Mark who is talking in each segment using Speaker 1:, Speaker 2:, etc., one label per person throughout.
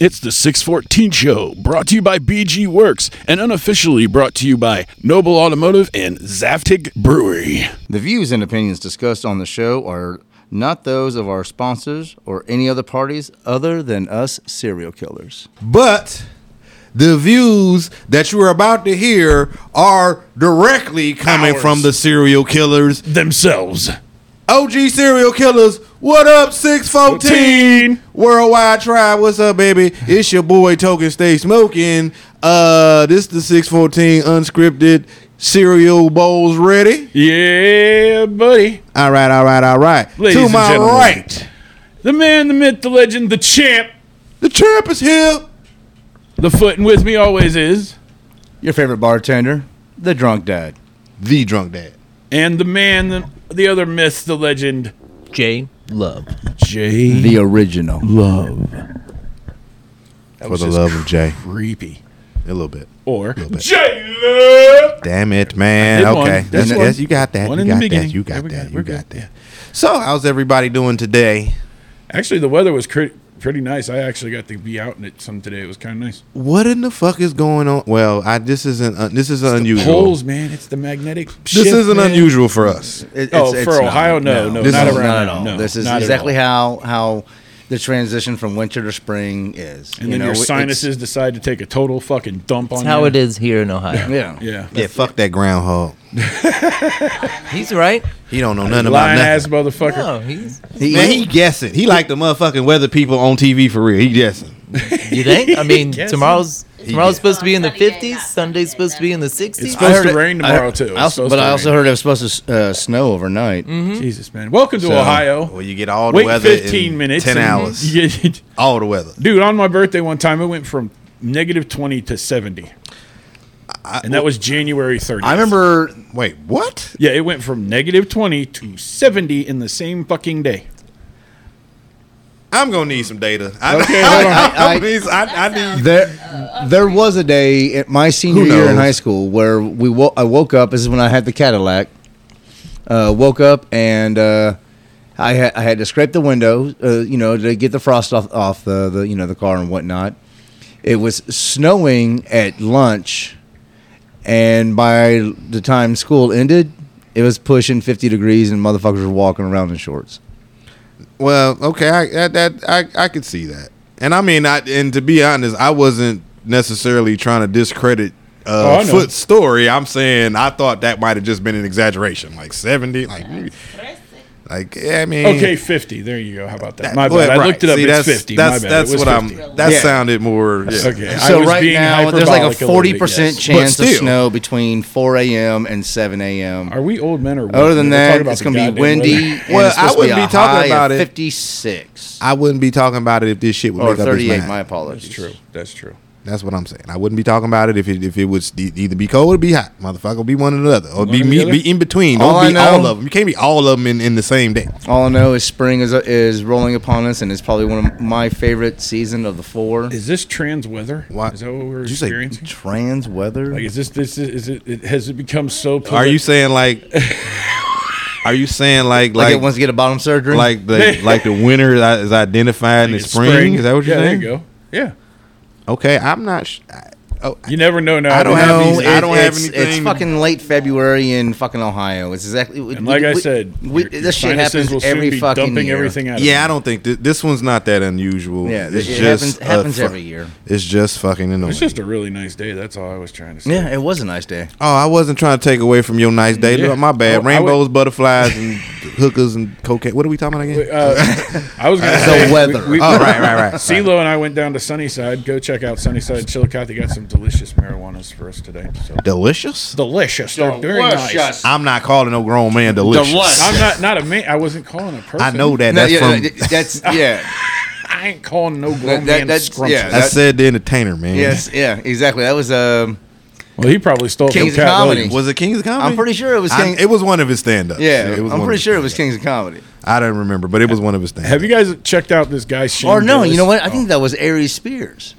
Speaker 1: It's the 614 Show, brought to you by BG Works and unofficially brought to you by Noble Automotive and Zaftig Brewery.
Speaker 2: The views and opinions discussed on the show are not those of our sponsors or any other parties other than us serial killers.
Speaker 3: But the views that you are about to hear are directly coming
Speaker 1: Ours.
Speaker 3: from the serial killers.
Speaker 1: Themselves.
Speaker 3: OG serial killers, what up, 614? Worldwide Tribe, what's up, baby? It's your boy Token Stay Smoking. Uh, this the 614 unscripted cereal bowls ready.
Speaker 1: Yeah, buddy.
Speaker 3: All right, all right, all right.
Speaker 1: Ladies
Speaker 3: to
Speaker 1: and
Speaker 3: my
Speaker 1: gentlemen.
Speaker 3: right,
Speaker 1: The man, the myth, the legend, the champ.
Speaker 3: the champ is here.
Speaker 1: The foot and with me always is.
Speaker 2: Your favorite bartender, the drunk dad.
Speaker 3: The drunk dad.
Speaker 1: And the man, the, the other myth, the legend,
Speaker 4: J Love.
Speaker 1: Jay
Speaker 2: The original.
Speaker 1: Love.
Speaker 3: For the love of Jay.
Speaker 1: Creepy.
Speaker 3: A little bit.
Speaker 1: Or
Speaker 3: bit.
Speaker 1: Jay Love.
Speaker 3: Damn it, man.
Speaker 1: I did one.
Speaker 3: Okay.
Speaker 1: That's
Speaker 3: That's
Speaker 1: one.
Speaker 3: yes, you got that.
Speaker 1: One
Speaker 3: you
Speaker 1: in the
Speaker 3: got
Speaker 1: beginning.
Speaker 3: that. You
Speaker 1: There
Speaker 3: got
Speaker 1: we go.
Speaker 3: that.
Speaker 1: We're
Speaker 3: You got
Speaker 1: good.
Speaker 3: that. So, how's everybody doing today?
Speaker 1: Actually, the weather was cre- pretty nice. I actually got to be out in it some today. It was kind of nice.
Speaker 3: What in the fuck is going on? Well, I this isn't uh, this is unusual.
Speaker 1: Poles, man. It's the magnetic.
Speaker 3: This isn't unusual for us.
Speaker 2: It-
Speaker 1: Oh, for Ohio, no, no,
Speaker 2: this
Speaker 3: not
Speaker 2: is
Speaker 3: around
Speaker 2: not at
Speaker 1: now,
Speaker 2: all.
Speaker 1: no,
Speaker 2: this is
Speaker 1: not at
Speaker 2: exactly how how the transition from winter to spring is.
Speaker 1: And then your
Speaker 2: it's-
Speaker 1: sinuses decide to take a total fucking dump on
Speaker 4: That's how
Speaker 1: you.
Speaker 4: it is here in Ohio.
Speaker 2: Yeah.
Speaker 1: Yeah.
Speaker 3: Yeah, fuck that groundhog.
Speaker 4: He's right.
Speaker 3: He don't know nothing about
Speaker 1: Lying
Speaker 3: nothing.
Speaker 1: ass motherfucker.
Speaker 4: No, he's.
Speaker 3: Man, he guessing. He like the motherfucking weather people on TV for real. He guessing.
Speaker 4: You think? I mean,
Speaker 1: Guessing.
Speaker 4: tomorrow's tomorrow's supposed to be in the
Speaker 5: Sunny day,
Speaker 4: fifties.
Speaker 5: not
Speaker 4: Sunday's
Speaker 5: Sunday,
Speaker 4: supposed to be in the sixties.
Speaker 1: supposed- to rain tomorrow,
Speaker 2: I-
Speaker 1: too. It's
Speaker 2: I also-
Speaker 1: supposed
Speaker 2: but
Speaker 1: to
Speaker 2: I also
Speaker 1: rain. Mm-hmm.
Speaker 2: heard it was supposed to uh, snow overnight.
Speaker 4: mm-hmm.
Speaker 1: Jesus, man. Welcome to
Speaker 3: So,
Speaker 1: Ohio.
Speaker 3: Well, you get all the
Speaker 1: Wait
Speaker 3: weather.
Speaker 1: 15
Speaker 3: in
Speaker 1: minutes.
Speaker 3: Ten
Speaker 1: and
Speaker 3: hours.
Speaker 1: you get-
Speaker 3: All the weather.
Speaker 1: dude, on my birthday one time, it went from negative 20 to 70. and that was January 30th.
Speaker 2: I remember
Speaker 3: Wait, what?
Speaker 1: Yeah, it went from negative 20 to 70 in the same fucking day.
Speaker 3: I'm gonna need some data. I,
Speaker 1: Okay,
Speaker 3: I,
Speaker 1: hold on.
Speaker 3: I, I, need- I- I need.
Speaker 2: There, there was a day at my senior
Speaker 3: Who
Speaker 2: year in
Speaker 3: knows?
Speaker 2: high school where we wo- I woke up. This is when I had the Cadillac. Uh, woke up and uh, I had I had to scrape the window, uh, you know, to get the frost off off the, the you know the car and whatnot. It was snowing at lunch, and by the time school ended, it was pushing fifty degrees, and motherfuckers were walking around in shorts.
Speaker 3: Well, okay, I, I that I I could see that, and I mean, I and to be honest, I wasn't necessarily trying to discredit
Speaker 1: Oh,
Speaker 3: uh,
Speaker 1: I know.
Speaker 3: Foot's story. I'm saying I thought that might have just been an exaggeration, like seventy, like maybe- like yeah, I mean,
Speaker 1: Okay, 50. There you go. How about that? My bad.
Speaker 3: well,
Speaker 1: I
Speaker 3: right.
Speaker 1: looked it up.
Speaker 3: See,
Speaker 1: it's
Speaker 3: that's,
Speaker 1: 50.
Speaker 3: That's
Speaker 1: My bad.
Speaker 3: that's
Speaker 1: it was
Speaker 3: what
Speaker 1: 50.
Speaker 3: I'm. That
Speaker 2: Yeah.
Speaker 3: sounded more. yeah.
Speaker 1: Okay. I
Speaker 2: So
Speaker 1: was
Speaker 2: right
Speaker 1: being
Speaker 2: now, there's like a
Speaker 1: hyperbolic little
Speaker 2: forty
Speaker 1: bit,
Speaker 2: percent
Speaker 1: yes.
Speaker 2: chance
Speaker 3: But
Speaker 2: of
Speaker 3: still.
Speaker 2: snow between four a.m. and seven a.m.
Speaker 1: Are we old men or women?
Speaker 2: Other than
Speaker 1: We're talking
Speaker 2: that,
Speaker 1: about
Speaker 2: it's
Speaker 1: the
Speaker 2: going to be
Speaker 1: goddamn
Speaker 2: windy.
Speaker 1: weather.
Speaker 2: and
Speaker 3: Well,
Speaker 2: it's supposed
Speaker 3: I
Speaker 2: to be
Speaker 3: wouldn't
Speaker 2: a
Speaker 3: be talking
Speaker 2: high of
Speaker 3: about it.
Speaker 2: 56
Speaker 3: I wouldn't be talking about it if this shit would
Speaker 2: or
Speaker 3: make up its
Speaker 2: 38.
Speaker 3: mind.
Speaker 2: My
Speaker 1: That's
Speaker 2: apologies.
Speaker 1: true. That's true.
Speaker 3: That's what I'm saying. I wouldn't be talking about it if it if it was e- either be cold or be hot. Motherfucker, be one or the other, or be,
Speaker 1: or the
Speaker 3: me,
Speaker 1: other?
Speaker 3: be in between. Don't
Speaker 2: All I
Speaker 3: be all
Speaker 2: know-
Speaker 3: of them. You can't be all of them in, in the same day.
Speaker 2: All I know is spring is is rolling upon us, and it's probably one of my favorite season of the four.
Speaker 1: Is this trans weather?
Speaker 3: Why-
Speaker 1: Is that what we're
Speaker 3: Did you say
Speaker 1: experiencing?
Speaker 2: Trans weather.
Speaker 1: like, is this this is, is it, it? Has it become so? Polit-
Speaker 3: Are you saying like? are you saying like
Speaker 2: Like
Speaker 3: like
Speaker 2: it wants to get a bottom surgery.
Speaker 3: like the like the winter is i- is identified in the
Speaker 1: It's
Speaker 3: spring? Is that what you're
Speaker 1: yeah,
Speaker 3: saying?
Speaker 1: There you go. Yeah.
Speaker 3: go. Okay, I'm not. Sh- I, oh,
Speaker 1: You never know now.
Speaker 3: I don't have
Speaker 2: No,
Speaker 3: these- I
Speaker 2: it-
Speaker 3: don't have
Speaker 2: it's,
Speaker 3: anything-
Speaker 2: It's fucking late February in fucking Ohio. It's exactly.
Speaker 1: And like I said,
Speaker 2: we,
Speaker 1: your- your
Speaker 2: this shit
Speaker 1: sinuses
Speaker 2: happens
Speaker 1: will soon
Speaker 2: every
Speaker 1: be
Speaker 2: fucking
Speaker 1: dumping
Speaker 2: year.
Speaker 1: everything out. of
Speaker 3: yeah,
Speaker 1: you.
Speaker 3: I don't think th- this one's not that unusual.
Speaker 2: Yeah,
Speaker 3: it's
Speaker 2: it
Speaker 3: just
Speaker 2: happens-
Speaker 3: a
Speaker 2: happens
Speaker 3: fu-
Speaker 2: every year.
Speaker 3: It's just fucking annoying.
Speaker 1: It's just a really nice day. That's all I was trying to say.
Speaker 2: Yeah, it was a nice day.
Speaker 3: Oh, I wasn't trying to take away from your nice day.
Speaker 1: Yeah.
Speaker 3: Look, My bad.
Speaker 1: Oh, I
Speaker 3: Rainbows, butterflies, and hookers and cocaine. What are we talking about again?
Speaker 1: Uh, I was gonna
Speaker 2: The
Speaker 1: say
Speaker 2: weather.
Speaker 1: We, we,
Speaker 3: oh, right, right, right.
Speaker 1: CeeLo and I went down to Sunnyside. Go check out Sunnyside Chillicothe. They Got some delicious marijuanas for us today. So
Speaker 3: Delicious.
Speaker 1: delicious. They're very nice.
Speaker 2: Ah,
Speaker 3: I'm not calling no grown man delicious.
Speaker 1: I'm not not a man. I wasn't calling a person.
Speaker 3: I know that.
Speaker 2: No,
Speaker 3: That's
Speaker 2: yeah,
Speaker 3: from.
Speaker 2: that- that's yeah.
Speaker 1: I ain't calling no grown
Speaker 2: That- that-
Speaker 1: man
Speaker 2: that's-
Speaker 1: scrumptious.
Speaker 2: yeah,
Speaker 3: I said the entertainer, man.
Speaker 2: Yes, yeah, exactly. That was um
Speaker 1: Well, he probably stole from
Speaker 2: Kings of
Speaker 1: Cat
Speaker 2: Comedy.
Speaker 1: Williams.
Speaker 3: Was it Kings of Comedy?
Speaker 2: I'm pretty sure it was
Speaker 3: I-
Speaker 2: King-
Speaker 3: it was one of his stand-ups.
Speaker 2: yeah,
Speaker 3: It was
Speaker 2: I'm
Speaker 3: one
Speaker 2: pretty
Speaker 3: of-
Speaker 2: sure it was Kings of Comedy.
Speaker 3: I don't remember, but it was one of his stand.
Speaker 1: Have you guys checked out this guy? Shane
Speaker 2: Or no,
Speaker 1: Gillis?
Speaker 2: you know what? I think that was Oh. Aries Spears.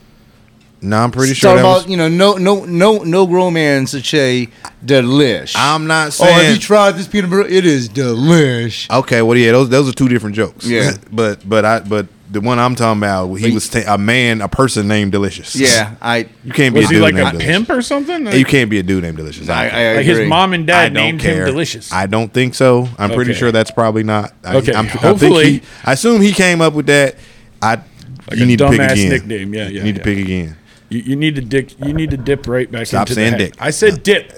Speaker 3: No, I'm pretty
Speaker 2: It's
Speaker 3: sure
Speaker 2: talking
Speaker 3: that
Speaker 2: about,
Speaker 3: was.
Speaker 2: you know, no no no no grown man such a delish.
Speaker 3: I'm not
Speaker 2: oh, have
Speaker 3: saying.
Speaker 2: you tried this peanut butter? It is delish.
Speaker 3: okay, well, yeah, those those are two different jokes.
Speaker 2: Yeah.
Speaker 3: but but I but the one I'm talking about, he was ta- a man, a person named Delicious.
Speaker 2: Yeah, I.
Speaker 3: you can't be
Speaker 5: Was
Speaker 3: a
Speaker 5: he
Speaker 3: dude
Speaker 5: like
Speaker 3: named
Speaker 5: a
Speaker 3: Delicious.
Speaker 5: pimp or something? Like,
Speaker 3: You can't be a dude named Delicious.
Speaker 2: I,
Speaker 3: I,
Speaker 2: I
Speaker 5: like
Speaker 2: agree.
Speaker 5: his mom and
Speaker 3: I
Speaker 5: dad
Speaker 3: don't
Speaker 5: named
Speaker 3: care.
Speaker 5: him Delicious.
Speaker 3: I don't think so. I'm pretty
Speaker 5: Okay.
Speaker 3: sure that's probably not. I,
Speaker 1: Okay,
Speaker 3: I'm, I
Speaker 1: hopefully-
Speaker 3: think he, I assume he came up with that. I
Speaker 1: Like
Speaker 3: you
Speaker 1: a
Speaker 3: need to pick
Speaker 1: dumbass
Speaker 3: again.
Speaker 1: nickname. Yeah, yeah,
Speaker 3: You need
Speaker 1: yeah.
Speaker 3: to pick again.
Speaker 1: You, you need to dick. You need to dip right back.
Speaker 3: Stop
Speaker 1: into
Speaker 3: saying
Speaker 1: the hat.
Speaker 3: dick.
Speaker 1: I said dip.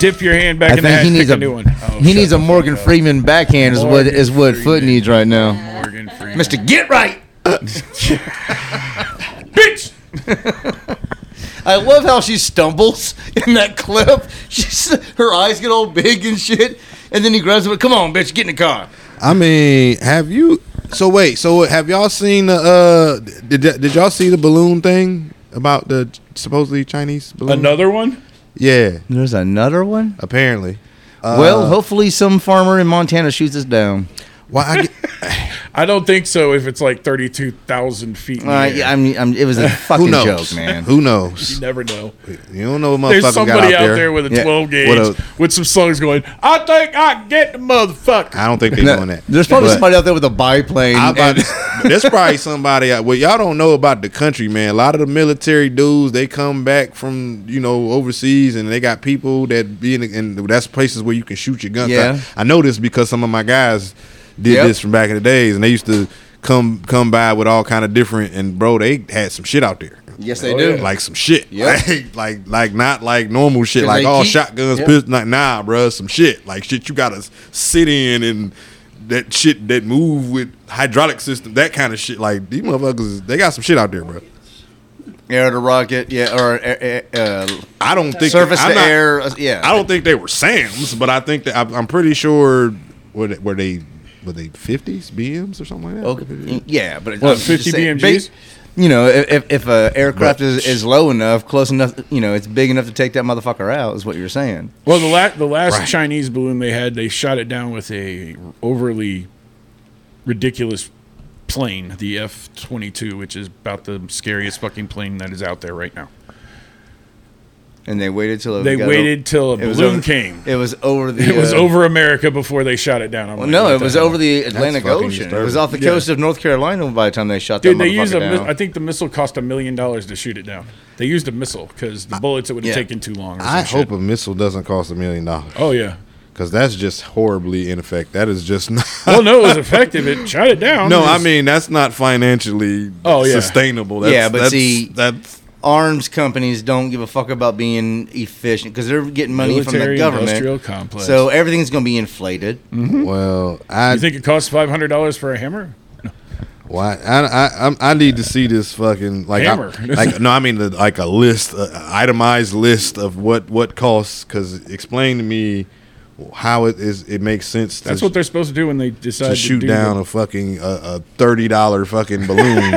Speaker 1: dip your hand back in
Speaker 2: I
Speaker 1: the
Speaker 2: think
Speaker 1: hat.
Speaker 2: he needs
Speaker 1: pick
Speaker 2: a,
Speaker 1: a, new one. Oh, shut
Speaker 2: he needs a
Speaker 1: the fuck
Speaker 2: Morgan
Speaker 1: up.
Speaker 2: Freeman backhand is what
Speaker 1: Morgan
Speaker 2: is what Foot
Speaker 1: Freeman.
Speaker 2: needs right now.
Speaker 1: Morgan Freeman.
Speaker 2: Mister, get right.
Speaker 1: Bitch.
Speaker 2: Mm-hmm. I love how she stumbles in that clip. She's her eyes get all big and shit, and then he grabs her. Come on, bitch, get in the car.
Speaker 3: I mean, have you? So wait. So have y'all seen the? Uh, did did y'all see the balloon thing about the supposedly Chinese balloon?
Speaker 1: Another one.
Speaker 3: Yeah,
Speaker 2: There's another one.
Speaker 3: apparently.
Speaker 2: well, hopefully some farmer in Montana shoots us down.
Speaker 3: Why? I get,
Speaker 1: I don't think so. If it's like thirty-two thousand feet. in
Speaker 2: All
Speaker 1: the
Speaker 2: right,
Speaker 1: air.
Speaker 2: yeah, I mean, I'm, it was a
Speaker 3: who
Speaker 2: fucking
Speaker 3: knows,
Speaker 2: joke, man.
Speaker 3: Who
Speaker 1: you
Speaker 3: knows?
Speaker 1: never know.
Speaker 3: You don't know, what
Speaker 1: There's
Speaker 3: motherfucker got
Speaker 1: somebody
Speaker 3: out,
Speaker 1: out there. with a
Speaker 2: Yeah.
Speaker 1: 12 gauge
Speaker 3: What a-
Speaker 1: with some songs going, I think I get the
Speaker 2: Ah,
Speaker 1: motherfucker.
Speaker 3: I don't think they're
Speaker 2: No,
Speaker 3: doing that.
Speaker 2: There's probably
Speaker 3: But
Speaker 2: somebody out there with a biplane.
Speaker 3: I about
Speaker 2: and-
Speaker 3: to- there's probably somebody out. Well, y'all don't know about the country, man. A lot of the military dudes they come back from you know overseas, and they got people that be in, and that's places where you can shoot your gun.
Speaker 2: Yeah.
Speaker 3: I, I know this because some of my guys did
Speaker 2: Yep.
Speaker 3: this from back in the days, and they used to come come by with all kind of different. And bro, they had some shit out there.
Speaker 2: yes, they
Speaker 1: Oh,
Speaker 2: do.
Speaker 1: yeah.
Speaker 3: like some shit.
Speaker 2: Yep.
Speaker 3: Like, like like not like normal shit.
Speaker 2: 'Cause
Speaker 3: Like
Speaker 2: they
Speaker 3: all
Speaker 2: keep-
Speaker 3: shotguns,
Speaker 2: Yep.
Speaker 3: pistols. Like nah, bruh, some shit. Like shit you gotta s- sit in and that shit that move with hydraulic system. That kind of shit. Like these motherfuckers, they got some shit out there, bruh.
Speaker 2: Air to rocket, yeah, or uh, uh,
Speaker 3: I don't think
Speaker 2: surface
Speaker 3: I'm
Speaker 2: to
Speaker 3: not-
Speaker 2: air, uh, yeah.
Speaker 3: I don't think they were Sam's, but I think that I, I'm pretty sure were they were they were they 50s BMs or something like that.
Speaker 2: Okay. mm, Yeah, but
Speaker 1: What,
Speaker 2: I'm just
Speaker 1: 50
Speaker 2: saying,
Speaker 1: BMGs?
Speaker 2: ba- You know, if if, if a aircraft is, is low enough, close enough, you know, it's big enough to take that motherfucker out. Is what you're saying?
Speaker 1: Well, the, la- the last
Speaker 3: Right.
Speaker 1: Chinese balloon they had, they shot it down with a overly ridiculous plane, the F 22, which is about the scariest fucking plane that is out there right now.
Speaker 2: And they waited till it
Speaker 1: They
Speaker 2: got o-
Speaker 1: waited till a
Speaker 2: it was
Speaker 1: balloon
Speaker 2: over-
Speaker 1: came.
Speaker 2: It was over the.
Speaker 1: It was
Speaker 2: uh,
Speaker 1: over America before they shot it down. I'm
Speaker 2: Well,
Speaker 1: like,
Speaker 2: no,
Speaker 1: what
Speaker 2: it
Speaker 1: the
Speaker 2: was
Speaker 1: hell?
Speaker 2: over the Atlantic
Speaker 3: fucking
Speaker 2: Ocean. It
Speaker 3: disturbing.
Speaker 2: was off the
Speaker 1: Yeah.
Speaker 2: coast of North Carolina by the time they shot
Speaker 1: Dude,
Speaker 2: that
Speaker 1: they
Speaker 2: motherfucker
Speaker 1: used a. mis-
Speaker 2: down.
Speaker 1: I think the missile cost a million dollars to shoot it down. They used a missile because the bullets it would have
Speaker 2: yeah.
Speaker 1: taken too long. Or
Speaker 3: I
Speaker 1: some shit.
Speaker 3: hope a missile doesn't cost a million dollars
Speaker 1: Oh yeah.
Speaker 3: because that's just horribly ineffective. That is just not.
Speaker 1: Well, no, it was effective. It shot it down.
Speaker 3: No,
Speaker 1: It
Speaker 3: I
Speaker 1: was-
Speaker 3: mean that's not financially
Speaker 1: Oh, yeah.
Speaker 3: sustainable. That's,
Speaker 2: Yeah, but
Speaker 3: that's,
Speaker 2: see-
Speaker 3: that's
Speaker 2: Arms companies don't give a fuck about being efficient because they're getting money from the
Speaker 1: Military
Speaker 2: government.
Speaker 1: industrial complex.
Speaker 2: So everything's going to be inflated.
Speaker 3: well. I
Speaker 1: Mm-hmm. You think it costs five hundred dollars for a hammer?
Speaker 3: why I I I'm- I need to see this fucking like I-
Speaker 1: Hammer.
Speaker 3: like no I mean the, like a list a itemized list of what what costs because explain to me how it is it makes sense
Speaker 1: That's
Speaker 3: to,
Speaker 1: what they're supposed to do when they decide
Speaker 3: to
Speaker 1: to,
Speaker 3: shoot
Speaker 1: do
Speaker 3: down a fucking a, a thirty dollar fucking balloon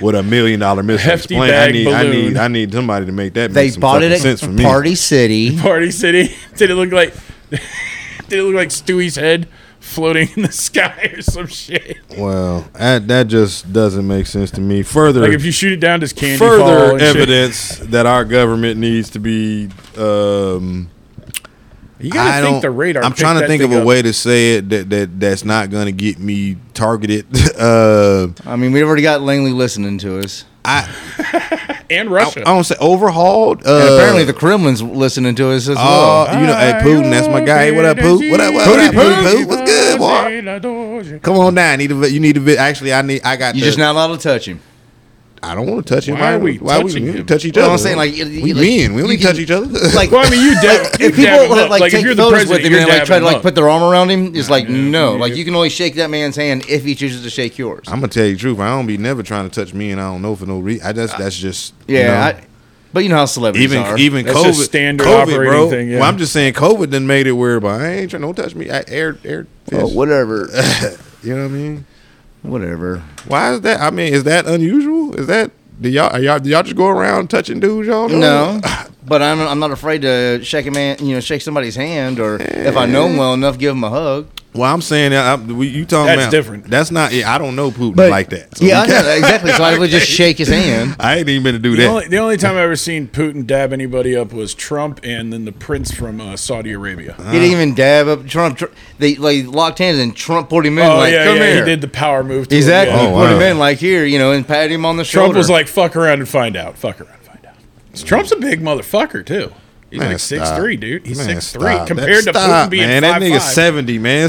Speaker 3: with a million dollar missile.
Speaker 1: Hefty
Speaker 3: explain I
Speaker 1: bag
Speaker 3: need I
Speaker 1: balloon.
Speaker 3: need I need somebody to make that.
Speaker 2: They
Speaker 3: make some
Speaker 2: bought
Speaker 3: fucking
Speaker 2: it
Speaker 3: sense for
Speaker 2: at
Speaker 3: me.
Speaker 2: Party City.
Speaker 1: the Party City. Did it look like? did it look like Stewie's head floating in the sky or some shit?
Speaker 3: Well, that, that just doesn't make sense to me. Further,
Speaker 1: Like if you shoot it down, does candy fall
Speaker 3: further
Speaker 1: and shit?
Speaker 3: evidence that our government needs to be. Um,
Speaker 1: You gotta
Speaker 3: I
Speaker 1: think
Speaker 3: don't-
Speaker 1: the radar.
Speaker 3: I'm
Speaker 1: picked
Speaker 3: trying to
Speaker 1: that
Speaker 3: think of
Speaker 1: thing
Speaker 3: a
Speaker 1: up.
Speaker 3: way to say it that, that that's not going to get me targeted. uh,
Speaker 2: I mean, we already got Langley listening to us.
Speaker 3: I,
Speaker 1: And
Speaker 3: I, I
Speaker 1: Russia.
Speaker 3: don't say overhauled. Uh,
Speaker 2: And apparently the Kremlin's listening to us as
Speaker 3: Oh,
Speaker 2: well.
Speaker 3: you know, hey, Putin, that's my guy. Hey, what up, Pooh? What up, what, what up, Pooh? Pooh? What's good, boy?
Speaker 1: boy?
Speaker 3: Come on down. Need a, vi- you need a bit. Actually, I need. I got.
Speaker 2: You're
Speaker 3: the-
Speaker 2: just not allowed to touch him.
Speaker 3: I don't want to touch him.
Speaker 1: Why are we
Speaker 3: Why we,
Speaker 1: touching
Speaker 3: we don't
Speaker 1: him?
Speaker 3: touch each
Speaker 2: Well,
Speaker 3: other?
Speaker 2: I'm saying, like, you-
Speaker 3: we
Speaker 2: you-
Speaker 3: men. We only
Speaker 2: you can-
Speaker 3: touch each other.
Speaker 2: Like,
Speaker 1: Well, I mean, you dab,
Speaker 2: like,
Speaker 1: you
Speaker 2: if people
Speaker 1: dab him
Speaker 2: like,
Speaker 1: up. like, if
Speaker 2: take
Speaker 1: you're the
Speaker 2: photos with
Speaker 1: president,
Speaker 2: him
Speaker 1: you're
Speaker 2: and like try to like put
Speaker 1: the
Speaker 2: their arm around him, it's like
Speaker 1: yeah,
Speaker 2: no,
Speaker 1: you
Speaker 2: like
Speaker 1: get-
Speaker 2: you can only shake that man's hand if he chooses to shake yours.
Speaker 3: I'm gonna tell you the truth. I don't be never trying to touch me, and I don't know for no reason. I just that's just you
Speaker 2: yeah,
Speaker 3: know.
Speaker 2: I, but you know how celebrities
Speaker 3: even
Speaker 2: are.
Speaker 3: even
Speaker 1: That's
Speaker 3: COVID
Speaker 1: just standard
Speaker 3: COVID,
Speaker 1: operating
Speaker 3: bro.
Speaker 1: thing, yeah.
Speaker 3: Well, I'm just saying COVID done made it where, but I ain't trying don't touch me. I air air fish.
Speaker 2: oh, whatever,
Speaker 3: You know what I mean?
Speaker 2: whatever.
Speaker 3: Why is that? I mean, is that unusual? Is that do y'all are y'all do y'all just go around touching dudes y'all? do?
Speaker 2: No, but I'm I'm not afraid to shake a man, you know, shake somebody's hand, or if I know him well enough, give him a hug.
Speaker 3: Well, I'm saying that I, we- you talking
Speaker 1: That's
Speaker 3: about
Speaker 1: different.
Speaker 3: That's not. Yeah, I don't know Putin
Speaker 2: But
Speaker 3: like that. So
Speaker 2: yeah, I
Speaker 3: we can't-
Speaker 2: know, exactly. So I would just shake his hand.
Speaker 3: I ain't even been to do
Speaker 1: The
Speaker 3: that.
Speaker 1: only, the only time I ever seen Putin dab anybody up was Trump and then the prince from uh, Saudi Arabia.
Speaker 3: Oh,
Speaker 2: He didn't even dab up Trump. Tr- They like locked hands and Trump pulled him in.
Speaker 1: oh
Speaker 2: like,
Speaker 1: yeah,
Speaker 2: come
Speaker 1: yeah,
Speaker 2: here.
Speaker 1: he did the power move. To him,
Speaker 2: Exactly.
Speaker 1: yeah.
Speaker 3: Oh,
Speaker 2: Put him
Speaker 3: wow.
Speaker 2: in like here, you know, and pat him on the shoulder.
Speaker 1: Trump was like, "Fuck around and find out. Fuck around and find out." Trump's a big motherfucker too. He's
Speaker 3: Mm. Man,
Speaker 1: like six
Speaker 3: stop.
Speaker 1: three, dude. He's
Speaker 3: Man,
Speaker 1: six three
Speaker 3: stop.
Speaker 1: compared
Speaker 3: That-
Speaker 1: to
Speaker 3: stop,
Speaker 1: Putin being
Speaker 3: man.
Speaker 1: five
Speaker 3: that nigga
Speaker 1: five.
Speaker 3: seventy, man.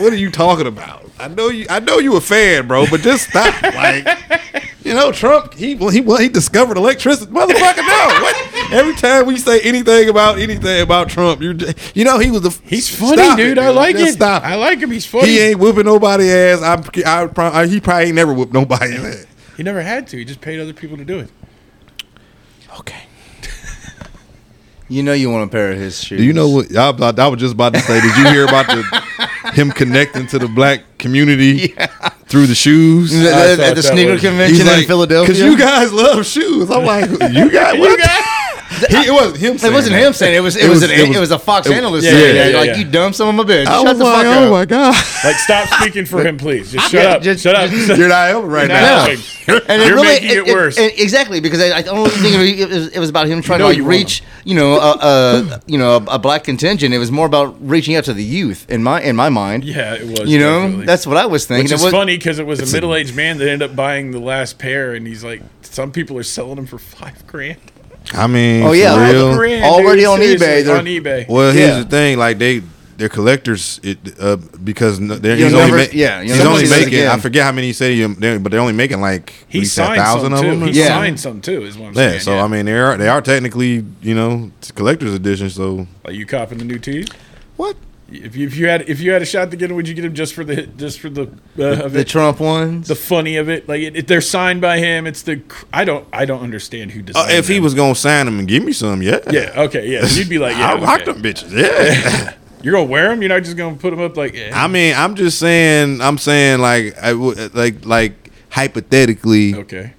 Speaker 3: What are you talking about? I know you. I know you a fan, bro, but just stop. like, you know, Trump. He he well, he discovered electricity, motherfucker. No, what? Every time we say anything about anything about Trump, you j- you know he was the.
Speaker 1: He's funny,
Speaker 3: Stop
Speaker 1: dude.
Speaker 3: it,
Speaker 1: I like
Speaker 3: Just
Speaker 1: it.
Speaker 3: Stop.
Speaker 1: I like him. He's funny.
Speaker 3: He ain't whooping nobody ass. I, I, prob- I he probably ain't never whooped nobody ass.
Speaker 1: He never had to. He just paid other people to do it.
Speaker 3: Okay.
Speaker 2: you know, you want a pair of his shoes.
Speaker 3: Do you know what? I, I, I was just about to say. Did you hear about the him connecting to the black community through the shoes?
Speaker 2: Th- th-
Speaker 1: I
Speaker 2: Uh, at
Speaker 1: thought
Speaker 2: the
Speaker 1: that
Speaker 2: sneaker
Speaker 1: was-
Speaker 2: convention in Philadelphia?
Speaker 3: Because you guys love shoes. I'm like, you guys. What? He- it wasn't him.
Speaker 2: it
Speaker 3: Saying
Speaker 2: wasn't
Speaker 3: that.
Speaker 2: him saying it, it was. It, was, an, it was a Fox
Speaker 3: it-
Speaker 2: analyst
Speaker 1: yeah,
Speaker 2: saying
Speaker 1: yeah,
Speaker 2: that.
Speaker 1: yeah,
Speaker 2: like
Speaker 1: yeah.
Speaker 2: you dumb son of a bitch.
Speaker 3: I
Speaker 2: Shut
Speaker 3: was
Speaker 2: the
Speaker 3: like,
Speaker 2: fuck
Speaker 3: oh
Speaker 2: up.
Speaker 3: my god.
Speaker 1: Like, stop speaking for him, please. Just shut
Speaker 2: Yeah,
Speaker 1: up.
Speaker 2: just-
Speaker 1: shut up.
Speaker 2: just-
Speaker 3: You're not helping right
Speaker 1: You're
Speaker 3: now.
Speaker 1: not
Speaker 2: Yeah.
Speaker 1: helping.
Speaker 2: it
Speaker 1: You're making it, worse.
Speaker 2: and- exactly because I, I only think it was, it was about him trying
Speaker 1: know
Speaker 2: to
Speaker 1: you
Speaker 2: like,
Speaker 1: want
Speaker 2: reach, you know, a, a you know a, a black contingent. It was more about reaching out to the youth in my in my mind.
Speaker 1: yeah, it was.
Speaker 2: you know,
Speaker 1: definitely.
Speaker 2: that's what I was thinking.
Speaker 1: Which
Speaker 2: It
Speaker 1: is
Speaker 2: was-
Speaker 1: funny because it was a middle aged man that ended up buying the last pair, and he's like, some people are selling them for five grand.
Speaker 3: I mean,
Speaker 2: Oh, yeah.
Speaker 3: for
Speaker 2: Well,
Speaker 3: real.
Speaker 2: the
Speaker 1: Grand,
Speaker 2: Already on
Speaker 1: seriously,
Speaker 2: eBay, they're-
Speaker 1: On eBay.
Speaker 3: Well, here's
Speaker 2: Yeah.
Speaker 3: the thing: like they, they're collectors. It uh, because n- they're,
Speaker 2: You'll
Speaker 3: he's
Speaker 2: never-
Speaker 3: only ma-
Speaker 2: yeah, you'll
Speaker 3: he's
Speaker 2: never see
Speaker 3: only
Speaker 2: those
Speaker 3: making.
Speaker 2: again.
Speaker 3: I forget how many he said, he, they're- but they're only making like
Speaker 1: he
Speaker 3: we said
Speaker 1: signed some
Speaker 3: thousand of
Speaker 1: too.
Speaker 3: them. or
Speaker 1: He
Speaker 2: Yeah.
Speaker 1: signed some too. Is what I'm
Speaker 3: Yeah,
Speaker 1: saying.
Speaker 3: so I mean, they are they are technically you know it's collector's edition. So
Speaker 1: like you copping the new tees?
Speaker 3: what?
Speaker 1: If you, if you had if you had a shot to get him, would you get him just for the just for the uh, of
Speaker 2: the
Speaker 1: it?
Speaker 2: Trump ones.
Speaker 1: the funny of it? Like it, it- they're signed by him. It's the cr- I don't I don't understand who designed.
Speaker 3: Uh, if he
Speaker 1: them.
Speaker 3: was gonna sign them and give me some, yeah,
Speaker 1: yeah okay yeah you'd be like yeah
Speaker 3: I rock
Speaker 1: okay.
Speaker 3: them bitches. Yeah,
Speaker 1: You're gonna wear them. You're not just gonna put them up like. eh.
Speaker 3: I mean, I'm just saying, I'm saying like I would like like hypothetically,
Speaker 1: okay.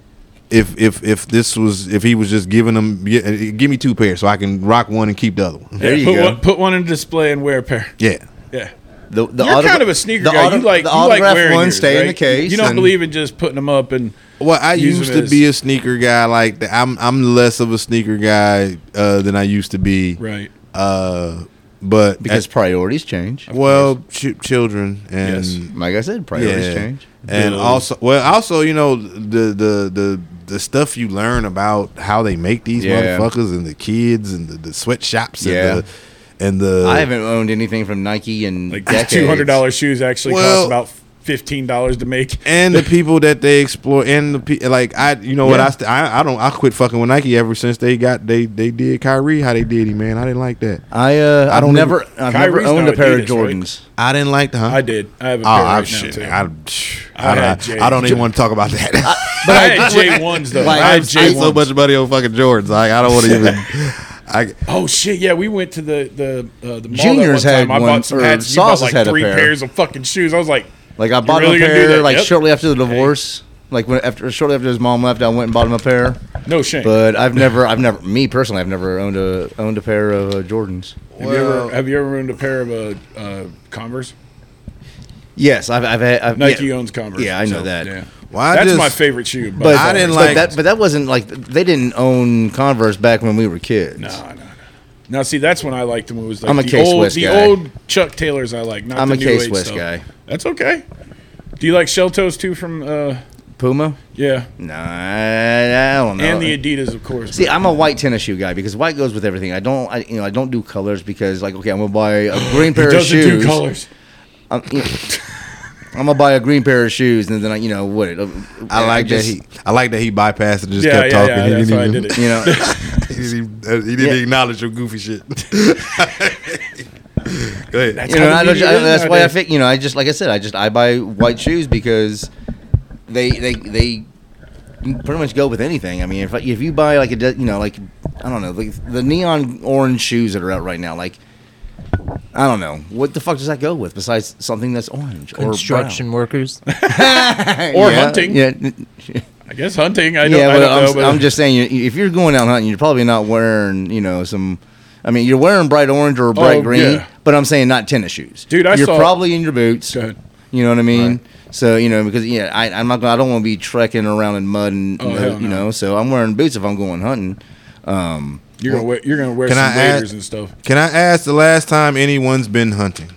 Speaker 3: if if if this was if he was just giving them, yeah, eh, give me two pairs so I can rock one and keep the other one.
Speaker 2: There you
Speaker 1: put
Speaker 2: go.
Speaker 1: One, put one in display and wear a pair.
Speaker 3: Yeah,
Speaker 1: Yeah.
Speaker 2: The, the
Speaker 1: You're
Speaker 2: autogra-
Speaker 1: kind of a sneaker
Speaker 2: the
Speaker 1: guy.
Speaker 2: auto-
Speaker 1: you like
Speaker 2: the
Speaker 1: you like
Speaker 2: autographed
Speaker 1: wearing
Speaker 2: one
Speaker 1: yours,
Speaker 2: stay in the
Speaker 1: right?
Speaker 2: case.
Speaker 1: You don't
Speaker 2: and-
Speaker 1: believe in just putting them up and
Speaker 3: Well, I
Speaker 1: Use
Speaker 3: used
Speaker 1: them
Speaker 3: to
Speaker 1: as-
Speaker 3: be a sneaker guy. Like that. I'm, I'm less of a sneaker guy uh, than I used to be.
Speaker 1: right.
Speaker 3: Uh, but
Speaker 2: because priorities change.
Speaker 3: well, ch- children and
Speaker 1: Yes.
Speaker 2: Like I said, priorities change.
Speaker 3: and
Speaker 1: Bills.
Speaker 3: also well, also you know the the the the stuff you learn about how they make these
Speaker 2: Yeah.
Speaker 3: motherfuckers and the kids and the, the sweatshops
Speaker 2: Yeah.
Speaker 3: and the and the
Speaker 2: I haven't owned anything from Nike in
Speaker 1: Uh, Like these
Speaker 2: decades.
Speaker 1: two hundred dollars shoes actually
Speaker 3: Well-
Speaker 1: cost about fifteen dollars to make.
Speaker 3: and the people that they explore and the pe- like I you know what
Speaker 1: Yeah.
Speaker 3: I, st- I I don't I quit fucking with Nike ever since they got they they did Kyrie how they did him man I didn't like that
Speaker 2: I uh, I
Speaker 3: don't
Speaker 2: don't never I've never
Speaker 1: Kyrie's now
Speaker 2: owned a pair of
Speaker 1: Adidas, right?
Speaker 2: Jordans.
Speaker 3: I didn't like the huh?
Speaker 1: I did. I have a pair
Speaker 3: Oh, I,
Speaker 1: right
Speaker 3: shit,
Speaker 1: now too.
Speaker 3: I,
Speaker 1: I,
Speaker 3: I,
Speaker 1: I had
Speaker 3: I, I don't even
Speaker 1: J's.
Speaker 3: want to talk about that.
Speaker 2: But I-
Speaker 1: had J ones though.
Speaker 2: Like,
Speaker 1: I had
Speaker 2: I'm- I'm
Speaker 1: J
Speaker 3: so
Speaker 1: ones.
Speaker 3: much money on fucking Jordans. Like, I don't want to even. I,
Speaker 1: Oh shit! Yeah, we went to the the uh, the mall
Speaker 2: Juniors
Speaker 1: that one time.
Speaker 2: had
Speaker 1: I
Speaker 2: one,
Speaker 1: bought some
Speaker 2: or
Speaker 1: hats. You bought
Speaker 2: Sauces
Speaker 1: like
Speaker 2: had a
Speaker 1: three
Speaker 2: pair.
Speaker 1: pairs of fucking shoes. I was like,
Speaker 2: Like I
Speaker 1: "You
Speaker 2: bought
Speaker 1: really
Speaker 2: him a
Speaker 1: gonna do
Speaker 2: pair
Speaker 1: that?"
Speaker 2: like
Speaker 1: Yep.
Speaker 2: shortly after the divorce. Like when after shortly after his mom left, I went and bought him a pair.
Speaker 1: No shame.
Speaker 2: But I've never, I've never, me personally, I've never owned a owned a pair of uh, Jordans.
Speaker 1: have you ever have you ever owned a pair of uh, uh, Converse?
Speaker 2: Yes, I've, I've had I've,
Speaker 1: Nike
Speaker 2: yeah.
Speaker 1: owns Converse.
Speaker 2: Yeah, I know that.
Speaker 3: Well, I
Speaker 1: That's
Speaker 3: just-
Speaker 1: my favorite shoe. by
Speaker 2: But
Speaker 1: far.
Speaker 3: I didn't
Speaker 2: but
Speaker 3: like-
Speaker 2: that. But that wasn't like they didn't own Converse back when we were kids.
Speaker 1: No, no, no. Now, see, that's when I liked them. It was like
Speaker 2: I'm a
Speaker 1: the
Speaker 2: Case
Speaker 1: old,
Speaker 2: West
Speaker 1: the
Speaker 2: guy.
Speaker 1: old Chuck Taylors. I like. Not
Speaker 2: I'm
Speaker 1: the
Speaker 2: a
Speaker 1: new
Speaker 2: Case
Speaker 1: age
Speaker 2: West
Speaker 1: stuff.
Speaker 2: guy.
Speaker 1: That's okay. Do you like Shell Toes too? From uh,
Speaker 2: Puma.
Speaker 1: yeah,
Speaker 2: Nah, I, I don't know.
Speaker 1: and the Adidas, of course.
Speaker 2: See, I'm a white tennis shoe guy because white goes with everything. I don't, I, you know, I don't do colors because, like, okay, I'm gonna buy a green pair of
Speaker 1: doesn't
Speaker 2: shoes.
Speaker 1: do colors.
Speaker 2: I'm, you know, I'm gonna buy a green pair of shoes, and then I, you know, what? it-
Speaker 3: I like
Speaker 2: just-
Speaker 3: that he. I like that he bypassed and just
Speaker 1: Yeah,
Speaker 3: kept
Speaker 1: yeah,
Speaker 3: talking.
Speaker 1: yeah.
Speaker 3: he,
Speaker 1: That's
Speaker 3: didn't
Speaker 1: why I
Speaker 3: even,
Speaker 1: did it.
Speaker 2: You know,
Speaker 3: he didn't even. uh, He didn't
Speaker 2: Yeah.
Speaker 3: acknowledge your goofy shit. Go ahead.
Speaker 1: That's
Speaker 2: you know,
Speaker 1: how
Speaker 2: I
Speaker 1: the
Speaker 2: don't,
Speaker 1: media
Speaker 2: I,
Speaker 1: is
Speaker 2: that's why I
Speaker 1: nowadays.
Speaker 2: think, you know, I just, like I said, I just, I buy white shoes because they, they, they pretty much go with anything. I mean, if I, if you buy like a, de- you know, like I don't know, like the neon orange shoes that are out right now, like. I don't know what the fuck does that go with besides something that's orange or brown?
Speaker 4: Construction workers.
Speaker 1: Or
Speaker 2: Yeah,
Speaker 1: hunting.
Speaker 2: Yeah, n-
Speaker 1: I guess hunting. I
Speaker 2: yeah
Speaker 1: don't, I
Speaker 2: well,
Speaker 1: don't
Speaker 2: I'm,
Speaker 1: know. But
Speaker 2: I'm just saying, you- if you're going out hunting, you're probably not wearing, you know, some. I mean, you're wearing bright orange or bright
Speaker 1: Oh,
Speaker 2: green,
Speaker 1: yeah.
Speaker 2: but I'm saying not tennis shoes.
Speaker 1: Dude, I
Speaker 2: you're
Speaker 1: saw-
Speaker 2: probably in your boots.
Speaker 1: Go ahead.
Speaker 2: You know what I mean? So you know because yeah, I, I'm not. gonna- I don't want to be trekking around in mud and
Speaker 1: Oh,
Speaker 2: you, know,
Speaker 1: hell
Speaker 2: you
Speaker 1: no.
Speaker 2: know. So I'm wearing boots if I'm going hunting. Um,
Speaker 1: You're gonna wear you're gonna wear
Speaker 3: Can
Speaker 1: some
Speaker 3: I add-
Speaker 1: waders and stuff.
Speaker 3: Can I ask the last time anyone's been hunting?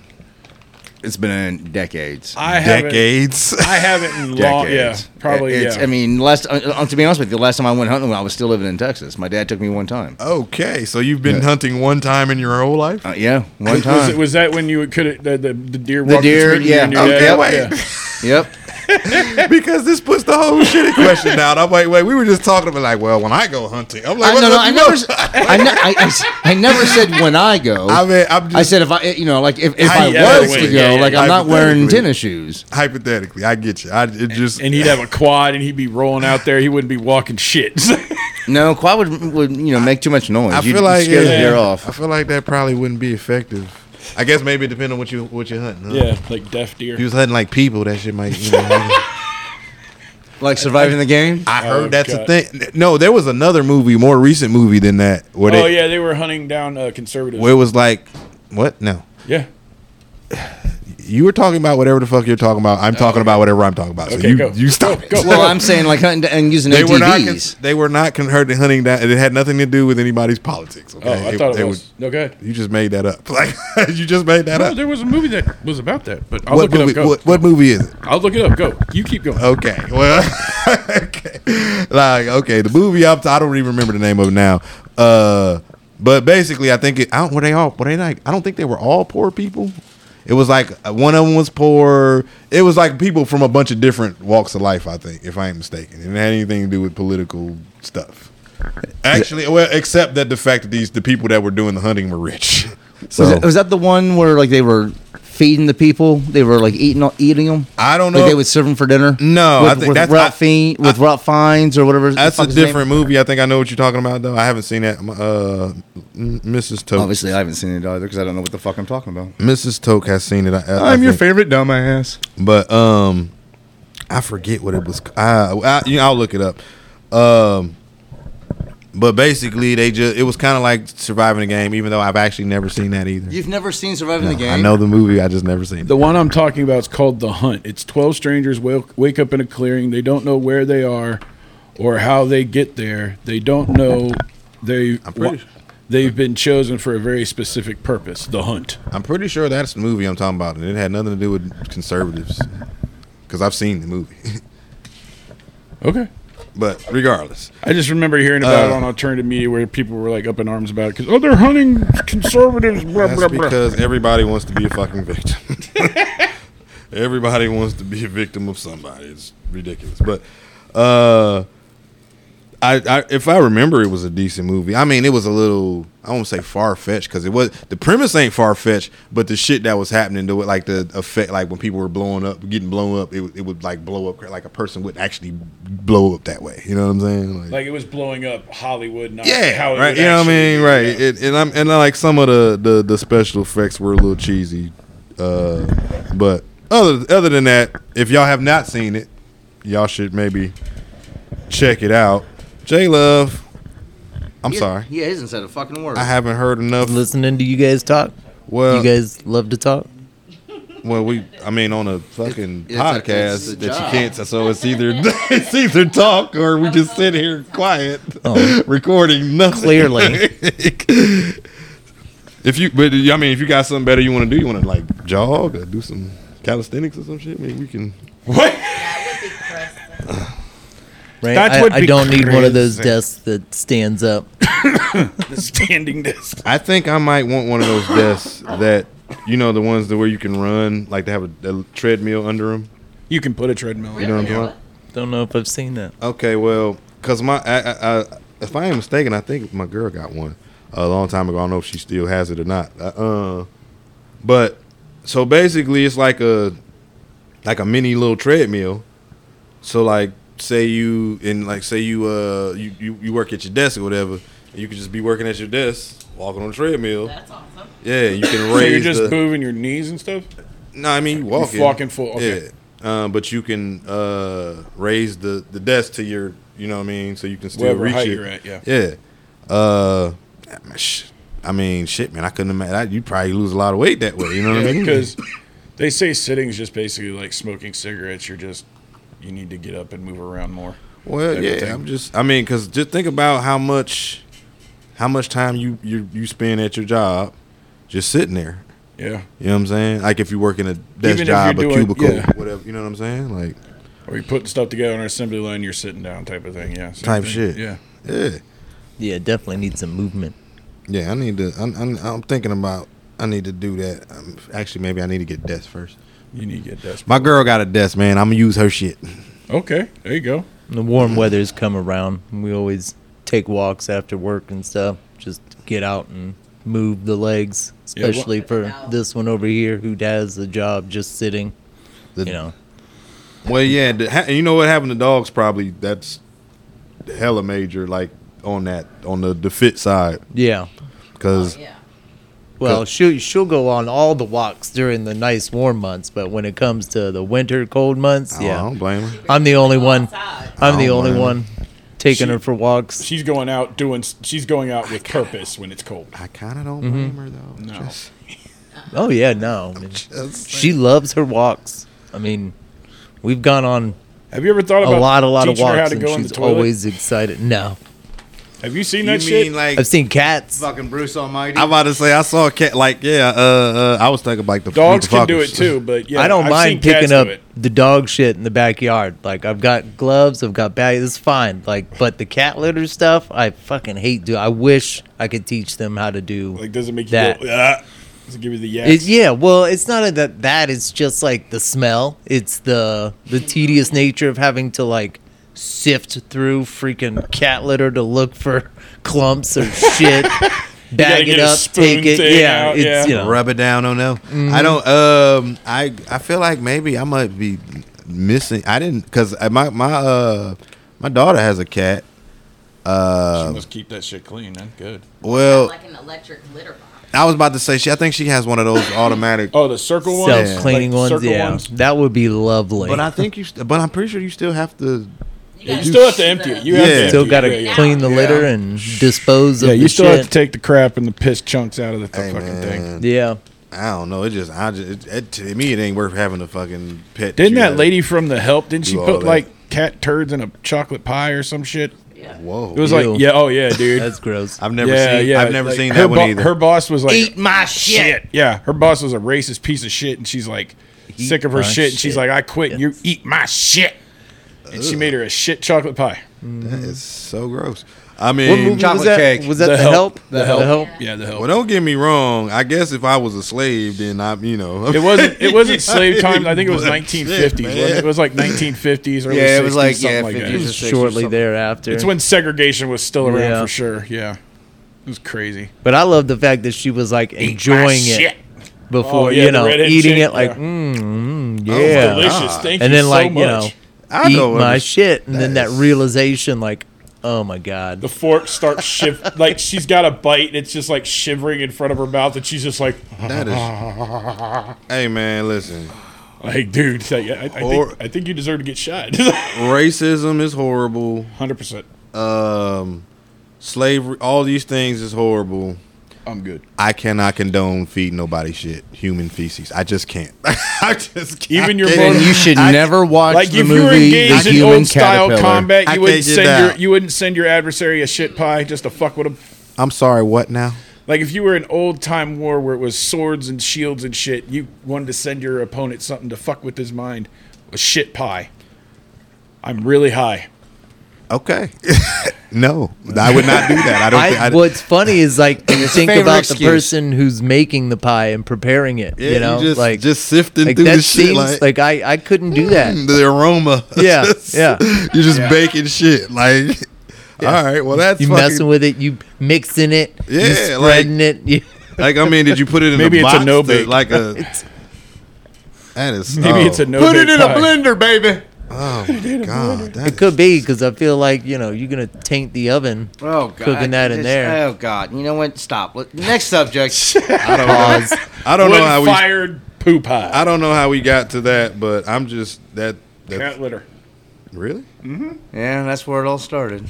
Speaker 2: it's been decades.
Speaker 1: I haven't.
Speaker 3: Decades.
Speaker 1: I haven't in long. Yeah,
Speaker 2: Decades.
Speaker 1: probably.
Speaker 2: It's-
Speaker 1: yeah.
Speaker 2: I mean, last uh, uh, to be honest with you, the last time I went hunting, I was still living in Texas. My dad took me one time.
Speaker 3: okay, so you've been hunting one time in your whole life.
Speaker 2: Uh, yeah, one time.
Speaker 1: was, it- was that when you could the, the, the deer
Speaker 2: The
Speaker 1: walked
Speaker 2: deer,
Speaker 1: between you
Speaker 2: yeah.
Speaker 1: and your
Speaker 2: Okay,
Speaker 1: dad?
Speaker 3: wait.
Speaker 1: Yeah.
Speaker 2: yep.
Speaker 3: because this puts the whole shit in question out. I'm like, wait, we were just talking about like, well, when I go hunting, I'm like,
Speaker 2: I,
Speaker 3: what
Speaker 2: no,
Speaker 3: the
Speaker 2: no,
Speaker 3: fuck
Speaker 2: I
Speaker 3: you
Speaker 2: never,
Speaker 3: know?
Speaker 2: s- I, ne- I- I s- I never said when I go.
Speaker 3: I
Speaker 2: I,
Speaker 3: mean, I'm just
Speaker 2: said if I, you know, like if, if I,
Speaker 1: Hypothetically.
Speaker 2: was to go,
Speaker 1: Yeah, yeah,
Speaker 2: like I'm not wearing
Speaker 3: hypothetically.
Speaker 2: tennis shoes.
Speaker 3: hypothetically. I get you. I it just
Speaker 1: And he'd have a quad, and he'd be rolling out there. He wouldn't be walking shit.
Speaker 2: No, quad would, would you know make too much noise.
Speaker 3: I
Speaker 2: You'd
Speaker 3: feel like
Speaker 2: scare the
Speaker 3: yeah.
Speaker 2: deer
Speaker 3: I
Speaker 2: off.
Speaker 3: feel like that probably wouldn't be effective. I guess maybe depending on what you what you're hunting. Huh?
Speaker 1: yeah, like deaf
Speaker 3: If you
Speaker 1: deer.
Speaker 3: was hunting like people, that shit might. You know,
Speaker 2: Like surviving the game.
Speaker 3: I heard
Speaker 1: Oh,
Speaker 3: that's
Speaker 1: God.
Speaker 3: a thing. No, there was another movie, more recent movie than that, where
Speaker 1: Oh
Speaker 3: they,
Speaker 1: yeah, they were hunting down uh, conservatives.
Speaker 3: where it was like, what? No,
Speaker 1: yeah.
Speaker 3: you were talking about whatever the fuck you're talking about. I'm talking about whatever I'm talking about. So
Speaker 1: Oh, Okay,
Speaker 3: you,
Speaker 1: go.
Speaker 3: you stop
Speaker 1: Go,
Speaker 3: it.
Speaker 1: go.
Speaker 2: Well, I'm saying like hunting and using
Speaker 3: They
Speaker 2: ATVs.
Speaker 3: were not. Con- they were not converted hunting down. It had nothing to do with anybody's politics. Okay?
Speaker 1: Oh, I thought it was. no, go ahead.
Speaker 3: you just made that up. Like you just made that
Speaker 1: No,
Speaker 3: up.
Speaker 1: there was a movie that was about that, but I'll
Speaker 3: What
Speaker 1: look
Speaker 3: movie?
Speaker 1: it up. Go.
Speaker 3: What, what Oh. movie is it?
Speaker 1: I'll look it up. Go. You keep going.
Speaker 3: Okay. Well, okay. like okay, the movie I'm t- I don't even remember the name of it now. Uh, but basically, I think it. I don't. Were they all? Were they like? I don't think they were all poor people. It was like uh, one of them was poor. It was like people from a bunch of different walks of life. I think, if I ain't mistaken, it didn't have anything to do with political stuff. Actually, well, except that the fact that these the people that were doing the hunting were rich. So
Speaker 2: Was, that, was that the one where like they were feeding the people? They were like eating eating them.
Speaker 3: I don't
Speaker 2: Like
Speaker 3: know.
Speaker 2: they would serve them for dinner.
Speaker 3: No, I
Speaker 2: with,
Speaker 3: think
Speaker 2: with
Speaker 3: that's-
Speaker 2: Ralph
Speaker 3: I-
Speaker 2: Fien- with Ralph Fiennes or whatever. the
Speaker 3: That's a
Speaker 2: fuck his name-
Speaker 3: different movie. I think I know what you're talking about, though. I haven't seen that. Uh, m- Mrs. Tote.
Speaker 2: Obviously, I haven't seen it either because I don't know what the fuck I'm talking about.
Speaker 3: Mrs. Toke has seen it. I, I, I think.
Speaker 2: favorite dumbass.
Speaker 3: but um, I forget what it was. I, I you know, I'll look it up. Um, but basically, they just it was kind of like surviving the game, even though I've actually never seen that either.
Speaker 2: You've never seen Surviving the Game.
Speaker 3: I know the movie, I just never seen it.
Speaker 1: The one I'm talking about is called The Hunt. It's 12 strangers wake, wake up in a clearing. They don't know where they are or how they get there. They don't know they
Speaker 3: pretty
Speaker 1: wh- they've been chosen for a very specific purpose, the hunt.
Speaker 3: I'm pretty sure that's the movie I'm talking about, and it had nothing to do with conservatives because I've seen the movie.
Speaker 1: Okay.
Speaker 3: but regardless,
Speaker 1: I just remember hearing about it
Speaker 3: Uh,
Speaker 1: on alternative media where people were like up in arms about it cuz oh they're hunting conservatives blah
Speaker 3: That's
Speaker 1: blah blah.
Speaker 3: because everybody wants to be a fucking victim. everybody wants to be a victim of somebody. It's ridiculous. But uh I, I if I remember it was a decent movie. I mean, it was a little I won't say far fetched cuz it was the premise ain't far fetched, but the shit that was happening to it like the effect like when people were blowing up, getting blown up, it, would- it would like blow up like a person would actually blow up that way. You know what I'm saying?
Speaker 1: Like it was blowing up Hollywood not
Speaker 3: Yeah,
Speaker 1: how it
Speaker 3: right.
Speaker 1: would
Speaker 3: You know what I
Speaker 1: actually-
Speaker 3: mean, right? It, and I'm and I like some of the, the the special effects were a little cheesy, uh, but other other than that, if y'all have not seen it, y'all should maybe check it out. J Love, I'm sorry,
Speaker 2: Yeah, he hasn't said a fucking word.
Speaker 3: I haven't heard enough.
Speaker 4: Listening to you guys talk.
Speaker 3: Well,
Speaker 4: you guys love to talk.
Speaker 3: well, we I mean on a fucking
Speaker 2: It's- it's- it's the
Speaker 3: podcast that you
Speaker 2: job.
Speaker 3: can't. So it's either it's either talk or we just sit here quiet,
Speaker 4: Oh.
Speaker 3: recording nothing.
Speaker 4: Clearly.
Speaker 3: if you, but I mean, if you got something better you want to do, you want to like jog or do some calisthenics or some shit. Maybe we can.
Speaker 1: What?
Speaker 4: Right?
Speaker 1: That
Speaker 4: I,
Speaker 1: would
Speaker 4: I
Speaker 1: be
Speaker 4: don't need one of those
Speaker 1: crazy.
Speaker 4: desks that stands up.
Speaker 1: The standing desk.
Speaker 3: I think I might want one of those desks that you know the ones that where you can run, like they have a, a treadmill under them.
Speaker 1: You can put a treadmill.
Speaker 3: You know what I'm talking about?
Speaker 4: Don't know if I've seen that.
Speaker 3: Okay, well, cause my, I, I, I, if I ain't mistaken, I think my girl got one a long time ago. I don't know if she still has it or not. Uh, Uh, but so basically, it's like a, like a mini little treadmill. So like, say you and like say you uh you you, you work at your desk or whatever, and you could just be working at your desk, walking on a treadmill.
Speaker 5: That's awesome.
Speaker 3: Yeah, you can
Speaker 1: So
Speaker 3: raise.
Speaker 1: you're just
Speaker 3: the-
Speaker 1: moving your knees and stuff?
Speaker 3: no, I mean you walking.
Speaker 1: walking full, okay.
Speaker 3: Yeah. Um, but you can uh, raise the, the desk to your, you know what I mean, so you can still
Speaker 1: Whatever
Speaker 3: reach
Speaker 1: height
Speaker 3: it.
Speaker 1: you're at, yeah.
Speaker 3: Yeah. Uh, ah, man, sh- I mean, shit, man, I couldn't imagine. You'd probably lose a lot of weight that way. You know what I mean?
Speaker 1: because they say sitting is just basically like smoking cigarettes. You're just you need to get up and move around more.
Speaker 3: Well,
Speaker 1: type of thing.
Speaker 3: yeah, I'm just. I mean, because just think about how much, how much time you you you spend at your job, just sitting there.
Speaker 1: Yeah,
Speaker 3: You know what I'm saying? Like if you work in a desk
Speaker 1: Even if
Speaker 3: job, a
Speaker 1: you're doing-
Speaker 3: cubicle,
Speaker 1: yeah.
Speaker 3: whatever. You know what I'm saying? Like,
Speaker 1: or you're putting stuff together on an assembly line. You're sitting down, type of thing. Yeah, same
Speaker 3: Type
Speaker 1: thing.
Speaker 3: shit.
Speaker 1: Yeah,
Speaker 3: yeah,
Speaker 4: Yeah, definitely need some movement.
Speaker 3: yeah. I need to. I'm, I'm, I'm thinking about. I need to do that. Um actually, maybe I need to get desk first.
Speaker 1: you need to get desperate.
Speaker 3: My girl got a desk, man. I'm gonna use her shit.
Speaker 1: Okay, there you go.
Speaker 4: The warm weather's come around. and We always take walks after work and stuff. Just get out and move the legs,
Speaker 1: Yeah, well-
Speaker 4: especially for this one over here who has a job just sitting.
Speaker 3: The-
Speaker 4: you know,
Speaker 3: Well, yeah, the, ha- and you know what happened to dogs? Probably that's hella major. Like on that, on the the fit side,
Speaker 4: yeah.
Speaker 3: because
Speaker 5: Yeah.
Speaker 4: Well,
Speaker 3: Good.
Speaker 4: she she'll go on all the walks during the nice warm months, but when it comes to the winter cold months,
Speaker 3: yeah. I
Speaker 4: yeah,
Speaker 3: don't blame her.
Speaker 4: I'm the only one.
Speaker 5: Outside.
Speaker 4: I'm the
Speaker 3: Oh,
Speaker 4: only
Speaker 3: man.
Speaker 4: one taking
Speaker 1: She-
Speaker 4: her for walks.
Speaker 1: She's going out doing. She's going out with purpose when it's cold.
Speaker 3: I kind of don't blame her though.
Speaker 1: No.
Speaker 3: Just-
Speaker 4: oh yeah, no, I mean,
Speaker 3: just
Speaker 4: she loves her walks. I mean, we've gone on
Speaker 1: Have you ever thought
Speaker 4: a
Speaker 1: about
Speaker 4: lot, a lot of
Speaker 1: teaching her how
Speaker 4: walks,
Speaker 1: to
Speaker 4: and
Speaker 1: go in the
Speaker 4: she's
Speaker 1: toilet?
Speaker 4: always excited. No,
Speaker 1: Have you seen
Speaker 3: You
Speaker 1: that
Speaker 3: mean
Speaker 1: shit?
Speaker 3: like
Speaker 4: I've seen cats.
Speaker 2: Fucking Bruce Almighty.
Speaker 3: I'm about to say I saw a cat. Like yeah, uh, uh I was thinking like the
Speaker 1: Dogs
Speaker 3: the
Speaker 1: can do it
Speaker 3: fuckers.
Speaker 1: too, but yeah,
Speaker 4: I don't
Speaker 1: I've
Speaker 4: mind
Speaker 1: seen cats
Speaker 4: picking
Speaker 1: do
Speaker 4: up
Speaker 1: it.
Speaker 4: the dog shit in the backyard. Like I've got gloves, I've got bags. It's fine. Like, but the cat litter stuff, I fucking hate. Do I wish I could teach them how to do
Speaker 1: Like, does it make you
Speaker 4: that.
Speaker 1: go? Ah, does it give you the yak?
Speaker 4: It's, yeah, well, it's not a, that that it's just like the smell. It's the the tedious nature of having to like sift through freaking cat litter to look for clumps or shit. Bag
Speaker 1: get
Speaker 4: it
Speaker 1: a
Speaker 4: up,
Speaker 1: spoon
Speaker 4: take it.
Speaker 1: thing
Speaker 4: Yeah,
Speaker 1: out,
Speaker 4: it's
Speaker 1: yeah.
Speaker 4: you know.
Speaker 3: Rub it down on them. I don't. Um, I I feel like maybe I might be missing. I didn't because my my uh my daughter has a cat.
Speaker 4: Um,
Speaker 1: she must keep that shit clean. That's good.
Speaker 3: Well,
Speaker 5: like an electric litter box.
Speaker 3: I was about to say she. I think she has one of those automatic.
Speaker 1: Oh, the circle ones,
Speaker 4: Self cleaning
Speaker 1: Like,
Speaker 4: ones,
Speaker 1: circle
Speaker 4: yeah,
Speaker 1: ones?
Speaker 4: that would be lovely.
Speaker 3: But I think you. St- but I'm pretty sure you still have to.
Speaker 1: Yeah, you
Speaker 5: gotta
Speaker 1: still have to
Speaker 5: use
Speaker 1: empty
Speaker 5: the-
Speaker 1: it. You have
Speaker 3: Yeah.
Speaker 1: to
Speaker 4: still
Speaker 1: empty it.
Speaker 4: got to
Speaker 1: Yeah, yeah.
Speaker 4: clean the
Speaker 5: Yeah.
Speaker 4: litter and dispose of
Speaker 1: Yeah,
Speaker 4: the
Speaker 1: you still
Speaker 4: shit.
Speaker 1: have to take the crap and the piss chunks out of the
Speaker 3: Hey,
Speaker 1: fucking thing.
Speaker 3: man,
Speaker 4: yeah,
Speaker 3: I don't know. It just. I just. It, it, to me, it ain't worth having a fucking pet.
Speaker 1: Didn't
Speaker 3: you
Speaker 1: that
Speaker 3: have-
Speaker 1: lady from the help? Didn't she
Speaker 3: Do all
Speaker 1: put
Speaker 3: that.
Speaker 1: like cat turds in a chocolate pie or some shit?
Speaker 5: Yeah.
Speaker 3: Whoa.
Speaker 1: It was
Speaker 4: Ew.
Speaker 1: like, yeah, oh yeah, dude.
Speaker 4: that's gross.
Speaker 3: I've never
Speaker 1: yeah,
Speaker 3: seen.
Speaker 1: yeah.
Speaker 3: I've never
Speaker 1: like,
Speaker 3: seen
Speaker 1: her
Speaker 3: that
Speaker 1: bo-
Speaker 3: one either.
Speaker 1: Her boss was like,
Speaker 4: Eat my shit.
Speaker 1: Yeah, her boss was a racist piece of shit, and she's like
Speaker 4: Eat
Speaker 1: sick of her
Speaker 4: my
Speaker 1: shit, and she's
Speaker 4: shit.
Speaker 1: like, I quit. and You
Speaker 4: Yes.
Speaker 1: eat my shit, and she made her a shit chocolate pie.
Speaker 3: That is so gross. I
Speaker 4: What
Speaker 3: mean,
Speaker 4: movie was
Speaker 2: Chocolate
Speaker 4: that?
Speaker 2: cake.
Speaker 4: Was that the, help? The help.
Speaker 1: Yeah, the help.
Speaker 3: Well, don't get me wrong. I guess if I was a slave, then I, you know,
Speaker 1: It wasn't. It wasn't slave time. I think it was
Speaker 3: But
Speaker 1: 1950s.
Speaker 3: shit,
Speaker 1: wasn't it?
Speaker 3: man.
Speaker 1: it was like 1950s or
Speaker 2: Yeah, it was like, yeah,
Speaker 1: something like that.
Speaker 2: 50s.
Speaker 1: It's
Speaker 2: six or
Speaker 4: Shortly
Speaker 2: something.
Speaker 4: thereafter,
Speaker 1: when segregation was still around
Speaker 4: Yeah.
Speaker 1: for sure. Yeah, it was crazy.
Speaker 4: But I love the fact that she was like enjoying
Speaker 1: My
Speaker 4: it
Speaker 1: shit. Oh,
Speaker 4: before,
Speaker 1: yeah,
Speaker 4: you
Speaker 1: the
Speaker 4: know,
Speaker 1: redhead
Speaker 4: eating
Speaker 1: chick,
Speaker 4: it like,
Speaker 1: yeah.
Speaker 4: mm, mm,
Speaker 3: Oh,
Speaker 4: yeah.
Speaker 1: Delicious.
Speaker 3: God.
Speaker 1: Thank
Speaker 4: and
Speaker 1: you
Speaker 4: then,
Speaker 1: so
Speaker 4: like, you know,
Speaker 1: much.
Speaker 3: I
Speaker 4: eat
Speaker 3: don't
Speaker 4: my
Speaker 3: understand.
Speaker 4: shit. And then
Speaker 3: That
Speaker 4: that
Speaker 3: is-
Speaker 4: realization, like, oh my God.
Speaker 1: The fork starts shiv. like she's got a bite, and it's just like shivering in front of her mouth, and she's just like,
Speaker 3: That is. hey man, listen.
Speaker 1: like, dude, like, I, I,
Speaker 3: Or-
Speaker 1: think, I think you deserve to get shot.
Speaker 3: Racism is horrible.
Speaker 1: Hundred percent.
Speaker 3: Um, slavery, all these things is horrible.
Speaker 1: I'm good.
Speaker 3: I cannot condone feed nobody shit, human feces. I just can't. I just can't.
Speaker 1: Even your
Speaker 3: I
Speaker 1: motor-
Speaker 2: and you should
Speaker 3: I-
Speaker 2: never watch
Speaker 1: Like
Speaker 2: the
Speaker 1: if you were
Speaker 2: movie
Speaker 1: engaged
Speaker 2: The
Speaker 1: in
Speaker 2: Human
Speaker 1: old style
Speaker 2: Caterpillar.
Speaker 1: combat,
Speaker 3: I
Speaker 1: you wouldn't
Speaker 3: can't get
Speaker 1: send your
Speaker 3: out.
Speaker 1: you wouldn't send your adversary a shit pie just to fuck with him.
Speaker 3: I'm sorry. What now?
Speaker 1: Like if you were in old time war where it was swords and shields and shit, you wanted to send your opponent something to fuck with his mind. A shit pie. I'm really high.
Speaker 3: Okay. no, I would not do that. I don't. think-
Speaker 4: I, what's funny is like you think
Speaker 2: favorite
Speaker 4: about the
Speaker 2: excuse.
Speaker 4: person who's making the pie and preparing it.
Speaker 3: Yeah,
Speaker 4: you know,
Speaker 3: just,
Speaker 4: like
Speaker 3: just sifting
Speaker 4: like
Speaker 3: through
Speaker 4: that
Speaker 3: the shit.
Speaker 4: seems
Speaker 3: Like,
Speaker 4: like I I couldn't do
Speaker 3: Mm,
Speaker 4: that.
Speaker 3: the aroma.
Speaker 4: Yeah,
Speaker 3: Just-
Speaker 4: yeah.
Speaker 3: You're just baking shit. Like, all right, well that's
Speaker 4: You
Speaker 3: fucking,
Speaker 4: messing with it, you mixing it, you
Speaker 3: Yeah, like-
Speaker 4: spreading it. You,
Speaker 3: Like, I mean, did you put it in
Speaker 1: Maybe
Speaker 3: a
Speaker 1: it's a
Speaker 3: box?
Speaker 1: no
Speaker 3: to-
Speaker 1: bake.
Speaker 3: Like a that is
Speaker 1: Maybe
Speaker 3: oh.
Speaker 1: it's a no.
Speaker 2: Put it
Speaker 1: bake
Speaker 2: in
Speaker 1: pie.
Speaker 2: a blender, baby.
Speaker 3: Oh my god, that
Speaker 4: it could be because I feel like you know you're gonna taint the oven.
Speaker 2: Oh God,
Speaker 4: Cooking that in
Speaker 2: This-
Speaker 4: there.
Speaker 2: Oh God, you know what? Stop. Let- Next subject.
Speaker 3: I don't know. I don't
Speaker 1: Wood
Speaker 3: know how we.
Speaker 1: fired poo pie.
Speaker 3: I don't know how we got to that, but I'm just that. that
Speaker 1: Cat litter.
Speaker 3: really?
Speaker 2: yeah, that's where it all started.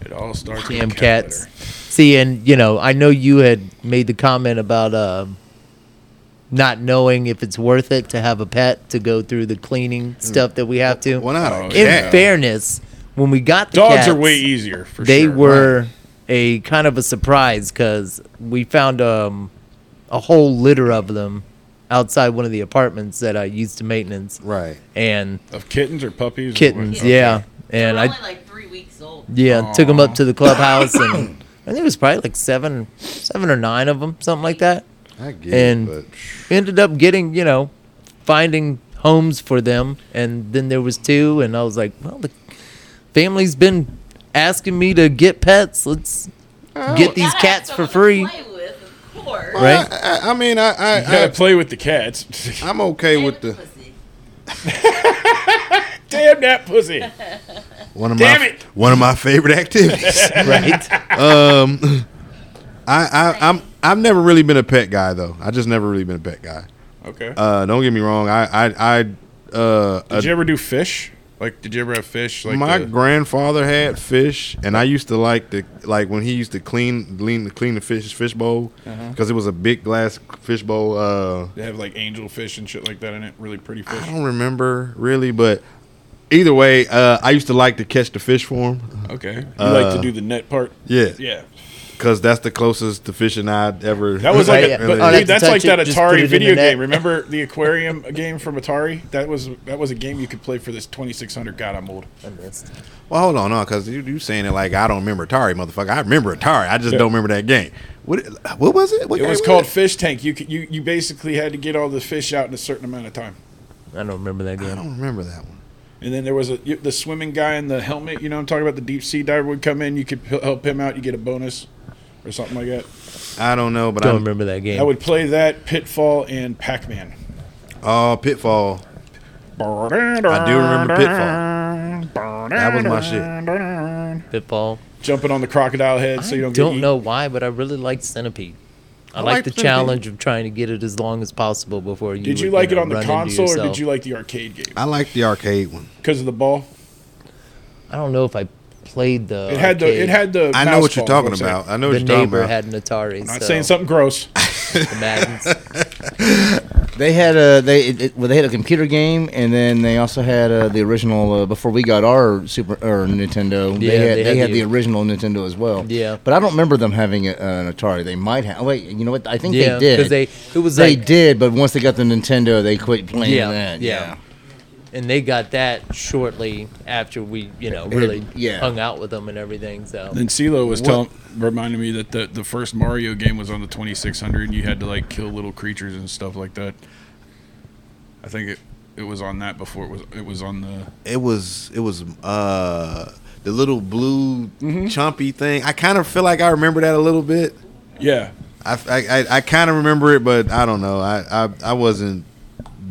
Speaker 1: It all starts
Speaker 4: damn
Speaker 1: with a cat
Speaker 4: cats.
Speaker 1: litter.
Speaker 4: See, and you know, I know you had made the comment about um, not knowing if it's worth it to have a pet to go through the cleaning
Speaker 3: Mm.
Speaker 4: stuff that we have to.
Speaker 3: Well, not
Speaker 1: Oh,
Speaker 3: a
Speaker 4: In
Speaker 1: yeah.
Speaker 3: cat.
Speaker 4: fairness, when we got the
Speaker 1: Dogs
Speaker 4: cats,
Speaker 1: are way easier for
Speaker 4: they
Speaker 1: sure.
Speaker 4: were a kind of a surprise because we found um, a whole litter of them outside one of the apartments that I used to maintenance.
Speaker 3: Right.
Speaker 4: And
Speaker 1: of kittens or puppies. or
Speaker 4: kittens,
Speaker 1: what?
Speaker 4: yeah.
Speaker 5: They're
Speaker 4: And I
Speaker 5: only like three weeks old.
Speaker 4: yeah, took 'em took them
Speaker 1: Aw.
Speaker 4: up to the clubhouse, and I think it was probably like seven, seven or nine of them, something like that.
Speaker 3: I get
Speaker 4: And-
Speaker 3: it,
Speaker 4: We ended up getting, you know, finding homes for them, and then there was two, and I was like, well, the family's been asking me to get pets. Let's
Speaker 3: but
Speaker 4: get these
Speaker 5: Gotta have
Speaker 4: cats for
Speaker 5: someone to
Speaker 4: free,
Speaker 5: play with, of course.
Speaker 4: Right.
Speaker 3: I, I, I mean, I, I,
Speaker 1: You gotta
Speaker 3: I
Speaker 1: play with the cats.
Speaker 3: I'm okay
Speaker 5: And
Speaker 3: with the
Speaker 5: pussy.
Speaker 1: Damn that pussy.
Speaker 3: one of
Speaker 1: Damn
Speaker 3: my
Speaker 1: it.
Speaker 3: one of my favorite activities.
Speaker 4: right?
Speaker 3: um, I, I, I'm I've never really been a pet guy though. I just never really been a pet guy.
Speaker 1: Okay.
Speaker 3: Uh, don't get me wrong. I I I uh,
Speaker 1: did you ever do fish? Like, did you ever have fish? Like uh,
Speaker 3: my
Speaker 1: the-
Speaker 3: grandfather had fish, and I used to like to like when he used to clean lean clean the fish fish bowl
Speaker 1: Uh-huh.
Speaker 3: because it was a big glass fish bowl. Uh,
Speaker 1: they have like angel fish and shit like that in it. Really pretty fish.
Speaker 3: I don't remember really, but either way, uh, I used to like to catch the fish for him.
Speaker 1: Okay. You
Speaker 4: Uh,
Speaker 1: like to do the net part?
Speaker 3: Yeah,
Speaker 1: Yeah.
Speaker 3: because that's the closest to fishing I'd ever. uh,
Speaker 1: That was like,
Speaker 4: yeah.
Speaker 1: a, but uh,
Speaker 4: Oh,
Speaker 1: dude,
Speaker 4: that's
Speaker 1: that's
Speaker 4: to
Speaker 1: like
Speaker 4: touch
Speaker 1: that
Speaker 4: it, just put
Speaker 1: Atari
Speaker 4: it in
Speaker 1: video
Speaker 4: the net.
Speaker 1: game. Remember the aquarium game from Atari? That was that was a game you could play for this 2600. God, I'm old.
Speaker 3: Well, hold on, no, because you you saying it like I don't remember Atari, motherfucker. I remember Atari. I just don't remember that game. What what was it? What
Speaker 1: It
Speaker 3: game
Speaker 1: was called
Speaker 3: it?
Speaker 1: Fish Tank. You could, you you basically had to get all the fish out in a certain amount of time.
Speaker 4: I don't remember that
Speaker 3: I
Speaker 4: game.
Speaker 3: don't remember that one.
Speaker 1: And then there was a you- the swimming guy in the helmet. You know, what I'm talking about the deep sea diver would come in. You could h- help him out. You get a bonus or something like that.
Speaker 3: I don't know, but I
Speaker 4: Don't remember that game.
Speaker 1: I would play that Pitfall and Pac Man.
Speaker 3: Oh, Pitfall.
Speaker 1: I
Speaker 3: do remember Pitfall. That was my shit.
Speaker 4: Pitfall.
Speaker 1: Jumping on the crocodile head so you don't,
Speaker 4: I don't
Speaker 1: get eaten.
Speaker 4: know why, but I really liked Centipede. I, like
Speaker 3: liked
Speaker 4: the
Speaker 3: Centipede.
Speaker 4: challenge of trying to get it as long as possible before you.
Speaker 1: Did you
Speaker 4: would,
Speaker 1: like
Speaker 4: know,
Speaker 1: it on the
Speaker 4: run into
Speaker 1: console or
Speaker 4: yourself.
Speaker 1: did you like the arcade game?
Speaker 3: I like the arcade one.
Speaker 1: Because of the ball,
Speaker 4: I don't know if I played the.
Speaker 1: it had the it
Speaker 4: arcade.
Speaker 1: had the.
Speaker 3: I know
Speaker 1: mouse
Speaker 3: what you're
Speaker 1: ball,
Speaker 3: talking
Speaker 1: is what I'm
Speaker 3: about.
Speaker 1: saying.
Speaker 3: I know what
Speaker 4: the
Speaker 3: you're talking
Speaker 4: neighbor
Speaker 3: about.
Speaker 4: had an Atari.
Speaker 1: I'm not
Speaker 4: so
Speaker 1: saying something gross.
Speaker 4: the Maddens.
Speaker 2: They had a they it, it- well, they had a computer game, and then they also had uh, the original uh, before we got our Super or Nintendo.
Speaker 4: Yeah,
Speaker 2: they had
Speaker 4: they
Speaker 2: they,
Speaker 4: had
Speaker 2: had the
Speaker 4: the-
Speaker 2: original Nintendo as well.
Speaker 4: Yeah.
Speaker 2: but I don't remember them having a, an Atari. They might have. Oh, wait, you know what? I think
Speaker 4: yeah,
Speaker 2: they did.
Speaker 4: because they it was
Speaker 2: They
Speaker 4: like
Speaker 2: did, but once they got the Nintendo, they quit playing
Speaker 4: yeah,
Speaker 2: that.
Speaker 4: yeah, and they got that shortly after we you know really
Speaker 2: yeah.
Speaker 4: hung out with them and everything. So
Speaker 1: Then CeeLo was telling, reminding me that the, the first Mario game was on the 2600, and you had to like kill little creatures and stuff like that. I think it, it was on that before it was it was on the
Speaker 3: It was it was uh the little blue chompy thing. I kind of feel like I remember that a little bit.
Speaker 1: yeah.
Speaker 3: I I, I, I kind of remember it, but I don't know. I I, I wasn't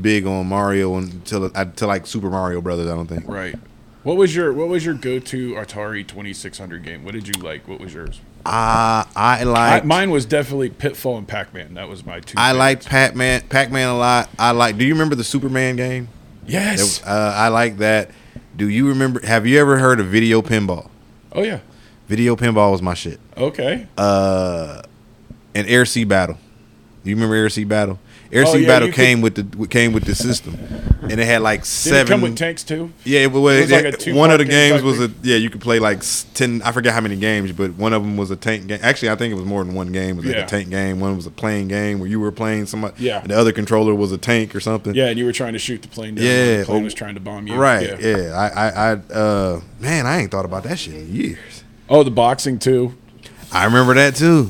Speaker 3: big on Mario until until like Super Mario Brothers. I don't think.
Speaker 1: Right. What was your What was your go to Atari twenty six hundred game? What did you like? What was yours?
Speaker 3: Uh, I
Speaker 1: I,
Speaker 3: like I,
Speaker 1: mine was definitely Pitfall and Pac Man. That was my two.
Speaker 3: like Pac Man Pac Man a lot. I like. Do you remember the Superman game?
Speaker 1: Yes.
Speaker 3: It- uh, I like that. Do you remember? Have you ever heard of video pinball?
Speaker 1: oh yeah.
Speaker 3: Video pinball was my shit. Uh,
Speaker 1: Okay.
Speaker 3: and Air Sea Battle. You remember Air Sea Battle? Air
Speaker 1: Oh,
Speaker 3: Sea
Speaker 1: yeah,
Speaker 3: Battle
Speaker 1: you
Speaker 3: came with the came with the system, and it had like
Speaker 1: did
Speaker 3: seven.
Speaker 1: it come with tanks too?
Speaker 3: yeah, it was,
Speaker 1: It was like a
Speaker 3: it-
Speaker 1: two-part
Speaker 3: one of the
Speaker 1: game
Speaker 3: games
Speaker 1: type
Speaker 3: was a
Speaker 1: thing.
Speaker 3: yeah. You could play like s- ten. I forget how many games, but one of them was a tank game. Actually, I think it was more than one game. It was like
Speaker 1: Yeah.
Speaker 3: a tank game. One was a plane game where you were playing somebody.
Speaker 1: Yeah.
Speaker 3: And the other controller was a tank or something.
Speaker 1: Yeah, and you were trying to shoot the plane down.
Speaker 3: Yeah,
Speaker 1: and The plane
Speaker 3: oh,
Speaker 1: was trying to bomb you.
Speaker 3: Right. Yeah. I. I. I uh, man, I ain't thought about that shit in years.
Speaker 1: Oh, the boxing too.
Speaker 3: I remember that too.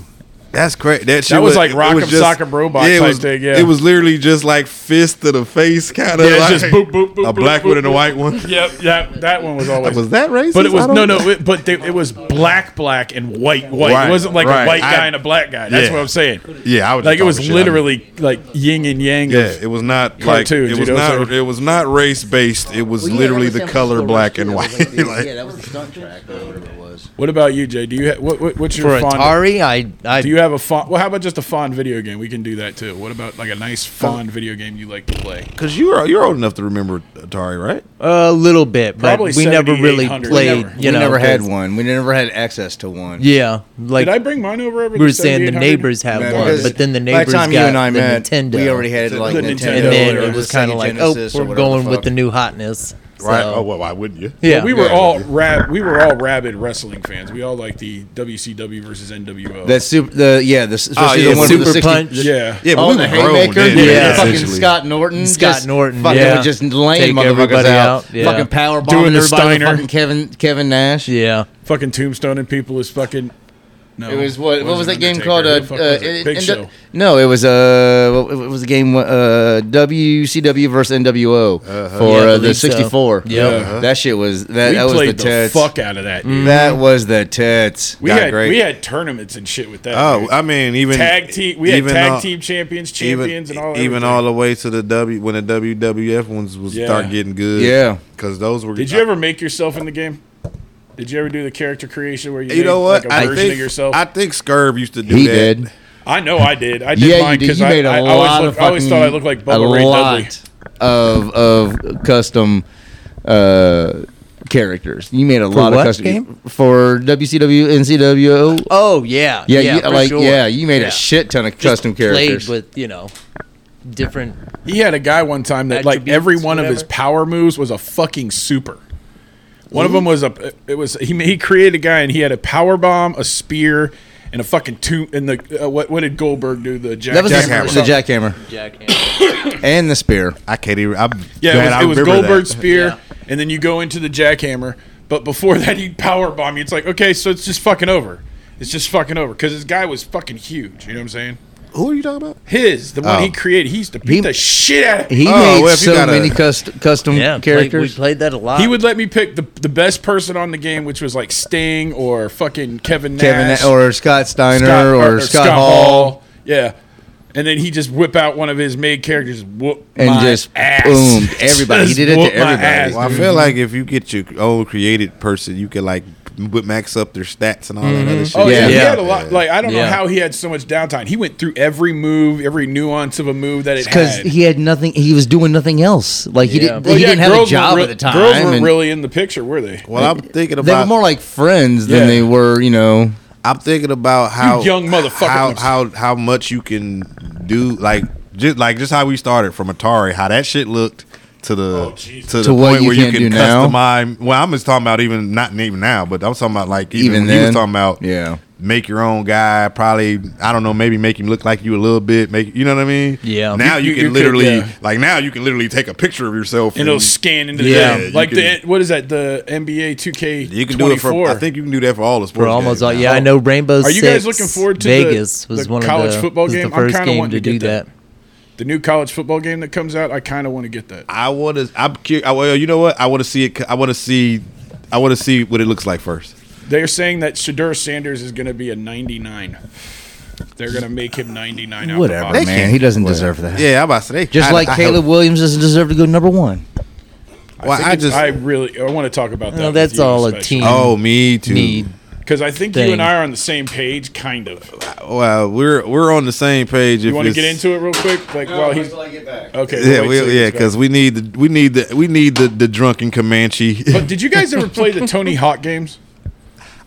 Speaker 3: That's crazy. That, shit
Speaker 1: was like
Speaker 3: it
Speaker 1: Rock'em
Speaker 3: was just-
Speaker 1: Sock'em Robot
Speaker 3: it
Speaker 1: type
Speaker 3: was,
Speaker 1: thing, yeah.
Speaker 3: it was literally just like fist to the face kind of.
Speaker 1: Yeah,
Speaker 3: like
Speaker 1: just boop, boop, boop,
Speaker 3: A
Speaker 1: boop,
Speaker 3: black
Speaker 1: boop,
Speaker 3: one and a
Speaker 1: boop.
Speaker 3: white one.
Speaker 1: Yep, that that one was always.
Speaker 3: Was that racist?
Speaker 1: but it was
Speaker 3: I don't
Speaker 1: no, no.
Speaker 3: know.
Speaker 1: It, but they, it was black, black, and white, white.
Speaker 3: Right,
Speaker 1: it wasn't like a
Speaker 3: right.
Speaker 1: white guy
Speaker 3: I-
Speaker 1: and a black guy. That's
Speaker 3: Yeah.
Speaker 1: what I'm saying.
Speaker 3: Yeah, I was
Speaker 1: Like
Speaker 3: just
Speaker 1: it was
Speaker 3: talking shit.
Speaker 1: literally like yin and yang.
Speaker 3: I mean,
Speaker 1: Of,
Speaker 3: yeah, it was not like
Speaker 1: Cartoons,
Speaker 3: it
Speaker 1: you
Speaker 3: was
Speaker 1: know what I'm
Speaker 3: not.
Speaker 1: saying?
Speaker 3: It was not race based. It was
Speaker 2: Well, yeah, that
Speaker 3: literally
Speaker 2: was
Speaker 3: the
Speaker 2: San Francisco
Speaker 3: color black
Speaker 2: Rush,
Speaker 3: and
Speaker 2: too. That
Speaker 3: white.
Speaker 2: was like the-
Speaker 3: Like,
Speaker 2: yeah, that was the stunt track or whatever it was.
Speaker 1: What about you, Jay? Do you ha- what, what what's your
Speaker 4: For
Speaker 1: fond?
Speaker 4: Atari, I I
Speaker 1: Do you have a fond? Well, how about just a fond video game? We can do that too. What about like a nice
Speaker 4: Oh.
Speaker 1: fond video game you like to play?
Speaker 3: Because you're you're old enough to remember Atari, right?
Speaker 4: a little bit, but
Speaker 1: Probably
Speaker 4: we never really
Speaker 1: 7800.
Speaker 4: played.
Speaker 1: Never.
Speaker 4: You
Speaker 2: we
Speaker 4: know,
Speaker 2: never had
Speaker 4: 'cause-
Speaker 2: one. We never had access to one.
Speaker 4: Yeah, like
Speaker 1: Did I bring mine over? Every
Speaker 4: we were saying, the neighbors had
Speaker 2: Man,
Speaker 4: one,
Speaker 2: because
Speaker 4: but then the
Speaker 2: by
Speaker 4: neighbors
Speaker 2: time
Speaker 4: got
Speaker 2: you and I
Speaker 4: the
Speaker 2: met,
Speaker 4: Nintendo.
Speaker 2: we already had
Speaker 1: The
Speaker 2: like
Speaker 1: Nintendo
Speaker 2: Nintendo,
Speaker 4: and then
Speaker 1: or
Speaker 4: it
Speaker 1: the
Speaker 4: was
Speaker 2: Sega
Speaker 4: kind of like,
Speaker 2: Genesis or
Speaker 4: oh, we're
Speaker 2: whatever
Speaker 4: going
Speaker 2: the
Speaker 4: with
Speaker 2: fuck.
Speaker 4: the new hotness,
Speaker 3: Right.
Speaker 4: So,
Speaker 3: Oh well, why wouldn't you?
Speaker 4: yeah,
Speaker 1: We were
Speaker 3: Yeah.
Speaker 1: all rab- we were all rabid wrestling fans. We all like the WCW versus NWO.
Speaker 2: That super the Oh, yeah the especially
Speaker 3: yeah,
Speaker 2: the one
Speaker 4: Super
Speaker 2: with the 60,
Speaker 4: Punch.
Speaker 2: the-
Speaker 1: yeah.
Speaker 3: Yeah, but
Speaker 2: Oh,
Speaker 3: we
Speaker 2: the
Speaker 3: were grown
Speaker 2: haymaker,
Speaker 3: then,
Speaker 2: yeah,
Speaker 4: yeah,
Speaker 2: fucking
Speaker 3: essentially.
Speaker 2: Scott Norton,
Speaker 4: Scott
Speaker 2: just
Speaker 4: Norton,
Speaker 2: fucking
Speaker 4: yeah.
Speaker 2: would just laying
Speaker 4: Take
Speaker 2: motherfuckers
Speaker 4: everybody
Speaker 2: out,
Speaker 4: out, yeah.
Speaker 2: fucking power
Speaker 1: Doing
Speaker 2: bombing
Speaker 1: the
Speaker 2: everybody, with
Speaker 1: Steiner.
Speaker 2: fucking Kevin Kevin Nash.
Speaker 4: yeah.
Speaker 1: fucking tombstone and people is fucking. No,
Speaker 2: It was what? What was that
Speaker 1: wasn't
Speaker 2: game
Speaker 1: Undertaker.
Speaker 2: called?
Speaker 1: Who the
Speaker 2: Uh,
Speaker 1: fuck was
Speaker 2: uh,
Speaker 1: it?
Speaker 2: it-
Speaker 1: Big
Speaker 2: and-
Speaker 1: Show.
Speaker 2: No, it was uh, what- it was a game uh, WCW versus NWO for
Speaker 4: Uh-huh. Yeah, I
Speaker 2: uh, the
Speaker 4: believe so.
Speaker 2: '64.
Speaker 4: Yeah.
Speaker 1: Uh-huh.
Speaker 2: that shit was that.
Speaker 1: We
Speaker 2: that was the
Speaker 1: played the,
Speaker 2: tits.
Speaker 1: fuck out of that. dude.
Speaker 2: That was the tits.
Speaker 1: We
Speaker 3: Mm. Got
Speaker 1: had
Speaker 3: great.
Speaker 1: we had tournaments and shit with that.
Speaker 3: Oh,
Speaker 1: dude.
Speaker 3: I mean, even
Speaker 1: tag team. We had
Speaker 3: even,
Speaker 1: tag
Speaker 3: uh,
Speaker 1: team champions,
Speaker 3: even,
Speaker 1: champions, and all.
Speaker 3: even
Speaker 1: everything.
Speaker 3: all the way to the W when the WWF ones was
Speaker 1: Yeah.
Speaker 3: start getting good.
Speaker 2: Yeah.
Speaker 3: because those were.
Speaker 1: Did you ever make yourself in the game? Did you ever do the character creation where you,
Speaker 3: You know
Speaker 1: made,
Speaker 3: what?
Speaker 1: like a
Speaker 3: I
Speaker 1: version
Speaker 3: think
Speaker 1: of yourself?
Speaker 3: I
Speaker 1: I,
Speaker 3: think Scurv used to do
Speaker 2: He
Speaker 3: that.
Speaker 2: did.
Speaker 1: know I did. I did
Speaker 2: yeah,
Speaker 1: mine
Speaker 2: you did.
Speaker 1: because
Speaker 2: You
Speaker 1: I,
Speaker 2: made a
Speaker 1: I
Speaker 2: lot
Speaker 1: always
Speaker 2: of
Speaker 1: looked,
Speaker 2: fucking.
Speaker 1: I always thought I looked like Bubba Ray Dudley.
Speaker 2: of of custom uh, characters. You made a lot
Speaker 4: what
Speaker 2: of custom
Speaker 4: game?
Speaker 2: for WCW, NCWO.
Speaker 4: Oh yeah,
Speaker 2: yeah,
Speaker 4: yeah,
Speaker 2: you,
Speaker 4: for
Speaker 2: like
Speaker 4: sure.
Speaker 2: yeah, you made
Speaker 4: Yeah.
Speaker 2: a shit ton of
Speaker 4: Just
Speaker 2: custom characters.
Speaker 4: Played with you know different.
Speaker 1: He had a guy one time that like
Speaker 4: Attributes,
Speaker 1: every one of his
Speaker 4: whatever.
Speaker 1: power moves was a fucking super. One of them was a it was he he created a guy and he had a power bomb, a spear, and a fucking two. And the uh, what what did Goldberg do? The jack
Speaker 2: that was
Speaker 3: Jackhammer.
Speaker 2: the, the jackhammer
Speaker 4: Jack
Speaker 2: and the spear.
Speaker 3: I can't even. I'm
Speaker 1: Yeah,
Speaker 3: glad I
Speaker 1: it was, it was
Speaker 3: remember that.
Speaker 1: Goldberg's spear,
Speaker 4: Yeah.
Speaker 1: and then you go into the jackhammer. But before that, he'd power bomb you. It's like, okay, so it's just fucking over. It's just fucking over because this guy was fucking huge. You know what I'm saying?
Speaker 3: Who are you talking about?
Speaker 1: His the one
Speaker 3: Oh.
Speaker 1: he created. He used to beat
Speaker 2: He-
Speaker 1: the shit out of. me.
Speaker 2: He
Speaker 3: Oh,
Speaker 2: made
Speaker 3: well, if you
Speaker 2: so
Speaker 3: gotta-
Speaker 2: many custom custom
Speaker 4: yeah, played, we
Speaker 2: characters.
Speaker 4: played that a lot.
Speaker 1: He would let me pick the, the best person on the game, which was like Sting or fucking Kevin Nash,
Speaker 2: Kevin or Scott Steiner
Speaker 1: Scott-
Speaker 2: or, Scott, Hall,
Speaker 1: Yeah, and then he just whip out one of his made characters, whoop
Speaker 2: and
Speaker 1: my
Speaker 2: just
Speaker 1: ass.
Speaker 2: boomed everybody.
Speaker 1: Just
Speaker 2: he did it
Speaker 1: whoop
Speaker 2: to
Speaker 1: my
Speaker 2: everybody.
Speaker 1: ass,
Speaker 3: Well, I
Speaker 1: dude.
Speaker 3: feel like if you get your own created person, you can like put max up their stats and all that other shit.
Speaker 1: Oh yeah,
Speaker 2: Yeah.
Speaker 1: he had a lot. Like I don't know
Speaker 4: Yeah.
Speaker 1: how he had so much downtime. He went through every move, every nuance of a move that it
Speaker 2: Because
Speaker 1: had.
Speaker 2: he had nothing. He was doing nothing else. Like he
Speaker 4: Yeah.
Speaker 2: didn't.
Speaker 4: Well,
Speaker 2: he
Speaker 1: yeah,
Speaker 2: didn't have a
Speaker 1: girls
Speaker 2: job
Speaker 1: were
Speaker 2: at the time.
Speaker 1: Girls weren't
Speaker 2: and
Speaker 1: really in the picture, were they?
Speaker 3: Well, I'm thinking about
Speaker 2: They were more like friends
Speaker 1: Yeah.
Speaker 2: than they were. You know.
Speaker 3: I'm thinking about how
Speaker 1: young motherfucker.
Speaker 3: how how how much you can do like just like just how we started from Atari, how that shit looked to the
Speaker 1: Oh, Jesus.
Speaker 3: to the
Speaker 2: To what
Speaker 3: point
Speaker 2: you
Speaker 3: where you
Speaker 2: can
Speaker 3: can
Speaker 2: do now?
Speaker 3: customize. Well, I'm just talking about even not even now, but I'm talking about like even,
Speaker 2: Even
Speaker 3: when you was
Speaker 2: then?
Speaker 3: talking about
Speaker 2: Yeah.
Speaker 3: Make your own guy, probably. I don't know. Maybe make him look like you a little bit. Make you know what I mean?
Speaker 4: Yeah.
Speaker 3: Now
Speaker 1: You-
Speaker 3: you,
Speaker 1: you-
Speaker 3: can
Speaker 1: you could,
Speaker 3: literally,
Speaker 1: yeah.
Speaker 3: like, now you can literally take a picture of yourself
Speaker 1: And it'll scan into the
Speaker 4: Yeah,
Speaker 1: game.
Speaker 3: Mm. you
Speaker 1: like the
Speaker 3: can-
Speaker 1: what is that? The NBA 2K.
Speaker 3: You can do it for. I think you can do that for all the sports.
Speaker 4: for almost
Speaker 3: games
Speaker 4: all.
Speaker 3: now.
Speaker 4: Yeah, I know Rainbow.
Speaker 1: Are you guys
Speaker 4: Six,
Speaker 1: looking forward to the-
Speaker 4: Vegas? was
Speaker 1: the
Speaker 4: one
Speaker 1: college
Speaker 4: of the,
Speaker 1: football
Speaker 4: was
Speaker 1: game?
Speaker 4: The
Speaker 1: I'm
Speaker 4: first
Speaker 1: kinda
Speaker 4: game
Speaker 1: wanting
Speaker 4: to
Speaker 1: to
Speaker 4: do
Speaker 1: get that.
Speaker 4: that.
Speaker 1: the new college football game that comes out. I kind of want to get that.
Speaker 3: I want to. I'm curious. Well, you know what? I want to see it. I want to see. I want to see what it looks like first.
Speaker 1: They're saying that Shadur Sanders is going to be a 99. They're going to make him 99. Out
Speaker 2: Whatever,
Speaker 1: the box.
Speaker 2: Oh, man. He doesn't deserve that.
Speaker 3: Yeah, I'm about to say.
Speaker 2: Just like Caleb Williams doesn't deserve to go number one.
Speaker 3: Well, I,
Speaker 1: I,
Speaker 3: just.
Speaker 1: I really I want to talk about that.
Speaker 4: No,
Speaker 1: with
Speaker 4: that's
Speaker 1: you
Speaker 4: all a
Speaker 1: especially.
Speaker 4: team
Speaker 3: oh, me too.
Speaker 4: need.
Speaker 1: Because I think you
Speaker 4: thing.
Speaker 1: and I are on the same page, kind of.
Speaker 3: Well, we're we're on the same page. If
Speaker 1: You want to
Speaker 3: it's-
Speaker 1: get into it real quick? Like, while he's okay.
Speaker 3: Yeah,
Speaker 1: we'll wait till
Speaker 3: we,
Speaker 1: he
Speaker 3: yeah,
Speaker 1: gets back.
Speaker 3: because we need the we need the we need the, the drunken Comanche.
Speaker 1: But did you guys ever play the Tony Hawk games?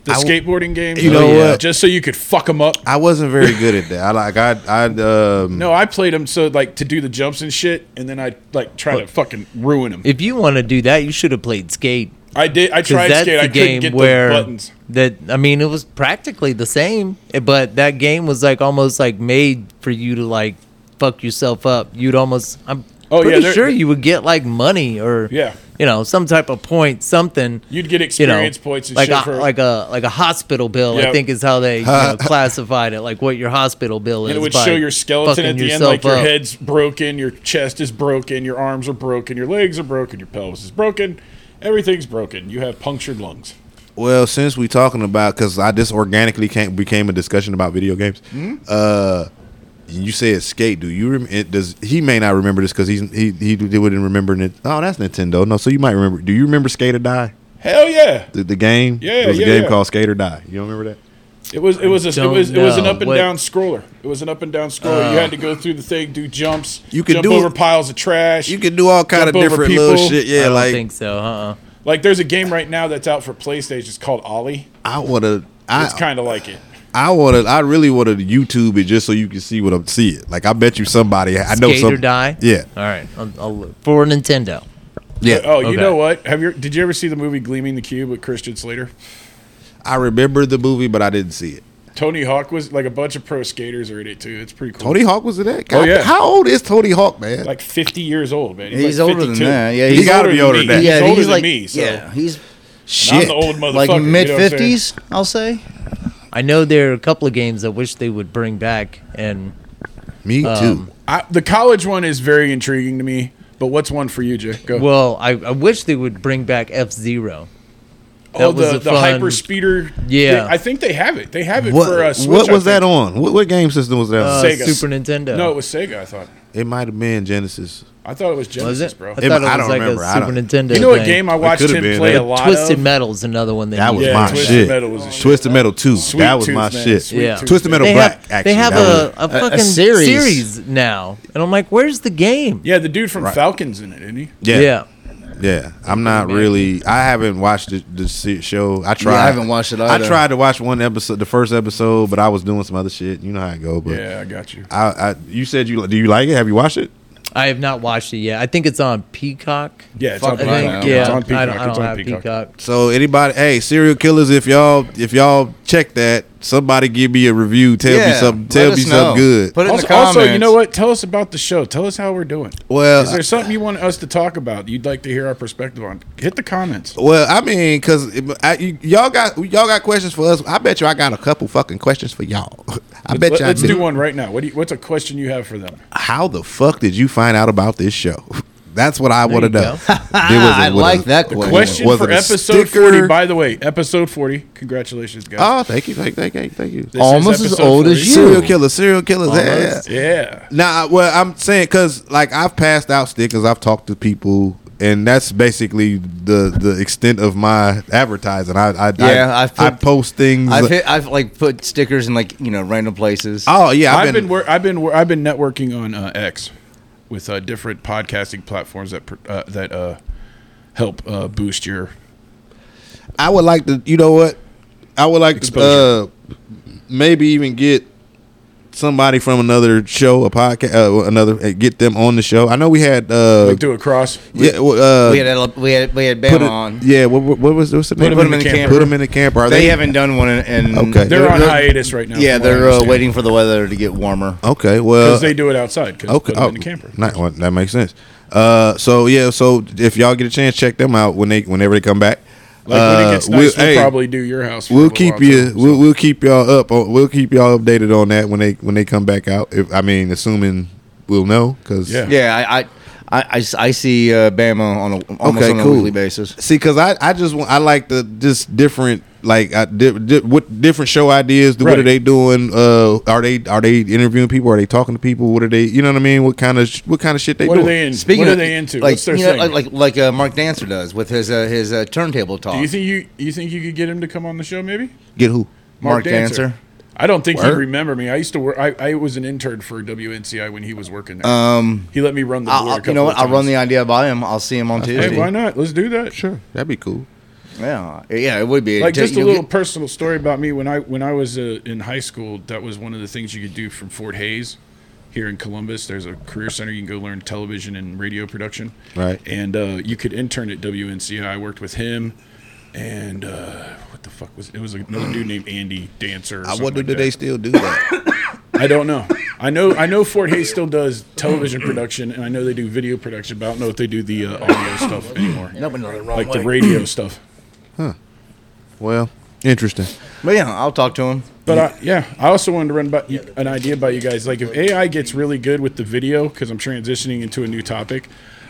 Speaker 1: The skateboarding games?
Speaker 3: You know
Speaker 1: Oh, yeah.
Speaker 3: what?
Speaker 1: Just so you could fuck them up.
Speaker 3: I wasn't very good at that. I like I I um.
Speaker 1: No, I played them so like to do the jumps and shit, and then I like try to fucking ruin them.
Speaker 4: If you want to do that, you should have played skate.
Speaker 1: I did. I
Speaker 4: Because
Speaker 1: tried
Speaker 4: that's
Speaker 1: skate. I
Speaker 4: the
Speaker 1: couldn't
Speaker 4: game
Speaker 1: get
Speaker 4: where
Speaker 1: the buttons.
Speaker 4: that I mean, it was practically the same, eh, but that game was like almost like made for you to like fuck yourself up. You'd almost I'm
Speaker 1: Oh, yeah,
Speaker 4: pretty
Speaker 1: there-
Speaker 4: sure you would get like money or
Speaker 1: Yeah.
Speaker 4: you know some type of point something.
Speaker 1: You'd get
Speaker 4: you know,
Speaker 1: experience points and
Speaker 4: like
Speaker 1: shit
Speaker 4: a,
Speaker 1: for
Speaker 4: like a like a hospital bill.
Speaker 1: Yeah.
Speaker 4: I think is how they you know, classified it, like what your hospital bill is.
Speaker 1: And it would
Speaker 4: by
Speaker 1: show your skeleton
Speaker 4: fucking
Speaker 1: at the end,
Speaker 4: yourself
Speaker 1: like your
Speaker 4: up.
Speaker 1: head's broken, your chest is broken, your arms are broken, your legs are broken, your pelvis is broken, everything's broken. You have punctured lungs.
Speaker 3: Well, since we talking about because I just organically came, became a discussion about video games.
Speaker 1: Hmm?
Speaker 3: Uh, you said skate. Do you rem- it, does he may not remember this because he's he he wouldn't remember it. Oh, that's Nintendo. No, so you might remember. Do you remember Skate or Die?
Speaker 1: Hell yeah!
Speaker 3: The, the game.
Speaker 1: Yeah,
Speaker 3: It was
Speaker 1: yeah,
Speaker 3: a game
Speaker 1: yeah.
Speaker 3: called Skate or Die. You don't remember that?
Speaker 1: It was it was a, it
Speaker 4: don't
Speaker 1: was it was an
Speaker 4: know. Uh.
Speaker 1: up and
Speaker 4: Wait.
Speaker 1: down scroller. It was an up and down scroller. you had to go through the thing, do jumps,
Speaker 3: You could
Speaker 1: jump
Speaker 3: do-
Speaker 1: over piles of trash.
Speaker 3: You can do all kind
Speaker 1: Jump
Speaker 3: of
Speaker 1: over
Speaker 3: different
Speaker 1: people.
Speaker 3: little shit.
Speaker 4: I
Speaker 3: Yeah,
Speaker 4: don't
Speaker 3: like
Speaker 4: think so. Uh. uh
Speaker 1: like there's a game right now that's out for PlayStation. It's called Ollie.
Speaker 3: I would have. I
Speaker 1: It's kind of like it.
Speaker 3: I wanted. I really wanted to YouTube it just so you can see what I'm see it. Like I bet you somebody. I know
Speaker 4: Skate
Speaker 3: some.
Speaker 4: or die.
Speaker 3: Yeah.
Speaker 4: All right. I'll, I'll look. for Nintendo.
Speaker 3: Yeah.
Speaker 1: Oh, you
Speaker 4: Okay.
Speaker 1: know what? Have you did you ever see the movie Gleaming the Cube with Christian Slater?
Speaker 3: I remember the movie, but I didn't see it.
Speaker 1: Tony Hawk was like a bunch of pro skaters are in it too. It's pretty cool.
Speaker 3: Tony Hawk was in that.
Speaker 1: Oh,
Speaker 3: God,
Speaker 1: yeah.
Speaker 3: How old is Tony Hawk, man?
Speaker 1: like 50 years old, man.
Speaker 2: He's
Speaker 1: like
Speaker 2: older than
Speaker 1: 52.
Speaker 2: that. Yeah,
Speaker 1: He's
Speaker 2: he's
Speaker 3: gotta be older
Speaker 1: me.
Speaker 3: than that.
Speaker 1: He's
Speaker 3: Yeah,
Speaker 1: older than me. So
Speaker 2: yeah, he's
Speaker 3: shit.
Speaker 1: I'm the old motherfucker.
Speaker 2: like mid
Speaker 1: fifties.
Speaker 2: fifties. I'll say.
Speaker 4: I know there are a couple of games I wish they would bring back, and
Speaker 3: Me too.
Speaker 1: um, I, the college one is very intriguing to me. But what's one for you, Jay? Go.
Speaker 4: well, I, I wish they would bring back F Zero.
Speaker 1: oh,
Speaker 4: that was
Speaker 1: the,
Speaker 4: a
Speaker 1: the
Speaker 4: fun-
Speaker 1: hyper speeder.
Speaker 4: Yeah.
Speaker 1: I think they have it. They have it
Speaker 3: What,
Speaker 1: for uh, Switch.
Speaker 3: what
Speaker 1: I
Speaker 3: was that
Speaker 1: think.
Speaker 3: on? What, what game system was that on?
Speaker 4: Uh,
Speaker 1: Sega.
Speaker 4: Super Nintendo.
Speaker 1: No, it was Sega. I thought.
Speaker 3: it might have been Genesis.
Speaker 1: I thought it was Genesis,
Speaker 4: was it?
Speaker 1: bro.
Speaker 4: I
Speaker 3: It-
Speaker 4: thought it was
Speaker 3: I don't
Speaker 4: like
Speaker 3: remember. I
Speaker 4: a Super
Speaker 3: don't-
Speaker 4: Nintendo.
Speaker 1: you know what
Speaker 4: thing.
Speaker 1: game I watched
Speaker 3: could've
Speaker 1: him
Speaker 3: been.
Speaker 1: play
Speaker 3: It-
Speaker 1: a lot
Speaker 4: Twisted
Speaker 1: of?
Speaker 4: Metal's another one. That,
Speaker 3: That was
Speaker 1: Yeah,
Speaker 3: my
Speaker 1: Twisted
Speaker 3: shit.
Speaker 1: Metal was a shit.
Speaker 3: Twisted Metal Two.
Speaker 1: Sweet
Speaker 3: that was
Speaker 1: Tooth,
Speaker 3: my
Speaker 1: man.
Speaker 3: shit.
Speaker 1: Sweet
Speaker 4: Yeah.
Speaker 1: Tooth,
Speaker 3: Twisted
Speaker 1: man.
Speaker 3: Metal
Speaker 4: They
Speaker 3: Black.
Speaker 4: have
Speaker 3: actually,
Speaker 4: they have
Speaker 3: that was-
Speaker 4: a, a fucking
Speaker 2: series.
Speaker 4: series. now, and I'm like, where's the game?
Speaker 1: Yeah, the dude from Falcons in it, didn't he?
Speaker 3: yeah. yeah.
Speaker 4: yeah.
Speaker 3: I'm not really. I haven't watched the, the se- show. I tried.
Speaker 2: haven't watched it either.
Speaker 3: I tried to watch one episode, the first episode, but I was doing some other shit. You know how I go. But
Speaker 1: Yeah, I got you.
Speaker 3: I, I, you said you do you like it? Have you watched it?
Speaker 4: I have not watched it yet. I think it's on Peacock.
Speaker 1: Yeah, it's
Speaker 2: Fuck,
Speaker 1: on
Speaker 4: I
Speaker 1: Peacock.
Speaker 2: I don't
Speaker 4: think,
Speaker 2: know.
Speaker 4: yeah,
Speaker 1: It's on
Speaker 4: I
Speaker 1: Peacock.
Speaker 4: don't, I
Speaker 1: it's
Speaker 4: don't
Speaker 1: on
Speaker 4: have Peacock.
Speaker 3: So anybody, hey, serial killers, if y'all if y'all check that, somebody give me a review. Tell me
Speaker 2: Yeah,
Speaker 3: something.
Speaker 2: let
Speaker 3: Tell me
Speaker 2: us know.
Speaker 3: something good.
Speaker 2: Put it in
Speaker 1: Also,
Speaker 2: the comments.
Speaker 1: also, you know what? Tell us about the show. Tell us how we're doing.
Speaker 3: Well, uh,
Speaker 1: is there something you want us to talk about? You'd like to hear our perspective on? Hit the comments.
Speaker 3: Well, I mean, cause it- I, you, y'all got y'all got questions for us. I bet you I got a couple fucking questions for y'all. I bet
Speaker 1: Let,
Speaker 3: you.
Speaker 1: us
Speaker 3: I
Speaker 1: do one right now. What do you, what's a question you have for them?
Speaker 3: How the fuck did you find out about this show? That's what I want to
Speaker 4: you
Speaker 3: know.
Speaker 4: go.
Speaker 3: There was a-
Speaker 2: I
Speaker 3: was a-
Speaker 2: like that question.
Speaker 1: Question
Speaker 3: was
Speaker 1: for
Speaker 3: it a
Speaker 1: episode
Speaker 3: sticker?
Speaker 1: forty. By the way, episode forty. Congratulations, guys.
Speaker 3: Oh, thank you, thank, thank, thank, thank you.
Speaker 1: This is
Speaker 2: almost as
Speaker 1: episode
Speaker 2: old as
Speaker 1: 40.
Speaker 2: you.
Speaker 3: Serial killer, serial killers. Yeah.
Speaker 1: Yeah.
Speaker 3: Nah, well, I'm saying because like I've passed out stickers, I've talked to people, and that's basically the the extent of my advertising. I I
Speaker 2: Yeah,
Speaker 3: I,
Speaker 2: I've put-
Speaker 3: I post things.
Speaker 2: I've hit, I've like put stickers in like you know random places.
Speaker 3: oh yeah,
Speaker 1: I've, been, wor- I've been wor- I've been networking on uh, X with uh, different podcasting platforms that pr- uh, that uh, help uh, boost your.
Speaker 3: I would like to. You know what? I would like
Speaker 1: Exposure.
Speaker 3: to uh, maybe even get somebody from another show, a podcast, uh, another uh, get them on the show. I know we had. Uh,
Speaker 1: Like do a cross.
Speaker 3: yeah, well, uh,
Speaker 2: we had we had we had Bama
Speaker 3: put it-
Speaker 2: on.
Speaker 3: Yeah, what, what- what was what's the name?
Speaker 2: Put 'em in the camper.
Speaker 3: Put them in the camper. Are
Speaker 2: They haven't done one in. in
Speaker 3: Okay.
Speaker 1: They're on hiatus right now,
Speaker 2: Yeah,
Speaker 1: from what I
Speaker 2: they're uh,
Speaker 1: understand.
Speaker 2: waiting for the weather to get warmer.
Speaker 3: Okay, well,
Speaker 1: Because they do it outside. Cause
Speaker 3: uh, okay,
Speaker 1: okay.
Speaker 3: oh,
Speaker 1: in the camper.
Speaker 3: Not, well, that makes sense. Uh, so yeah, so if y'all get a chance, check them out when they whenever they come back.
Speaker 1: Like when it gets
Speaker 3: Uh,
Speaker 1: nice, we'll,
Speaker 3: hey,
Speaker 1: probably do your house. for a
Speaker 3: We'll
Speaker 1: little
Speaker 3: keep
Speaker 1: while,
Speaker 3: you.
Speaker 1: too, so.
Speaker 3: We'll, we'll keep y'all up. On, we'll keep y'all updated on that when they when they come back out. If I mean, assuming we'll know because
Speaker 1: Yeah.
Speaker 2: Yeah, I I, I, I s- I see uh, Bama on a almost
Speaker 3: Okay,
Speaker 2: on a
Speaker 3: cool.
Speaker 2: weekly basis.
Speaker 3: see, because I I just want I like the just different like I, di- di- what different show ideas. What are
Speaker 1: Right.
Speaker 3: they doing? Uh, are they are they interviewing people? Are they talking to people? What are they? You know what I mean? What kind of sh- what kind of shit they
Speaker 1: What are
Speaker 3: doing?
Speaker 1: they in?
Speaker 2: Speaking
Speaker 1: what
Speaker 2: of
Speaker 1: are they into?
Speaker 2: like
Speaker 1: What's their
Speaker 2: you know,
Speaker 1: thing?
Speaker 2: like like, like uh, Mark Dancer does with his uh, his uh, turntable talk.
Speaker 1: do you think you you think you could get him to come on the show? Maybe
Speaker 3: Get who?
Speaker 2: Mark Dancer?
Speaker 1: I don't think he'd
Speaker 3: Word.
Speaker 1: remember me. I used to work. I, I was an intern for WNCI when he was working there.
Speaker 2: Um,
Speaker 1: he let me run the.
Speaker 2: I'll,
Speaker 1: board a
Speaker 2: I'll- you
Speaker 1: couple
Speaker 2: know what?
Speaker 1: of
Speaker 2: I'll run the
Speaker 1: times.
Speaker 2: idea by him. I'll see him on Tuesday.
Speaker 1: Hey, why not? Let's do that. Sure.
Speaker 3: That'd be cool.
Speaker 2: Yeah, yeah, it would be
Speaker 1: like
Speaker 2: Ju-
Speaker 1: just a
Speaker 2: you
Speaker 1: little
Speaker 2: get-
Speaker 1: personal story about me when I when I was uh, in high school. That was one of the things you could do from Fort Hayes here in Columbus. There's a career center you can go learn television and radio production.
Speaker 3: Right.
Speaker 1: And uh, you could intern at WNCI. I worked with him, and uh, what the fuck was it was another dude named Andy Dancer. Or
Speaker 3: I
Speaker 1: something
Speaker 3: wonder
Speaker 1: like
Speaker 3: do
Speaker 1: that.
Speaker 3: they still do that?
Speaker 1: I don't know. I know I know Fort Hayes still does television production, and I know they do video production, but I don't know if they do the uh, audio stuff anymore,
Speaker 2: No, but no, the wrong
Speaker 1: like the
Speaker 2: way.
Speaker 1: radio stuff.
Speaker 3: well, interesting.
Speaker 2: But yeah, I'll talk to him.
Speaker 1: But I, yeah, I also wanted to run by you, an idea by you guys. Like, if AI gets really good with the video, because I'm transitioning into a new topic,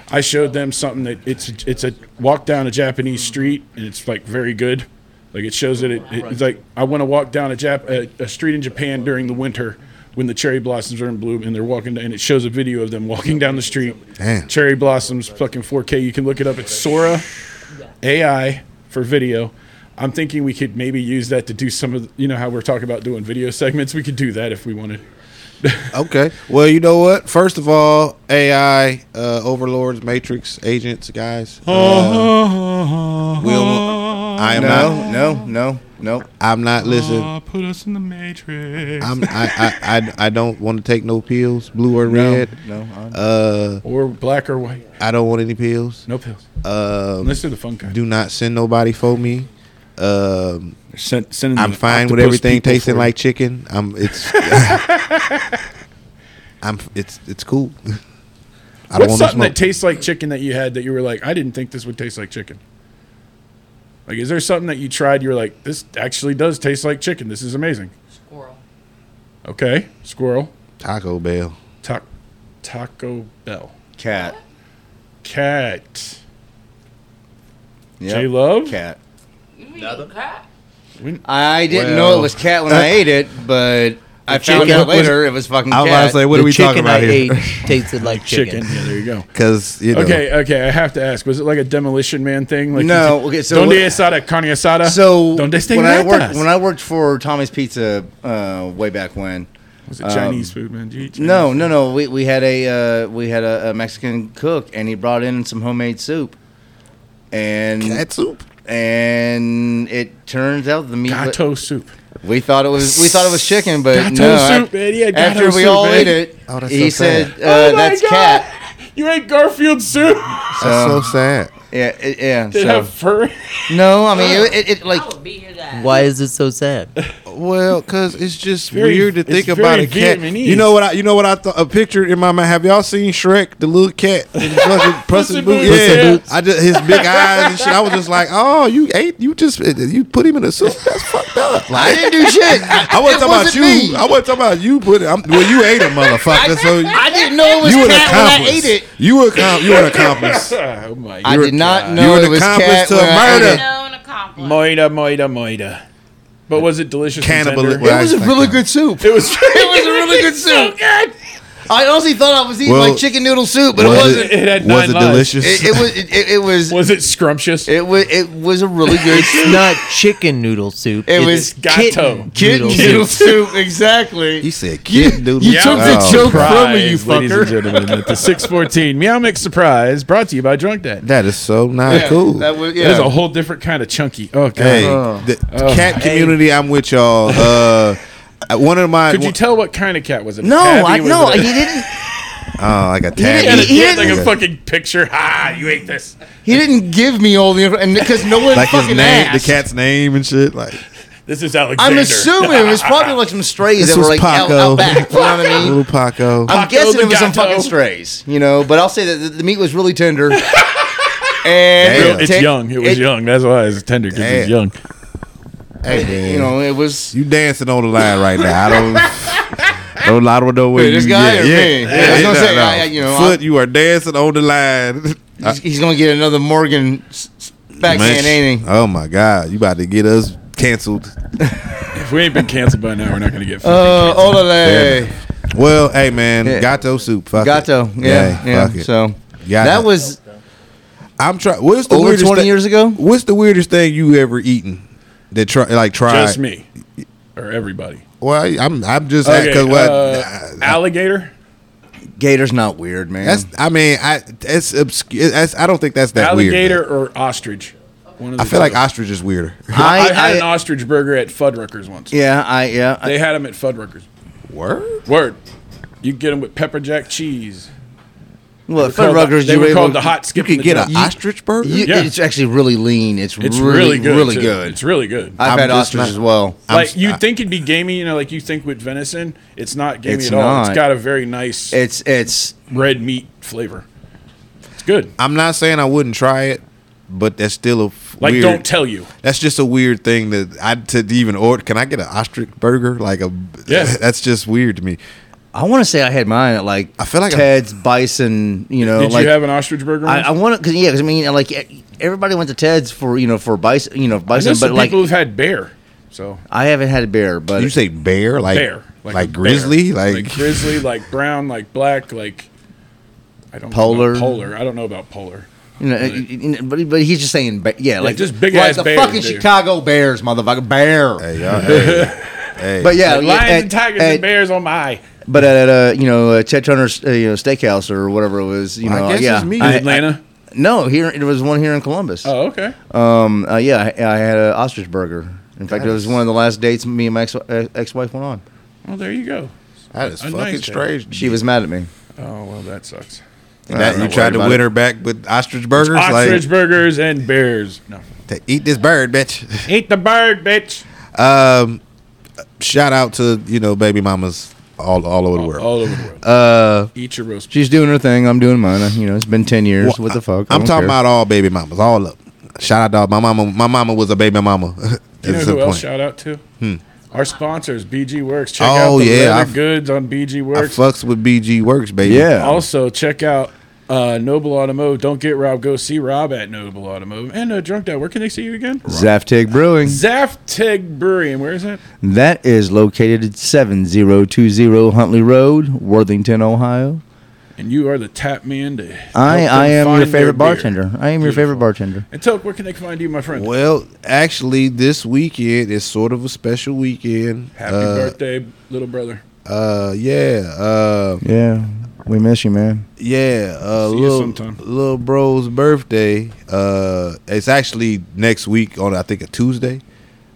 Speaker 1: I showed them something that it's it's a walk down a Japanese street, and it's like very good. Like it shows that it, it's like I want to walk down a, Jap- a, a street in Japan during the winter when the cherry blossoms are in bloom, and they're walking, down, and it shows a video of them walking down the street.
Speaker 3: Damn.
Speaker 1: Cherry blossoms, fucking 4K. You can look it up. It's Sora AI for video. I'm thinking we could maybe use that to do some of the, you know how we're talking about doing video segments. We could do that if we wanted.
Speaker 3: Okay. Well, you know what? First of all, AI uh, overlords, matrix agents, guys. Uh, we'll, I am not.
Speaker 2: No, no, no, no.
Speaker 3: I'm not. Listen,
Speaker 1: put us in the matrix.
Speaker 3: I'm. I. I. I, I don't want to take no pills, blue or
Speaker 2: No,
Speaker 3: red.
Speaker 2: no. I-
Speaker 3: Uh,
Speaker 1: or black or white.
Speaker 3: I don't want any pills.
Speaker 1: No pills.
Speaker 3: Um,
Speaker 1: Let's do the fun kind.
Speaker 3: do not send nobody for me. Um,
Speaker 1: Send, send in
Speaker 3: I'm
Speaker 1: the
Speaker 3: fine with
Speaker 1: octopus
Speaker 3: everything
Speaker 1: people
Speaker 3: tasting
Speaker 1: for-
Speaker 3: like chicken. I'm. It's. I'm. It's. It's cool. I
Speaker 1: What's something
Speaker 3: no
Speaker 1: that tastes like chicken that you had that you were like, I didn't think this would taste like chicken? Like, is there something that you tried you were like, this actually does taste like chicken? This is amazing.
Speaker 5: Squirrel.
Speaker 1: Okay, squirrel,
Speaker 3: Taco Bell.
Speaker 1: ta- Taco Bell,
Speaker 2: cat.
Speaker 1: cat,
Speaker 2: Yep.
Speaker 1: J Love.
Speaker 2: Cat.
Speaker 5: You mean cat?
Speaker 2: I didn't know
Speaker 3: Well- uh,
Speaker 2: it was cat when I ate it, but I found
Speaker 4: chicken
Speaker 2: out
Speaker 4: was-
Speaker 2: later it was fucking
Speaker 3: I
Speaker 2: cat.
Speaker 3: was about to say, what
Speaker 4: the
Speaker 3: are we
Speaker 4: chicken
Speaker 3: talking about
Speaker 4: I
Speaker 3: here?
Speaker 4: ate tasted like
Speaker 1: Chicken.
Speaker 4: chicken.
Speaker 1: Yeah, there you go.
Speaker 3: Because you know.
Speaker 1: Okay, okay. I have to ask: Was it like a demolition man thing? Like
Speaker 2: No, okay, so
Speaker 1: donde
Speaker 2: what-
Speaker 1: asada, carne asada.
Speaker 2: so
Speaker 1: donde estén
Speaker 2: when I
Speaker 1: ratas?
Speaker 2: worked when I worked for Tommy's Pizza uh, way back when.
Speaker 1: was it Chinese food, man? Did you eat Chinese
Speaker 2: Um, No,
Speaker 1: food?
Speaker 2: no, no. We, we had a uh, we had a, a Mexican cook, and he brought in some homemade soup, and
Speaker 3: Cat soup.
Speaker 2: and it turns out the meat.
Speaker 1: Gato soup.
Speaker 2: We thought it was we thought it was chicken, but
Speaker 1: Gato
Speaker 2: no.
Speaker 1: soup,
Speaker 2: af-
Speaker 1: man. He had
Speaker 2: after
Speaker 1: gato
Speaker 2: we
Speaker 1: soup,
Speaker 2: all
Speaker 1: man.
Speaker 2: ate it,
Speaker 3: Oh, that's
Speaker 2: he
Speaker 3: so
Speaker 2: said,
Speaker 3: sad. Oh
Speaker 2: uh, "That's cat."
Speaker 1: Oh You ate Garfield soup.
Speaker 3: That's so sad.
Speaker 2: Yeah, it, yeah.
Speaker 1: Did it
Speaker 2: So
Speaker 1: have fur?
Speaker 2: no, I
Speaker 3: Oh.
Speaker 2: mean it, it, it like
Speaker 5: I would be here that.
Speaker 4: Why is it so sad?
Speaker 3: Well, because it's just
Speaker 1: Very-
Speaker 3: weird to
Speaker 1: it's
Speaker 3: think about
Speaker 1: very
Speaker 3: a cat.
Speaker 1: Vietnamese.
Speaker 3: You know what? I, you know what? I thought a picture in my mind. Have y'all seen Shrek, the little cat, in fucking Puss in Boots?
Speaker 1: Boots,
Speaker 3: Yeah,
Speaker 1: yeah.
Speaker 3: I just his big eyes and shit. I was just like, oh, you ate, you just you put him in a soup. That's fucked up. Like,
Speaker 2: I didn't do shit. I,
Speaker 3: I
Speaker 2: it
Speaker 3: wasn't talking about
Speaker 2: wasn't
Speaker 3: you.
Speaker 2: me.
Speaker 3: I wasn't talking about you. Put I'm, well, you ate him, motherfucker. So
Speaker 2: I didn't know it was
Speaker 3: you an
Speaker 2: cat when I
Speaker 3: accomplice.
Speaker 2: ate it.
Speaker 3: You were com- you were an accomplice.
Speaker 1: oh my
Speaker 2: I
Speaker 1: god.
Speaker 2: did not
Speaker 3: You're
Speaker 2: know
Speaker 3: an
Speaker 2: it was
Speaker 3: accomplice
Speaker 2: cat
Speaker 3: to
Speaker 2: when I ate
Speaker 3: murder.
Speaker 2: it.
Speaker 5: Known accomplice.
Speaker 1: Moida, moida, moida. But was it delicious? and
Speaker 3: Cannibal-
Speaker 1: tender?
Speaker 3: well,
Speaker 2: It was a
Speaker 3: Thank
Speaker 2: really
Speaker 3: God.
Speaker 2: good soup.
Speaker 1: It was.
Speaker 2: It was a really good soup. I honestly thought I was eating
Speaker 3: Well,
Speaker 2: like chicken noodle soup, but it
Speaker 1: was
Speaker 2: wasn't.
Speaker 1: it- it had
Speaker 3: was
Speaker 1: nine
Speaker 3: it
Speaker 1: lives.
Speaker 3: delicious?
Speaker 2: It, it was. It, it was.
Speaker 1: Was it scrumptious?
Speaker 2: It was. It was a really good
Speaker 4: It's
Speaker 2: soup.
Speaker 4: not chicken noodle soup.
Speaker 2: It
Speaker 4: it's
Speaker 2: was
Speaker 1: gato.
Speaker 4: Kitten
Speaker 2: Kitten
Speaker 4: noodle
Speaker 2: noodle
Speaker 4: soup.
Speaker 2: soup. Exactly.
Speaker 3: he said, "Kid, dude,
Speaker 2: you took the
Speaker 3: oh,
Speaker 2: joke
Speaker 1: Surprise,
Speaker 2: from me, you
Speaker 1: ladies and
Speaker 2: fucker.
Speaker 1: gentlemen, at the 614 Meow Mix Surprise, brought to you by Drunk Dad.
Speaker 3: That is so not
Speaker 2: Yeah,
Speaker 3: cool.
Speaker 2: That was.
Speaker 1: That is a
Speaker 2: Yeah.
Speaker 1: whole different kind of chunky. Oh, God.
Speaker 3: Hey,
Speaker 2: Oh.
Speaker 3: the
Speaker 1: Oh.
Speaker 3: cat community, I'm with y'all. Uh, one of my
Speaker 1: Could you tell what kind of cat was it? A
Speaker 2: No,
Speaker 1: tabby?
Speaker 2: I
Speaker 1: Was
Speaker 2: no.
Speaker 1: it
Speaker 2: He
Speaker 1: a-
Speaker 2: didn't.
Speaker 3: oh, like a
Speaker 1: He had a-
Speaker 3: tabby.
Speaker 1: he had
Speaker 2: didn't-
Speaker 1: like a fucking picture. Ha! You ate this.
Speaker 2: He didn't give me all the information because no one
Speaker 3: like his
Speaker 2: fucking
Speaker 3: name,
Speaker 2: asked.
Speaker 3: the cat's name and shit. Like
Speaker 1: This is Alexander.
Speaker 2: I'm assuming it was probably like some strays
Speaker 3: this
Speaker 2: that were
Speaker 3: was
Speaker 2: like out,
Speaker 3: Paco,
Speaker 2: out back. You know what I mean?
Speaker 3: little Paco.
Speaker 2: I'm
Speaker 1: Paco
Speaker 2: guessing
Speaker 1: the
Speaker 2: it was some
Speaker 1: Gato.
Speaker 2: fucking strays, you know. But I'll say that the, the meat was really tender. And
Speaker 3: Damn.
Speaker 1: It's young. It was young. That's why it's tender because it's
Speaker 3: Damn.
Speaker 1: young.
Speaker 3: hey, man,
Speaker 2: You know, it was.
Speaker 3: you dancing on the line right now. I don't. I don't, I don't know where
Speaker 2: Wait,
Speaker 3: you
Speaker 2: this guy
Speaker 3: yeah,
Speaker 2: or
Speaker 3: yeah,
Speaker 2: me?
Speaker 3: yeah,
Speaker 2: Yeah, I was gonna
Speaker 3: no,
Speaker 2: say,
Speaker 3: no.
Speaker 2: I- I- you know,
Speaker 3: foot.
Speaker 2: I-
Speaker 3: you are dancing on the line.
Speaker 2: He's, he's gonna get another Morgan s- s- backhand, ain't he?
Speaker 3: Oh my god, you about to get us canceled.
Speaker 1: If we ain't been canceled by now, we're not going to get fucking
Speaker 2: Uh,
Speaker 3: Damn
Speaker 2: Olale.
Speaker 3: it. Well, hey man,
Speaker 2: Yeah.
Speaker 3: gato soup. Fuck it.
Speaker 2: Gato. Yeah, yeah.
Speaker 3: Hey, fuck it.
Speaker 2: So
Speaker 3: Gato.
Speaker 2: that was
Speaker 3: I'm trying. What's the
Speaker 2: over
Speaker 3: weirdest
Speaker 2: 20
Speaker 3: thi-
Speaker 2: years ago.
Speaker 3: What's the weirdest thing you ever eaten? That try like tried.
Speaker 1: Just me. Or everybody.
Speaker 3: Well, I, I'm I'm just
Speaker 1: Okay,
Speaker 3: because what
Speaker 1: uh, alligator?
Speaker 2: Gator's not weird, man.
Speaker 3: that's I mean I it's obscure. That's, I don't think that's that
Speaker 1: alligator
Speaker 3: weird.
Speaker 1: or ostrich? One of
Speaker 3: though. I
Speaker 1: the
Speaker 3: feel like
Speaker 1: two.
Speaker 3: ostrich is weirder.
Speaker 1: I, had
Speaker 2: I,
Speaker 1: an
Speaker 2: I
Speaker 1: ostrich burger at Fuddruckers once.
Speaker 2: yeah, I yeah. I-
Speaker 1: They had them at Fuddruckers.
Speaker 3: Word.
Speaker 1: Word. You get them with pepper jack cheese.
Speaker 2: Well,
Speaker 1: They were called the-
Speaker 2: Fuddruckers,
Speaker 1: they
Speaker 2: you
Speaker 1: were
Speaker 2: able-
Speaker 1: called the hot skip.
Speaker 3: You
Speaker 1: and
Speaker 3: could
Speaker 1: the
Speaker 3: get
Speaker 1: jump.
Speaker 3: an ostrich burger.
Speaker 2: you-
Speaker 1: Yeah.
Speaker 2: It's actually really lean. It's,
Speaker 1: It's really
Speaker 2: really,
Speaker 1: good.
Speaker 2: Really
Speaker 1: too.
Speaker 2: good.
Speaker 1: It's really good.
Speaker 2: I've
Speaker 3: I'm
Speaker 2: had
Speaker 3: just
Speaker 2: ostrich
Speaker 3: not-
Speaker 2: as well.
Speaker 3: I'm
Speaker 1: like
Speaker 3: s-
Speaker 1: you
Speaker 3: I-
Speaker 1: think it'd be gamey, you know, like you think with venison. It's not gamey
Speaker 2: It's
Speaker 1: at all. It's
Speaker 2: not.
Speaker 1: got a very nice
Speaker 2: It's it's
Speaker 1: red meat flavor. It's good.
Speaker 3: I'm not saying I wouldn't try it, but that's still a f-
Speaker 1: Like
Speaker 3: weird-
Speaker 1: don't tell you.
Speaker 3: That's just a weird thing that I to even order. Can I get an ostrich burger? Like a
Speaker 1: Yeah.
Speaker 3: That's just weird to me.
Speaker 2: I want to say I had mine at like
Speaker 3: I feel like I-
Speaker 2: Ted's Bison. You know,
Speaker 1: Did
Speaker 2: like
Speaker 1: you have an ostrich burger?
Speaker 2: I,
Speaker 1: once?
Speaker 2: I want to because yeah, 'cause I mean like e- everybody went to Ted's for you know for bison you know
Speaker 1: I know
Speaker 2: bison,
Speaker 1: some
Speaker 2: but like
Speaker 1: people have had bear. So
Speaker 2: I haven't had a bear, but
Speaker 3: You say bear like
Speaker 1: bear,
Speaker 3: like,
Speaker 1: a bear.
Speaker 3: grizzly like
Speaker 1: grizzly, like brown, like black, like I don't know
Speaker 2: Polar.
Speaker 1: about polar. I don't know about polar.
Speaker 2: You know, uh, uh, but, but he's just saying, ba- yeah, like
Speaker 1: just big
Speaker 2: like
Speaker 1: ass
Speaker 2: the
Speaker 1: bears,
Speaker 2: fucking
Speaker 1: dude.
Speaker 2: Chicago Bears, motherfucker, bear.
Speaker 3: Hey, y'all, hey, hey.
Speaker 2: But yeah,
Speaker 1: Lions
Speaker 2: at-
Speaker 1: and tigers
Speaker 2: at-
Speaker 1: and bears on my.
Speaker 2: But at uh, you know uh, Chet Turner's uh, you know steakhouse or whatever it was, you
Speaker 3: I
Speaker 2: know,
Speaker 3: guess
Speaker 2: yeah,
Speaker 3: it's me.
Speaker 1: In Atlanta?
Speaker 2: no, here it was one here in Columbus.
Speaker 1: Oh, okay.
Speaker 2: Um, uh, yeah, I, I had an ostrich burger. In fact, it was
Speaker 3: Nice.
Speaker 2: one of the last dates me and my ex- uh, ex-wife went on.
Speaker 1: Well, there you go.
Speaker 3: that is
Speaker 1: A
Speaker 3: fucking
Speaker 1: nice day.
Speaker 3: strange.
Speaker 2: She was mad at me.
Speaker 1: Oh well, that sucks.
Speaker 3: That, you
Speaker 2: Don't
Speaker 3: tried to
Speaker 2: worry about
Speaker 3: win
Speaker 2: it.
Speaker 3: her back with ostrich burgers.
Speaker 1: Ostrich
Speaker 3: like,
Speaker 1: burgers and bears. No,
Speaker 3: to eat this bird, bitch.
Speaker 1: eat the bird, bitch.
Speaker 3: Um, shout out to you know baby mamas all all over the world.
Speaker 1: All over the world.
Speaker 3: Uh,
Speaker 1: eat your roast.
Speaker 2: She's doing her thing. I'm doing mine. You know, it's been ten years.
Speaker 1: oh.
Speaker 3: well,
Speaker 2: what the fuck? I
Speaker 3: I'm
Speaker 2: don't
Speaker 3: talking
Speaker 2: care.
Speaker 3: about all baby mamas, all of. them. Shout out to all- my mama. My mama was a baby mama. at
Speaker 1: You know
Speaker 3: some
Speaker 1: who else
Speaker 3: point. Hmm.
Speaker 1: shout out to? Our sponsors, BG Works. Check
Speaker 3: Oh,
Speaker 1: out the
Speaker 3: yeah,
Speaker 1: leather
Speaker 3: I-
Speaker 1: goods on BG
Speaker 3: I
Speaker 1: Works.
Speaker 3: fucks with BG Works, baby.
Speaker 2: Yeah.
Speaker 1: Also, check out uh, Noble Automotive. Don't get Rob. Go see Rob at Noble Automotive. And uh, Drunk Dad, where can they see you again?
Speaker 2: Zaftig Brewing.
Speaker 1: Zaftig Brewery. And where is that?
Speaker 2: That is located at 7020 Huntley Road, Worthington, Ohio.
Speaker 1: And you are the tap man to.
Speaker 2: I,
Speaker 1: help them
Speaker 2: I am your
Speaker 1: find their
Speaker 2: favorite
Speaker 1: beer.
Speaker 2: bartender. I am your favorite
Speaker 1: Beautiful.
Speaker 2: bartender.
Speaker 1: And Toke, where can they find you, my friend?
Speaker 3: Well, actually, this weekend is sort of a special weekend.
Speaker 1: Happy
Speaker 3: uh,
Speaker 1: birthday, little brother.
Speaker 3: Uh, yeah. Uh,
Speaker 2: Yeah, we miss you, man.
Speaker 3: Yeah, uh,
Speaker 1: See you
Speaker 3: little,
Speaker 1: sometime.
Speaker 3: little bro's birthday. Uh, it's actually next week on I think a Tuesday,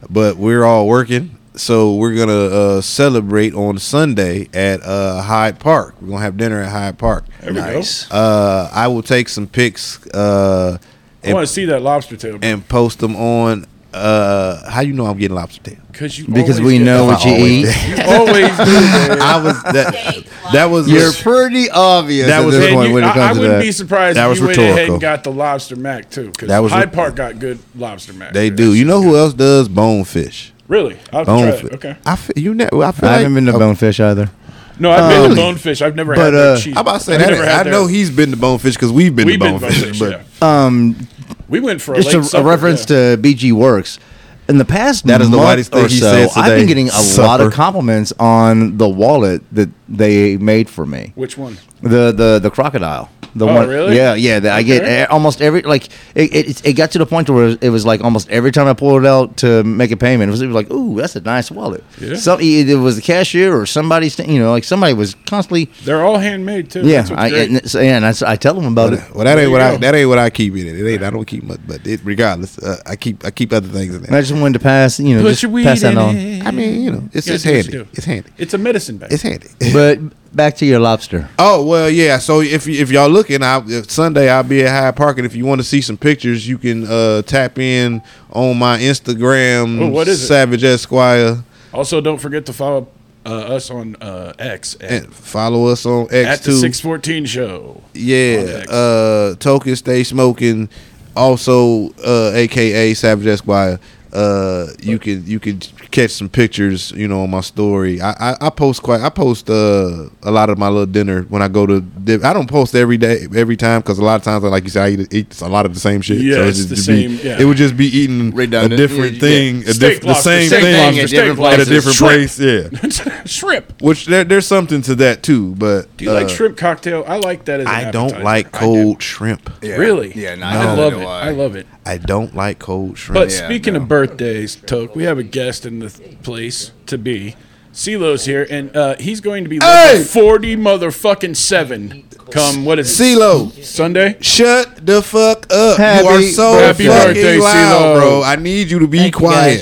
Speaker 3: but we're all working, so we're gonna uh, celebrate on Sunday at uh, Hyde Park. We're gonna have dinner at Hyde Park.
Speaker 1: There we go.
Speaker 3: Uh, I will take some pics uh,
Speaker 1: I want to see that lobster tail bro,
Speaker 3: and post them on. Uh, how you know I'm getting lobster tail?
Speaker 1: because you
Speaker 2: Because
Speaker 1: always
Speaker 2: we
Speaker 1: get
Speaker 2: know
Speaker 1: that.
Speaker 2: what you eat.
Speaker 1: You always do. man.
Speaker 3: I was that. That was
Speaker 2: You're pretty obvious
Speaker 3: That
Speaker 2: at
Speaker 3: was-
Speaker 2: this
Speaker 3: and
Speaker 2: point
Speaker 1: you-
Speaker 2: when
Speaker 1: I,
Speaker 2: it
Speaker 1: I
Speaker 2: comes to
Speaker 1: wouldn't be
Speaker 2: that.
Speaker 1: surprised
Speaker 3: That
Speaker 1: if
Speaker 3: was
Speaker 1: you went ahead
Speaker 3: rhetorical.
Speaker 1: and got the lobster mac too. Because
Speaker 3: That was
Speaker 1: Hyde
Speaker 3: rhe-
Speaker 1: Park got good lobster mac.
Speaker 3: they
Speaker 1: That's
Speaker 3: do. You know
Speaker 1: good.
Speaker 3: who else does bonefish?
Speaker 1: Really? I'll have to try
Speaker 3: Bonefish.
Speaker 1: it. Okay.
Speaker 3: I feel, you ne- I feel
Speaker 2: I haven't
Speaker 3: like-
Speaker 2: been to
Speaker 3: Okay.
Speaker 2: Bonefish either.
Speaker 1: No, I've been
Speaker 3: really?
Speaker 1: to Bonefish. I've never
Speaker 2: But,
Speaker 1: had their
Speaker 2: uh,
Speaker 1: cheese.
Speaker 3: I'm about to say
Speaker 1: I've
Speaker 3: that.
Speaker 1: never had
Speaker 3: I
Speaker 1: their-
Speaker 3: know he's been to Bonefish because we've been
Speaker 1: We've
Speaker 3: to
Speaker 1: been Bonefish.
Speaker 3: Bonefish, but
Speaker 1: yeah.
Speaker 2: Um,
Speaker 1: We went for a
Speaker 2: just
Speaker 1: late
Speaker 2: a, a
Speaker 1: supper,
Speaker 2: reference
Speaker 1: yeah.
Speaker 2: to BG Works. In the past
Speaker 3: That is the
Speaker 2: month
Speaker 3: whitest thing
Speaker 2: or
Speaker 3: he
Speaker 2: so,
Speaker 3: said
Speaker 2: I've been
Speaker 3: today.
Speaker 2: getting a lot
Speaker 3: Supper.
Speaker 2: of compliments on the wallet that they made for me.
Speaker 1: which one?
Speaker 2: The the the crocodile. The
Speaker 1: Oh,
Speaker 2: one,
Speaker 1: really?
Speaker 2: Yeah, yeah. That I get
Speaker 1: Okay.
Speaker 2: eh, almost every like it, it. It got to the point where it was, it was like almost every time I pulled it out to make a payment, it was, it was like, "Ooh, that's a nice wallet."
Speaker 1: Yeah.
Speaker 2: So e, it it was the cashier or somebody, sta- you know, like somebody was constantly.
Speaker 1: They're all handmade too.
Speaker 2: Yeah,
Speaker 1: That's what's
Speaker 2: I,
Speaker 1: great.
Speaker 2: and, it's- and I, s- I tell them about it.
Speaker 3: well, that
Speaker 1: There
Speaker 3: ain't
Speaker 1: you
Speaker 3: what I
Speaker 1: go.
Speaker 3: that ain't what I keep in it. It ain't. I don't keep much, but it, regardless, uh, I keep I keep other things in
Speaker 2: And I
Speaker 3: there.
Speaker 2: just wanted to pass, you know,
Speaker 1: Put
Speaker 2: just
Speaker 1: your weed
Speaker 2: pass that
Speaker 1: in
Speaker 2: on.
Speaker 1: it.
Speaker 3: I mean, you know, it's
Speaker 1: You
Speaker 3: it's
Speaker 1: gotta do what you
Speaker 3: handy.
Speaker 1: do.
Speaker 3: It's handy.
Speaker 1: It's a medicine bag.
Speaker 3: It's handy.
Speaker 2: But back to your lobster.
Speaker 3: Oh well, yeah. So if if y'all looking, I if Sunday I'll be at Hyde Park, and if you want to see some pictures, you can uh, tap in on my Instagram.
Speaker 1: Oh, what is it?
Speaker 3: Savage Esquire,
Speaker 1: also, don't forget to follow uh, us on uh, X at,
Speaker 3: and follow us on X
Speaker 1: at the
Speaker 3: too.
Speaker 1: six fourteen show.
Speaker 3: Yeah,
Speaker 1: Context.
Speaker 3: uh, Token Stay Smoking, also uh, AKA Savage Esquire. Uh, you can you can catch some pictures, you know, on my story. I, I, I post quite I post uh, a lot of my little dinner when I go to. Div- I don't post every day every time because a lot of times, like you said, I eat, eat a lot of the same shit.
Speaker 1: Yeah,
Speaker 3: it'd
Speaker 1: it's
Speaker 3: just
Speaker 1: the
Speaker 3: be-
Speaker 1: same- yeah.
Speaker 3: It would just be eating a
Speaker 2: Redundant.
Speaker 3: different
Speaker 2: Yeah,
Speaker 3: thing, a
Speaker 1: Steak
Speaker 3: diff- the
Speaker 1: lobster,
Speaker 3: same
Speaker 1: steak
Speaker 3: thing
Speaker 1: lobster,
Speaker 2: at
Speaker 1: steak
Speaker 2: different
Speaker 1: lobster.
Speaker 3: at a
Speaker 2: places.
Speaker 1: Shrimp.
Speaker 3: different place. Yeah,
Speaker 1: shrimp.
Speaker 3: which there, there's something to that too. But
Speaker 1: Do you
Speaker 3: uh,
Speaker 1: like shrimp cocktail? I like that as an
Speaker 3: I don't
Speaker 1: appetizer.
Speaker 3: like
Speaker 1: I do.
Speaker 3: cold shrimp.
Speaker 1: Really?
Speaker 2: Yeah, no,
Speaker 1: I
Speaker 2: I
Speaker 1: love
Speaker 2: know
Speaker 1: it.
Speaker 2: why.
Speaker 1: I love it.
Speaker 3: I don't like cold shrimp.
Speaker 1: But
Speaker 2: Yeah,
Speaker 1: speaking
Speaker 2: no.
Speaker 1: of birthdays, Toke, we have a guest in the th- place to be. CeeLo's here, and uh, he's going to be
Speaker 3: Hey!
Speaker 1: level 40 motherfucking 7 come, what is it,
Speaker 3: CeeLo,
Speaker 1: Sunday?
Speaker 3: shut the fuck up.
Speaker 2: Happy
Speaker 3: you are so
Speaker 1: birthday.
Speaker 3: fucking
Speaker 1: Happy birthday,
Speaker 3: loud,
Speaker 1: CeeLo.
Speaker 3: bro. I need you to be
Speaker 4: Thank you,
Speaker 3: quiet.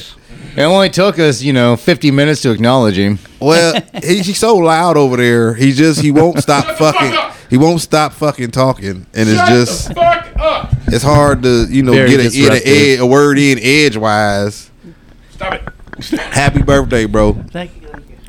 Speaker 4: guys.
Speaker 2: It only took us, you know, 50 minutes to acknowledge him.
Speaker 3: Well, he's he's so loud over there. He just he won't stop
Speaker 1: fuck
Speaker 3: fucking.
Speaker 1: up.
Speaker 3: He won't stop fucking talking, and it's
Speaker 1: Shut
Speaker 3: just
Speaker 1: the fuck up!
Speaker 3: it's hard to you know
Speaker 2: Very
Speaker 3: get a, get
Speaker 2: disruptive.
Speaker 3: a, ed- a word in edgewise.
Speaker 1: Stop it.
Speaker 3: Happy birthday, bro.
Speaker 2: Happy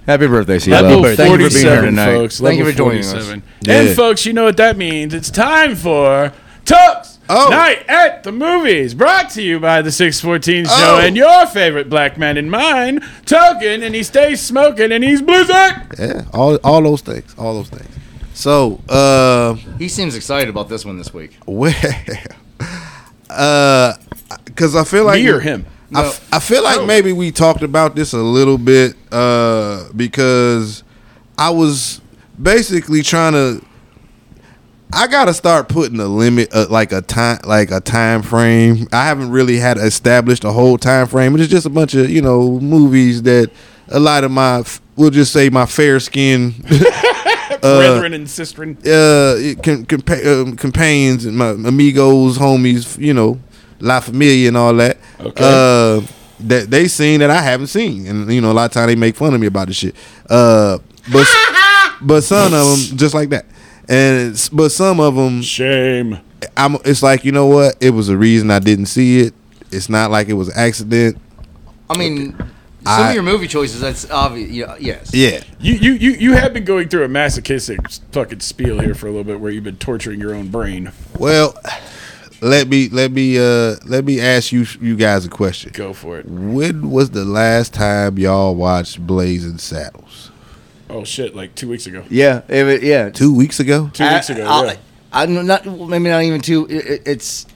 Speaker 2: birthday, CeeLo.
Speaker 1: Level
Speaker 2: Thank you for being here
Speaker 1: 47,
Speaker 2: tonight.
Speaker 1: folks.
Speaker 2: Thank you
Speaker 1: level
Speaker 2: for joining
Speaker 1: 47.
Speaker 2: us.
Speaker 1: And,
Speaker 3: Yeah.
Speaker 1: folks, you know what that means. It's time for Tuck's
Speaker 3: Oh.
Speaker 1: Night at the Movies, brought to you by the 614 Show
Speaker 3: Oh.
Speaker 1: and your favorite black man and mine, Token, and he stays smoking and he's blue Zack.
Speaker 3: Yeah, all all those things, all those things. So, uh,
Speaker 2: He seems excited about this one this week.
Speaker 3: well, uh, because I feel like
Speaker 1: Me or him?
Speaker 3: I f- I feel like maybe we talked about this a little bit uh, because I was basically trying to. I gotta start putting a limit, uh, like a time, like a time frame. I haven't really had established a whole time frame, but it's just a bunch of you know movies that a lot of my, f- we'll just say my fair skin
Speaker 2: Uh,
Speaker 1: Brethren and sistren.
Speaker 3: uh, it can, compa- um, companions and my amigos, homies, you know, La Familia and all that.
Speaker 1: Okay.
Speaker 3: Uh, that they seen that I haven't seen, and you know, a lot of time they make fun of me about this shit. Uh, but but some of them just like that, and it's- but some of them,
Speaker 1: Shame.
Speaker 3: I'm. It's like you know what? It was a reason I didn't see it. It's not like it was an accident.
Speaker 6: I mean, some
Speaker 3: I-
Speaker 6: of your movie choices. That's obvious. Yeah, yes.
Speaker 3: Yeah.
Speaker 1: You, you, you, you have been going through a masochistic fucking spiel here for a little bit where you've been torturing your own brain.
Speaker 3: Well, let me let me uh let me ask you you guys a question.
Speaker 1: Go for it.
Speaker 3: When was the last time y'all watched Blazing Saddles?
Speaker 1: Oh shit, like two weeks ago.
Speaker 2: Yeah, it, wa- yeah.
Speaker 3: Two weeks ago?
Speaker 1: Two weeks ago,
Speaker 2: I,
Speaker 1: yeah.
Speaker 2: am not maybe not even two. It, it- it's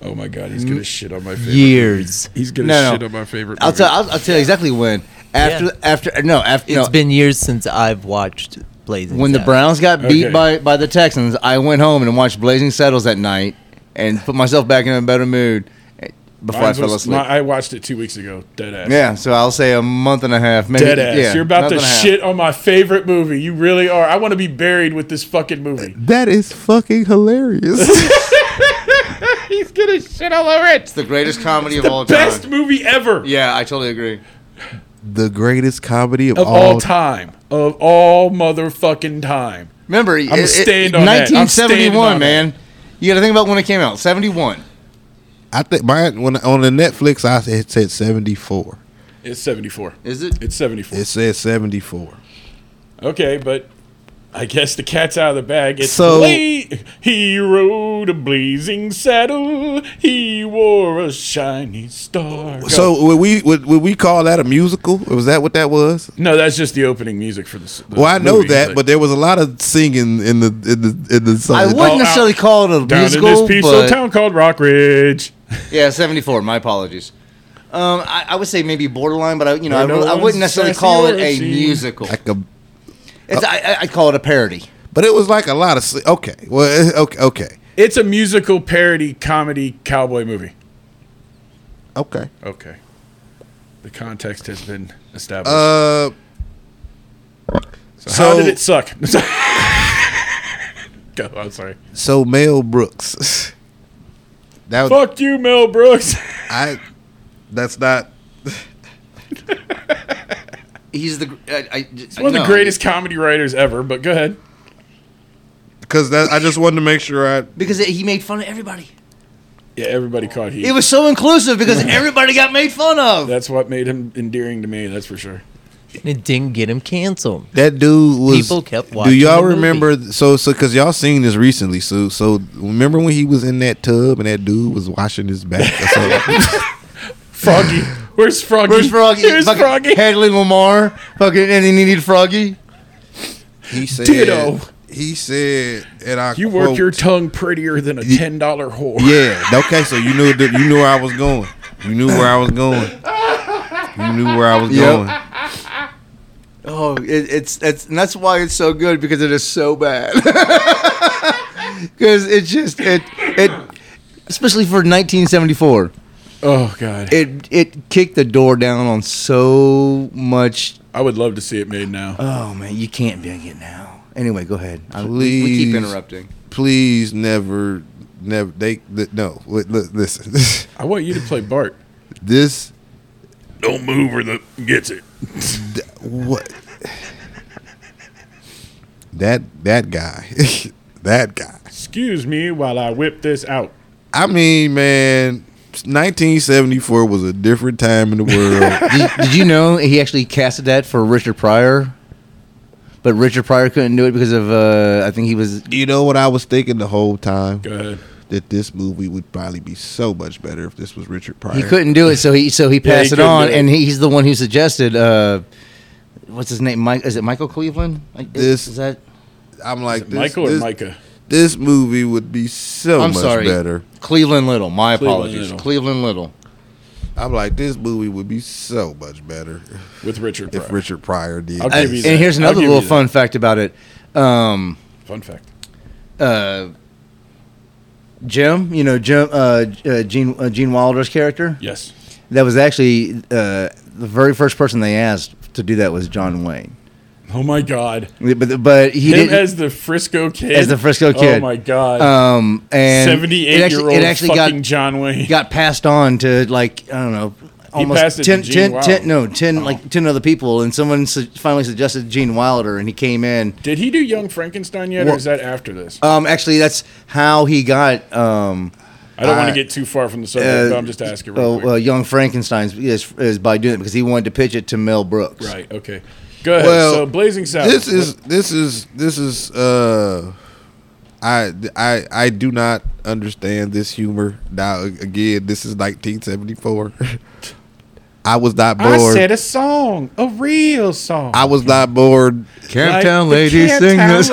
Speaker 1: Oh my god, he's gonna shit on my favorite.
Speaker 4: Years.
Speaker 1: He's gonna
Speaker 2: No, no.
Speaker 1: shit on my favorite.
Speaker 2: I'll
Speaker 1: movie.
Speaker 2: tell I'll, I'll tell you exactly when after
Speaker 4: Yeah.
Speaker 2: after no after
Speaker 4: It's
Speaker 2: no,
Speaker 4: been years since I've watched Blazing.
Speaker 2: when the Browns
Speaker 4: Saddles.
Speaker 2: got beat
Speaker 1: Okay.
Speaker 2: by by the Texans. I went home and watched Blazing Saddles that night and put myself back in a better mood eh, before
Speaker 1: Mine's
Speaker 2: I fell
Speaker 1: was-
Speaker 2: asleep.
Speaker 1: my- I watched it two weeks ago. Dead ass.
Speaker 2: yeah, so I'll say a month and a half. Maybe,
Speaker 1: Dead ass.
Speaker 2: yeah,
Speaker 1: You're about
Speaker 2: month
Speaker 1: to
Speaker 2: and a half.
Speaker 1: shit on my favorite movie. You really are. I want to be buried with this fucking movie.
Speaker 3: That is fucking hilarious.
Speaker 1: He's gonna shit all over it.
Speaker 2: It's the greatest comedy of all time.
Speaker 1: Best movie ever
Speaker 2: Yeah, I totally agree.
Speaker 3: the greatest comedy of,
Speaker 1: of
Speaker 3: all,
Speaker 1: all time. Of all motherfucking time.
Speaker 2: Remember,
Speaker 1: gonna
Speaker 2: it- it-
Speaker 1: stand on that. I'm
Speaker 2: 1971,
Speaker 1: standing on
Speaker 2: man. You got to think about when it came out. 71.
Speaker 3: I think mine when on the Netflix I said, it said 74.
Speaker 1: It's 74.
Speaker 2: Is it?
Speaker 1: It's 74.
Speaker 3: It said 74.
Speaker 1: okay, but I guess the cat's out of the bag. It's
Speaker 3: So-
Speaker 1: late. He rode a blazing saddle. He wore a shiny star. Go.
Speaker 3: So would we would, would we call that a musical? Was that what that was?
Speaker 1: no, that's just the opening music for this. the
Speaker 3: Well, I know
Speaker 1: movie,
Speaker 3: that, but there was a lot of singing in the in the in the song.
Speaker 2: I wouldn't
Speaker 1: out.
Speaker 2: necessarily call it a
Speaker 1: down
Speaker 2: musical,
Speaker 1: in this piece
Speaker 2: but
Speaker 1: of town called Rock Ridge.
Speaker 2: yeah, 74. My apologies. Um, I, I would say maybe borderline, but I, you know, I,
Speaker 1: Where no
Speaker 2: I
Speaker 1: one's
Speaker 2: wouldn't necessarily
Speaker 1: sassy
Speaker 2: call it
Speaker 1: or
Speaker 2: a
Speaker 1: seen.
Speaker 2: musical.
Speaker 3: like a
Speaker 2: It's, I, I I'd call it a parody.
Speaker 3: But it was like a lot of si- okay. Well, eh, okay, okay,
Speaker 1: It's a musical parody comedy cowboy movie.
Speaker 3: okay.
Speaker 1: Okay. The context has been established.
Speaker 3: Uh,
Speaker 1: so, how
Speaker 3: so-
Speaker 1: did it suck? Go. I'm sorry.
Speaker 3: so Mel Brooks. That was,
Speaker 1: Fuck you, Mel Brooks.
Speaker 3: I. That's not.
Speaker 6: He's the. gr- I, I, He's
Speaker 1: One of the greatest comedy writers ever. But go ahead.
Speaker 3: Because that, I just wanted to make sure I.
Speaker 6: Because he made fun of everybody.
Speaker 1: Yeah, everybody caught heat.
Speaker 2: It was so inclusive because everybody got made fun of.
Speaker 1: that's what made him endearing to me. That's for sure.
Speaker 4: It didn't get him canceled.
Speaker 3: That dude was.
Speaker 4: People kept watching
Speaker 3: Do y'all
Speaker 4: the movie.
Speaker 3: remember? So, so because y'all seen this recently. So, so remember when he was in that tub and that dude was washing his back? Or something?
Speaker 1: Froggy. Where's Froggy?
Speaker 2: Where's Froggy?
Speaker 1: Where's
Speaker 2: Fucking
Speaker 1: Froggy?
Speaker 2: Hadley Lamar. Fucking, and he needed Froggy.
Speaker 3: he said.
Speaker 1: Ditto.
Speaker 3: He said, and I.
Speaker 1: You work
Speaker 3: quote,
Speaker 1: your tongue prettier than a ten dollar whore.
Speaker 3: Yeah. Okay. So you knew that- you knew where I was going. You knew where I was going. You knew where I was
Speaker 2: Yep.
Speaker 3: going.
Speaker 2: Oh, it, it's that's and that's why it's so good because it is so bad. Because it just it it especially for 1974,
Speaker 1: Oh God.
Speaker 2: it it kicked the door down on so much.
Speaker 1: I would love to see it made now.
Speaker 2: Oh man, you can't beg it now. Anyway, go ahead. I,
Speaker 3: we- we keep
Speaker 2: interrupting.
Speaker 3: please never never they th- no li- li- listen
Speaker 1: I want you to play Bart.
Speaker 3: this
Speaker 1: Don't move or the gets it.
Speaker 3: what that that guy that guy
Speaker 1: Excuse me while I whip this out.
Speaker 3: i mean man 1974 was a different time in the world
Speaker 2: did, did you know he actually casted that for Richard Pryor? But Richard Pryor couldn't do it because of uh, I think he was
Speaker 3: you know what i was thinking the whole time
Speaker 1: Go ahead.
Speaker 3: that this movie would probably be so much better if this was richard pryor
Speaker 2: He couldn't do it, so he so he passed it
Speaker 1: couldn't
Speaker 2: on,
Speaker 1: do it.
Speaker 2: and he, he's the one who suggested. Uh, what's his name? Mike? Is it Michael Cleveland? Like,
Speaker 3: This-
Speaker 2: is that?
Speaker 3: i'm like this,
Speaker 1: Michael
Speaker 3: this,
Speaker 1: or Micah?
Speaker 3: this movie would be so
Speaker 2: I'm
Speaker 3: much
Speaker 2: sorry.
Speaker 3: better
Speaker 2: Cleveland Little. My
Speaker 1: Cleveland
Speaker 2: apologies.
Speaker 1: Little.
Speaker 2: Cleveland Little.
Speaker 3: i'm like this movie would be so much better
Speaker 1: With Richard
Speaker 3: if
Speaker 1: Pryor.
Speaker 3: richard pryor did
Speaker 1: I'll
Speaker 3: this.
Speaker 1: give you
Speaker 2: And
Speaker 1: that.
Speaker 2: here's
Speaker 1: I'll
Speaker 2: another
Speaker 1: give you
Speaker 2: little
Speaker 1: that.
Speaker 2: fun fact about it. Um,
Speaker 1: Fun fact.
Speaker 2: uh, Jim, you know Jim, uh, uh, Gene uh, Gene Wilder's character.
Speaker 1: Yes.
Speaker 2: That was actually uh, the very first person they asked to do that was John Wayne.
Speaker 1: Oh my God.
Speaker 2: But but he
Speaker 1: Him
Speaker 2: didn't
Speaker 1: as the Frisco kid.
Speaker 2: as the Frisco
Speaker 1: Oh
Speaker 2: Kid.
Speaker 1: my God.
Speaker 2: Um, and it
Speaker 1: Seventy-eight
Speaker 2: actually-
Speaker 1: year old
Speaker 2: It actually
Speaker 1: fucking
Speaker 2: got
Speaker 1: John Wayne.
Speaker 2: got passed on to like I don't know. Almost
Speaker 1: passed it to
Speaker 2: 10,
Speaker 1: Gene
Speaker 2: 10
Speaker 1: Wilder.
Speaker 2: 10 no, 10, like 10 other people, and someone su- finally suggested Gene Wilder, and he came in.
Speaker 1: Did he do Young Frankenstein yet, or
Speaker 2: Well-
Speaker 1: is that after this?
Speaker 2: Um, actually, that's how he got um,
Speaker 1: I don't want
Speaker 2: I-
Speaker 1: to get too far from the subject, but I'm just asking. Real
Speaker 2: oh,
Speaker 1: quick.
Speaker 2: uh, Young Frankenstein's is, is by doing it because he wanted to pitch it to Mel Brooks.
Speaker 1: Right. Okay. Go ahead.
Speaker 3: Well,
Speaker 1: so Blazing Saddles.
Speaker 3: This is this is this is uh I I I do not understand this humor. Now again, this is 1974. I was not
Speaker 1: I said
Speaker 3: bored.
Speaker 1: a song, a real song.
Speaker 3: I was not bored.
Speaker 1: Camptown ladies sing this.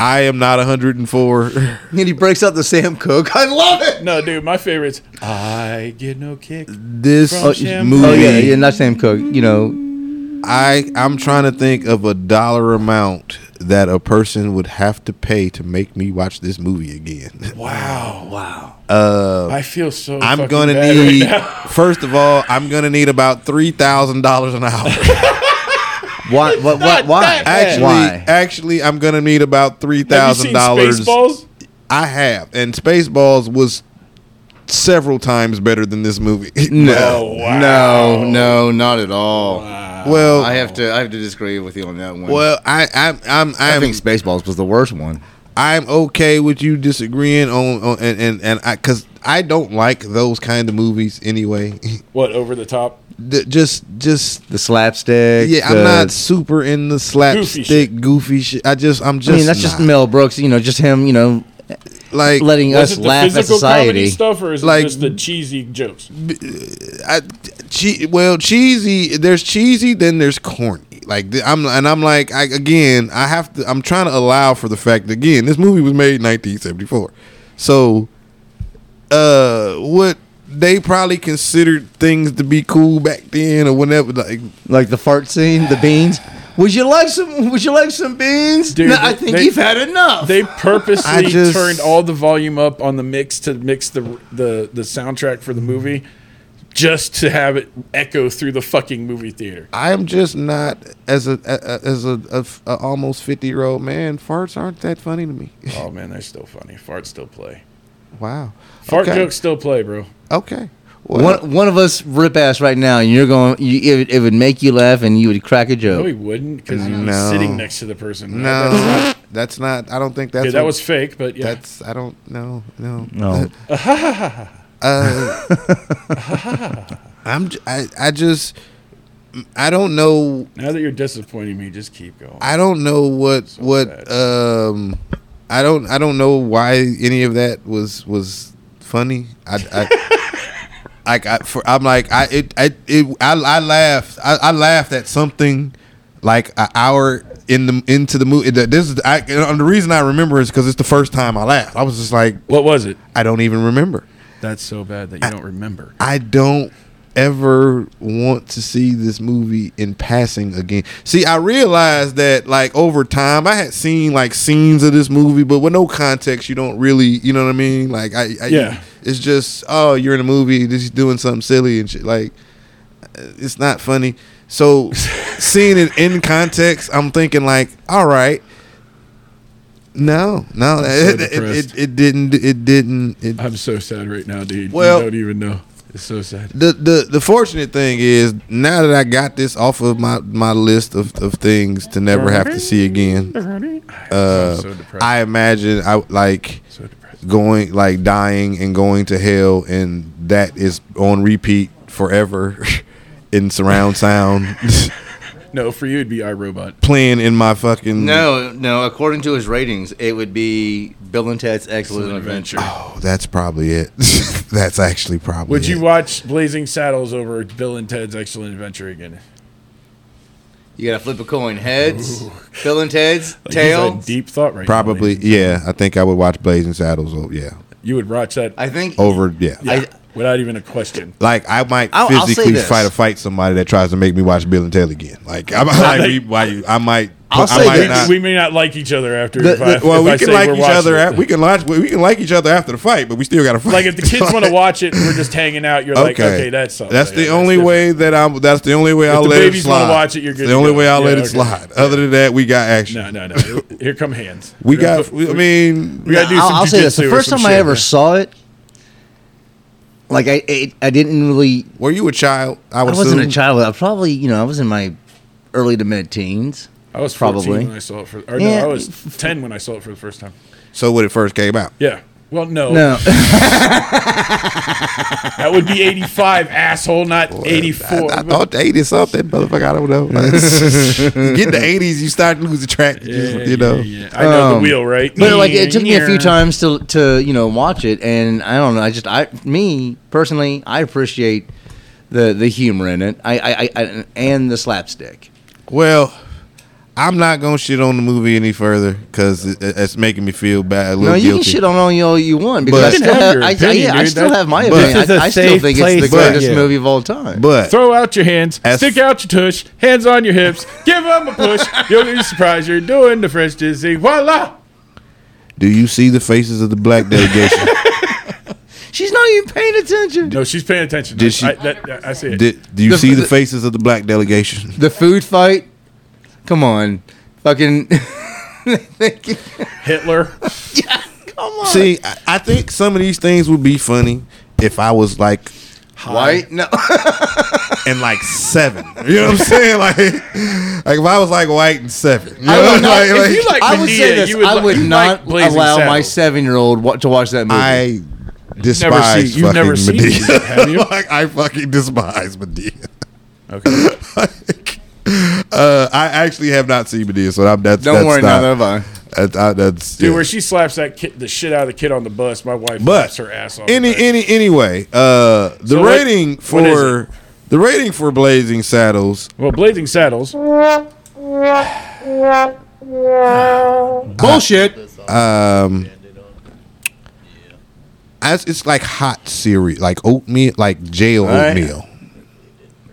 Speaker 3: I am not 104.
Speaker 2: And he breaks out the Sam Cooke. I love it.
Speaker 1: no, dude, my favorite's I get no kick.
Speaker 3: This
Speaker 1: From Sham-
Speaker 3: movie,
Speaker 2: Oh, yeah, yeah, not Sam Cooke. You know,
Speaker 3: I I'm trying to think of a dollar amount that a person would have to pay to make me watch this movie again.
Speaker 1: Wow. Wow. Uh, I feel so.
Speaker 3: I'm
Speaker 1: fucking
Speaker 3: gonna
Speaker 1: bad
Speaker 3: need
Speaker 1: right now.
Speaker 3: first of all, I'm gonna need about three thousand dollars an hour.
Speaker 2: why? What, what, why?
Speaker 3: actually,
Speaker 2: why?
Speaker 3: actually, I'm gonna need about three
Speaker 1: Have you
Speaker 3: thousand
Speaker 1: seen
Speaker 3: dollars.
Speaker 1: Spaceballs?
Speaker 3: I have, and Spaceballs was several times better than this movie.
Speaker 2: No,
Speaker 1: Oh, wow.
Speaker 2: no, no, not at all.
Speaker 3: well,
Speaker 2: I have to, I have to disagree with you on that one.
Speaker 3: well, I, I'm, I'm,
Speaker 2: I
Speaker 3: I'm,
Speaker 2: think Spaceballs was the worst one.
Speaker 3: I'm okay with you disagreeing on, on and, and and I because I don't like those kind of movies anyway.
Speaker 1: What over the top?
Speaker 3: The- just, just.
Speaker 2: The slapstick.
Speaker 3: Yeah,
Speaker 2: the-
Speaker 3: I'm not super in the slapstick, goofy
Speaker 1: shit.
Speaker 3: shit. I just, I'm
Speaker 2: I
Speaker 3: just.
Speaker 2: mean, that's just
Speaker 3: not.
Speaker 2: Mel Brooks. You know, just him. You know,
Speaker 3: like
Speaker 2: letting
Speaker 1: Was
Speaker 2: us
Speaker 1: it the
Speaker 2: laugh at
Speaker 1: physical comedy
Speaker 2: society.
Speaker 1: stuff, or is
Speaker 3: Like-
Speaker 1: it just the cheesy jokes?
Speaker 3: I, che- well, cheesy. There's cheesy, then there's corny. Like th- I'm, and I'm like, I, again, I have to. I'm trying to allow for the fact that again, this movie was made in 1974, so uh, what they probably considered things to be cool back then or whatever. Like,
Speaker 2: Like the fart scene, the beans. Would you like some? Would you like some beans?
Speaker 1: Dude,
Speaker 2: no, I think
Speaker 1: they-
Speaker 2: you've had enough.
Speaker 1: They purposely
Speaker 3: I just-
Speaker 1: turned all the volume up on the mix to mix the, the the soundtrack for the movie, just to have it echo through the fucking movie theater.
Speaker 3: I'm just not as a, a a- as a, a f- a almost 50 year old man. Farts aren't that funny to me.
Speaker 1: Oh man, they're still funny. Farts still play.
Speaker 3: wow.
Speaker 1: Fart
Speaker 3: okay.
Speaker 1: jokes still play, bro.
Speaker 3: Okay. Well,
Speaker 2: one, one of us rip ass right now, and you're going. You, it, would- it would make you laugh, and you would crack a
Speaker 1: No, he
Speaker 2: joke.
Speaker 1: wouldn't because he was
Speaker 3: Oh. No.
Speaker 1: sitting next to the person.
Speaker 3: No,
Speaker 1: That's-
Speaker 3: that's not. I don't think that's.
Speaker 1: yeah, that
Speaker 3: what-
Speaker 1: was fake, but yeah.
Speaker 3: That's I don't know. No.
Speaker 2: No,
Speaker 3: Uh, I'm j- I I just I don't know
Speaker 1: now that you're disappointing me, just keep going.
Speaker 3: I don't know what what
Speaker 1: bad.
Speaker 3: um I don't I don't know why any of that was was funny. I I like I for, I'm like I it I it I, I laughed I, I laughed at something like an hour in the into the movie. This is I and the reason I remember is because it's the first time I laughed. I was just like
Speaker 1: what was it?
Speaker 3: I don't even remember.
Speaker 1: That's so bad that you don't remember.
Speaker 3: I don't ever want to see this movie in passing again. See, I realized that like over time I had seen like scenes of this movie, but with no context, you don't really, you know what I mean? Like I, I
Speaker 1: Yeah.
Speaker 3: it's just oh, you're in a movie, this is doing something silly and shit. Like uh, it's not funny. So seeing it in context, I'm thinking like, all right. No, no, it, it,
Speaker 1: depressed.
Speaker 3: it, it didn't, it didn't, it
Speaker 1: I'm so sad right now, dude.
Speaker 3: Well-
Speaker 1: you don't even know. It's so sad.
Speaker 3: the the the fortunate thing is now that I got this off of my my list of, of things to never have to see again.
Speaker 1: I'm
Speaker 3: Uh,
Speaker 1: so depressed.
Speaker 3: I imagine I would, like
Speaker 1: so depressed.
Speaker 3: going like dying and going to hell, and that is on repeat forever in surround sound
Speaker 1: No, for you it'd be iRobot.
Speaker 3: playing in my fucking
Speaker 2: no, no. According to his ratings, it would be Bill and Ted's Excellent Adventure.
Speaker 3: Oh, that's probably it. that's actually probably.
Speaker 1: Would you
Speaker 3: it.
Speaker 1: watch Blazing Saddles over Bill and Ted's Excellent Adventure again?
Speaker 2: You gotta flip a coin. Heads, Bill and Ted's
Speaker 1: Like, he's
Speaker 2: tail.
Speaker 1: on deep thought right now,
Speaker 3: Probably,
Speaker 1: ladies.
Speaker 3: yeah. I think I would watch Blazing Saddles. Oh, yeah,
Speaker 1: You would watch that
Speaker 2: I think.
Speaker 3: over, yeah.
Speaker 1: yeah, without even a question.
Speaker 3: Like I might
Speaker 2: I'll- I'll say
Speaker 3: physically
Speaker 2: this.
Speaker 3: fight a fight somebody that tries to make me watch Bill and Ted again. Like I might, I might, I might
Speaker 2: I'll
Speaker 3: I
Speaker 2: say
Speaker 3: might
Speaker 1: We,
Speaker 2: this.
Speaker 3: not.
Speaker 1: we may not like each other after.
Speaker 2: The-
Speaker 1: if I,
Speaker 2: the-
Speaker 3: Well,
Speaker 1: if I
Speaker 3: we can
Speaker 1: say
Speaker 3: like
Speaker 1: we're
Speaker 3: each
Speaker 1: watching
Speaker 3: other.
Speaker 1: the
Speaker 3: After,
Speaker 1: thing.
Speaker 3: we can like we can like each other after the fight, but we still got to fight.
Speaker 1: like if the kids want to watch it, and we're just hanging out. You're like, okay, that's something.
Speaker 3: That's the
Speaker 1: Yeah,
Speaker 3: only
Speaker 1: different.
Speaker 3: way that I'm. That's the only way I'll
Speaker 1: the
Speaker 3: let it
Speaker 1: babies wanna
Speaker 3: slide.
Speaker 1: watch it, you're good
Speaker 3: the
Speaker 1: to
Speaker 3: only
Speaker 1: go.
Speaker 3: way I'll
Speaker 1: Yeah,
Speaker 3: let it
Speaker 1: okay.
Speaker 3: slide. Other than that, we got action.
Speaker 1: No, no, no. Here come hands.
Speaker 3: We
Speaker 1: We're gonna
Speaker 3: got.
Speaker 1: put-
Speaker 3: I mean,
Speaker 1: we gotta do
Speaker 2: I'll,
Speaker 1: some
Speaker 2: I'll say this: the
Speaker 1: jujitsu or
Speaker 2: first
Speaker 1: some
Speaker 2: time I
Speaker 1: shit.
Speaker 2: ever saw it, like I, it, I didn't really.
Speaker 3: were you a child? I,
Speaker 2: I
Speaker 3: would
Speaker 2: wasn't a
Speaker 3: assume?
Speaker 2: child. I probably, you know, I was in my early to mid teens.
Speaker 1: I was 14
Speaker 2: probably.
Speaker 1: when I saw it for. Or
Speaker 2: Yeah.
Speaker 1: no, I was 10 when I saw it for the first time.
Speaker 3: So when it first came out,
Speaker 1: Yeah. Well, no,
Speaker 2: No,
Speaker 1: that would be 85, asshole, not 84.
Speaker 3: I, I thought eighty something, motherfucker. I don't know. you get in the eighties, you start losing track.
Speaker 1: Yeah, yeah,
Speaker 3: you know.
Speaker 1: yeah, yeah. I know the
Speaker 2: Um,
Speaker 1: wheel, right?
Speaker 2: but like it took me a
Speaker 1: Yeah.
Speaker 2: few times to to you know watch it, and I don't know. I just I me personally, I appreciate the the humor in it. I I, I, I and the slapstick.
Speaker 3: Well, I'm not gonna shit on the movie any further because it, it's making me feel bad. A little
Speaker 2: No, you
Speaker 3: guilty.
Speaker 2: can shit on all you all you want because
Speaker 1: can
Speaker 2: I
Speaker 3: But- You
Speaker 2: still
Speaker 1: have
Speaker 2: have,
Speaker 1: your
Speaker 2: I, I,
Speaker 1: opinion,
Speaker 2: yeah, I
Speaker 1: dude.
Speaker 2: still
Speaker 1: That-
Speaker 2: have my
Speaker 3: But-
Speaker 2: opinion.
Speaker 7: This is
Speaker 2: I,
Speaker 7: a
Speaker 2: I still
Speaker 7: safe
Speaker 2: think
Speaker 7: place
Speaker 2: it's the
Speaker 7: to-
Speaker 2: greatest
Speaker 7: yeah.
Speaker 2: movie of all time.
Speaker 3: But
Speaker 1: Throw out your hands,
Speaker 3: As-
Speaker 1: stick out your tush, hands on your hips, give them a push. You'll be surprised you're doing the French dizzy. Voila!
Speaker 3: do you see the faces of the black delegation?
Speaker 2: she's not even paying attention.
Speaker 1: No, she's paying attention.
Speaker 3: Did she-
Speaker 1: I, that, that- I see it.
Speaker 3: Did, do you
Speaker 2: The-
Speaker 3: see the
Speaker 2: the-
Speaker 3: faces of the black delegation?
Speaker 2: The food fight. Come on, fucking.
Speaker 1: Hitler.
Speaker 2: Come on.
Speaker 3: See, I, I think some of these things would be funny if I was like
Speaker 2: white? No.
Speaker 3: and like seven. You know what I'm saying? Like, like if I was like white and seven. You know,
Speaker 2: I would not-
Speaker 3: like,
Speaker 1: if you like
Speaker 3: like-
Speaker 2: I would
Speaker 1: Medea,
Speaker 2: say this.
Speaker 1: you would
Speaker 2: I
Speaker 1: li-
Speaker 2: would
Speaker 1: you like
Speaker 2: not
Speaker 1: Blazing
Speaker 2: allow
Speaker 1: Saddles.
Speaker 2: my seven-year-old wa- to watch that movie.
Speaker 3: I
Speaker 1: Never
Speaker 3: despise
Speaker 1: seen- you've never
Speaker 3: fucking
Speaker 1: seen
Speaker 3: Medea.
Speaker 1: it, have you?
Speaker 3: like I fucking despise Medea.
Speaker 1: Okay.
Speaker 3: like, uh, I actually have not seen Medea, so I'm, that's
Speaker 2: Don't
Speaker 3: that's
Speaker 2: worry,
Speaker 3: not,
Speaker 2: neither have I.
Speaker 3: That's, I, that's
Speaker 1: Dude,
Speaker 3: yeah.
Speaker 1: where she slaps that kid, the shit out of the kid on the bus, my wife
Speaker 3: But
Speaker 1: slaps her ass off.
Speaker 3: any
Speaker 1: the back.
Speaker 3: any anyway, uh, the
Speaker 1: So what-
Speaker 3: rating
Speaker 1: what is
Speaker 3: for the rating for Blazing Saddles.
Speaker 1: well, Blazing Saddles.
Speaker 2: Bullshit.
Speaker 3: Um, as it's like hot cereal, like oatmeal, like jail
Speaker 2: right.
Speaker 3: oatmeal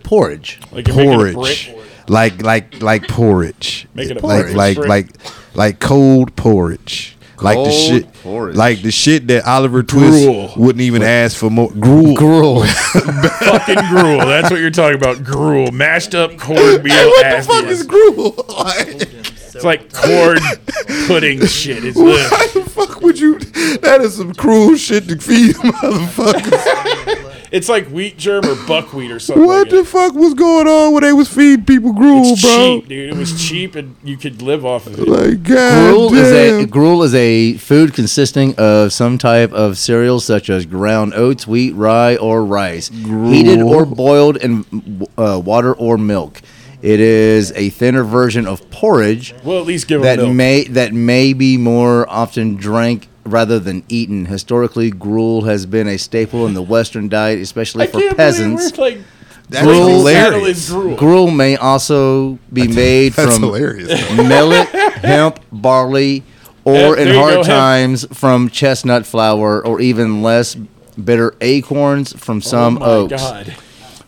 Speaker 2: Porridge.
Speaker 1: Like you're making a
Speaker 3: porridge,
Speaker 1: brick.
Speaker 3: like like like porridge,
Speaker 1: Make it a
Speaker 3: like
Speaker 1: porridge.
Speaker 3: like like like cold porridge. Like the
Speaker 2: Cold
Speaker 3: shit,
Speaker 2: porridge.
Speaker 3: like the shit that Oliver Twist
Speaker 1: Gruel.
Speaker 3: wouldn't even ask for more. Gruel,
Speaker 2: Gruel.
Speaker 1: Fucking gruel. That's what you're talking about. Gruel. Mashed up cornmeal
Speaker 3: what the
Speaker 1: ass.
Speaker 3: fuck is gruel? Like,
Speaker 1: It's like corn pudding shit. It's ugh.
Speaker 3: why the fuck would you? That is some cruel shit to feed motherfuckers.
Speaker 1: It's like wheat germ or buckwheat or something.
Speaker 3: What
Speaker 1: like
Speaker 3: the
Speaker 1: that.
Speaker 3: fuck was going on when they was feeding people gruel,
Speaker 1: It's
Speaker 3: bro?
Speaker 1: cheap, dude. It was cheap, and you could live off of it.
Speaker 3: Like god
Speaker 2: gruel is a
Speaker 3: damn.
Speaker 2: gruel is a food consisting of some type of cereal such as ground oats, wheat, rye, or rice, heated or boiled in uh, water or milk. It is a thinner version of porridge
Speaker 1: Well, at least give them
Speaker 2: that
Speaker 1: milk.
Speaker 2: may that may be more often drank rather than eaten. Historically, gruel has been a staple in the Western diet, especially
Speaker 1: I
Speaker 2: for
Speaker 1: can't
Speaker 2: peasants.
Speaker 1: believe we're like
Speaker 3: That's
Speaker 1: Blazing
Speaker 2: hilarious.
Speaker 1: Saddle is gruel.
Speaker 2: Gruel may also be made
Speaker 3: That's
Speaker 2: from
Speaker 3: hilarious.
Speaker 2: millet, hemp, barley,
Speaker 1: Hemp,
Speaker 2: or in
Speaker 1: there you
Speaker 2: hard
Speaker 1: go, hemp.
Speaker 2: times from chestnut flour, or even less bitter acorns from some
Speaker 1: oh my
Speaker 2: oaks.
Speaker 1: God.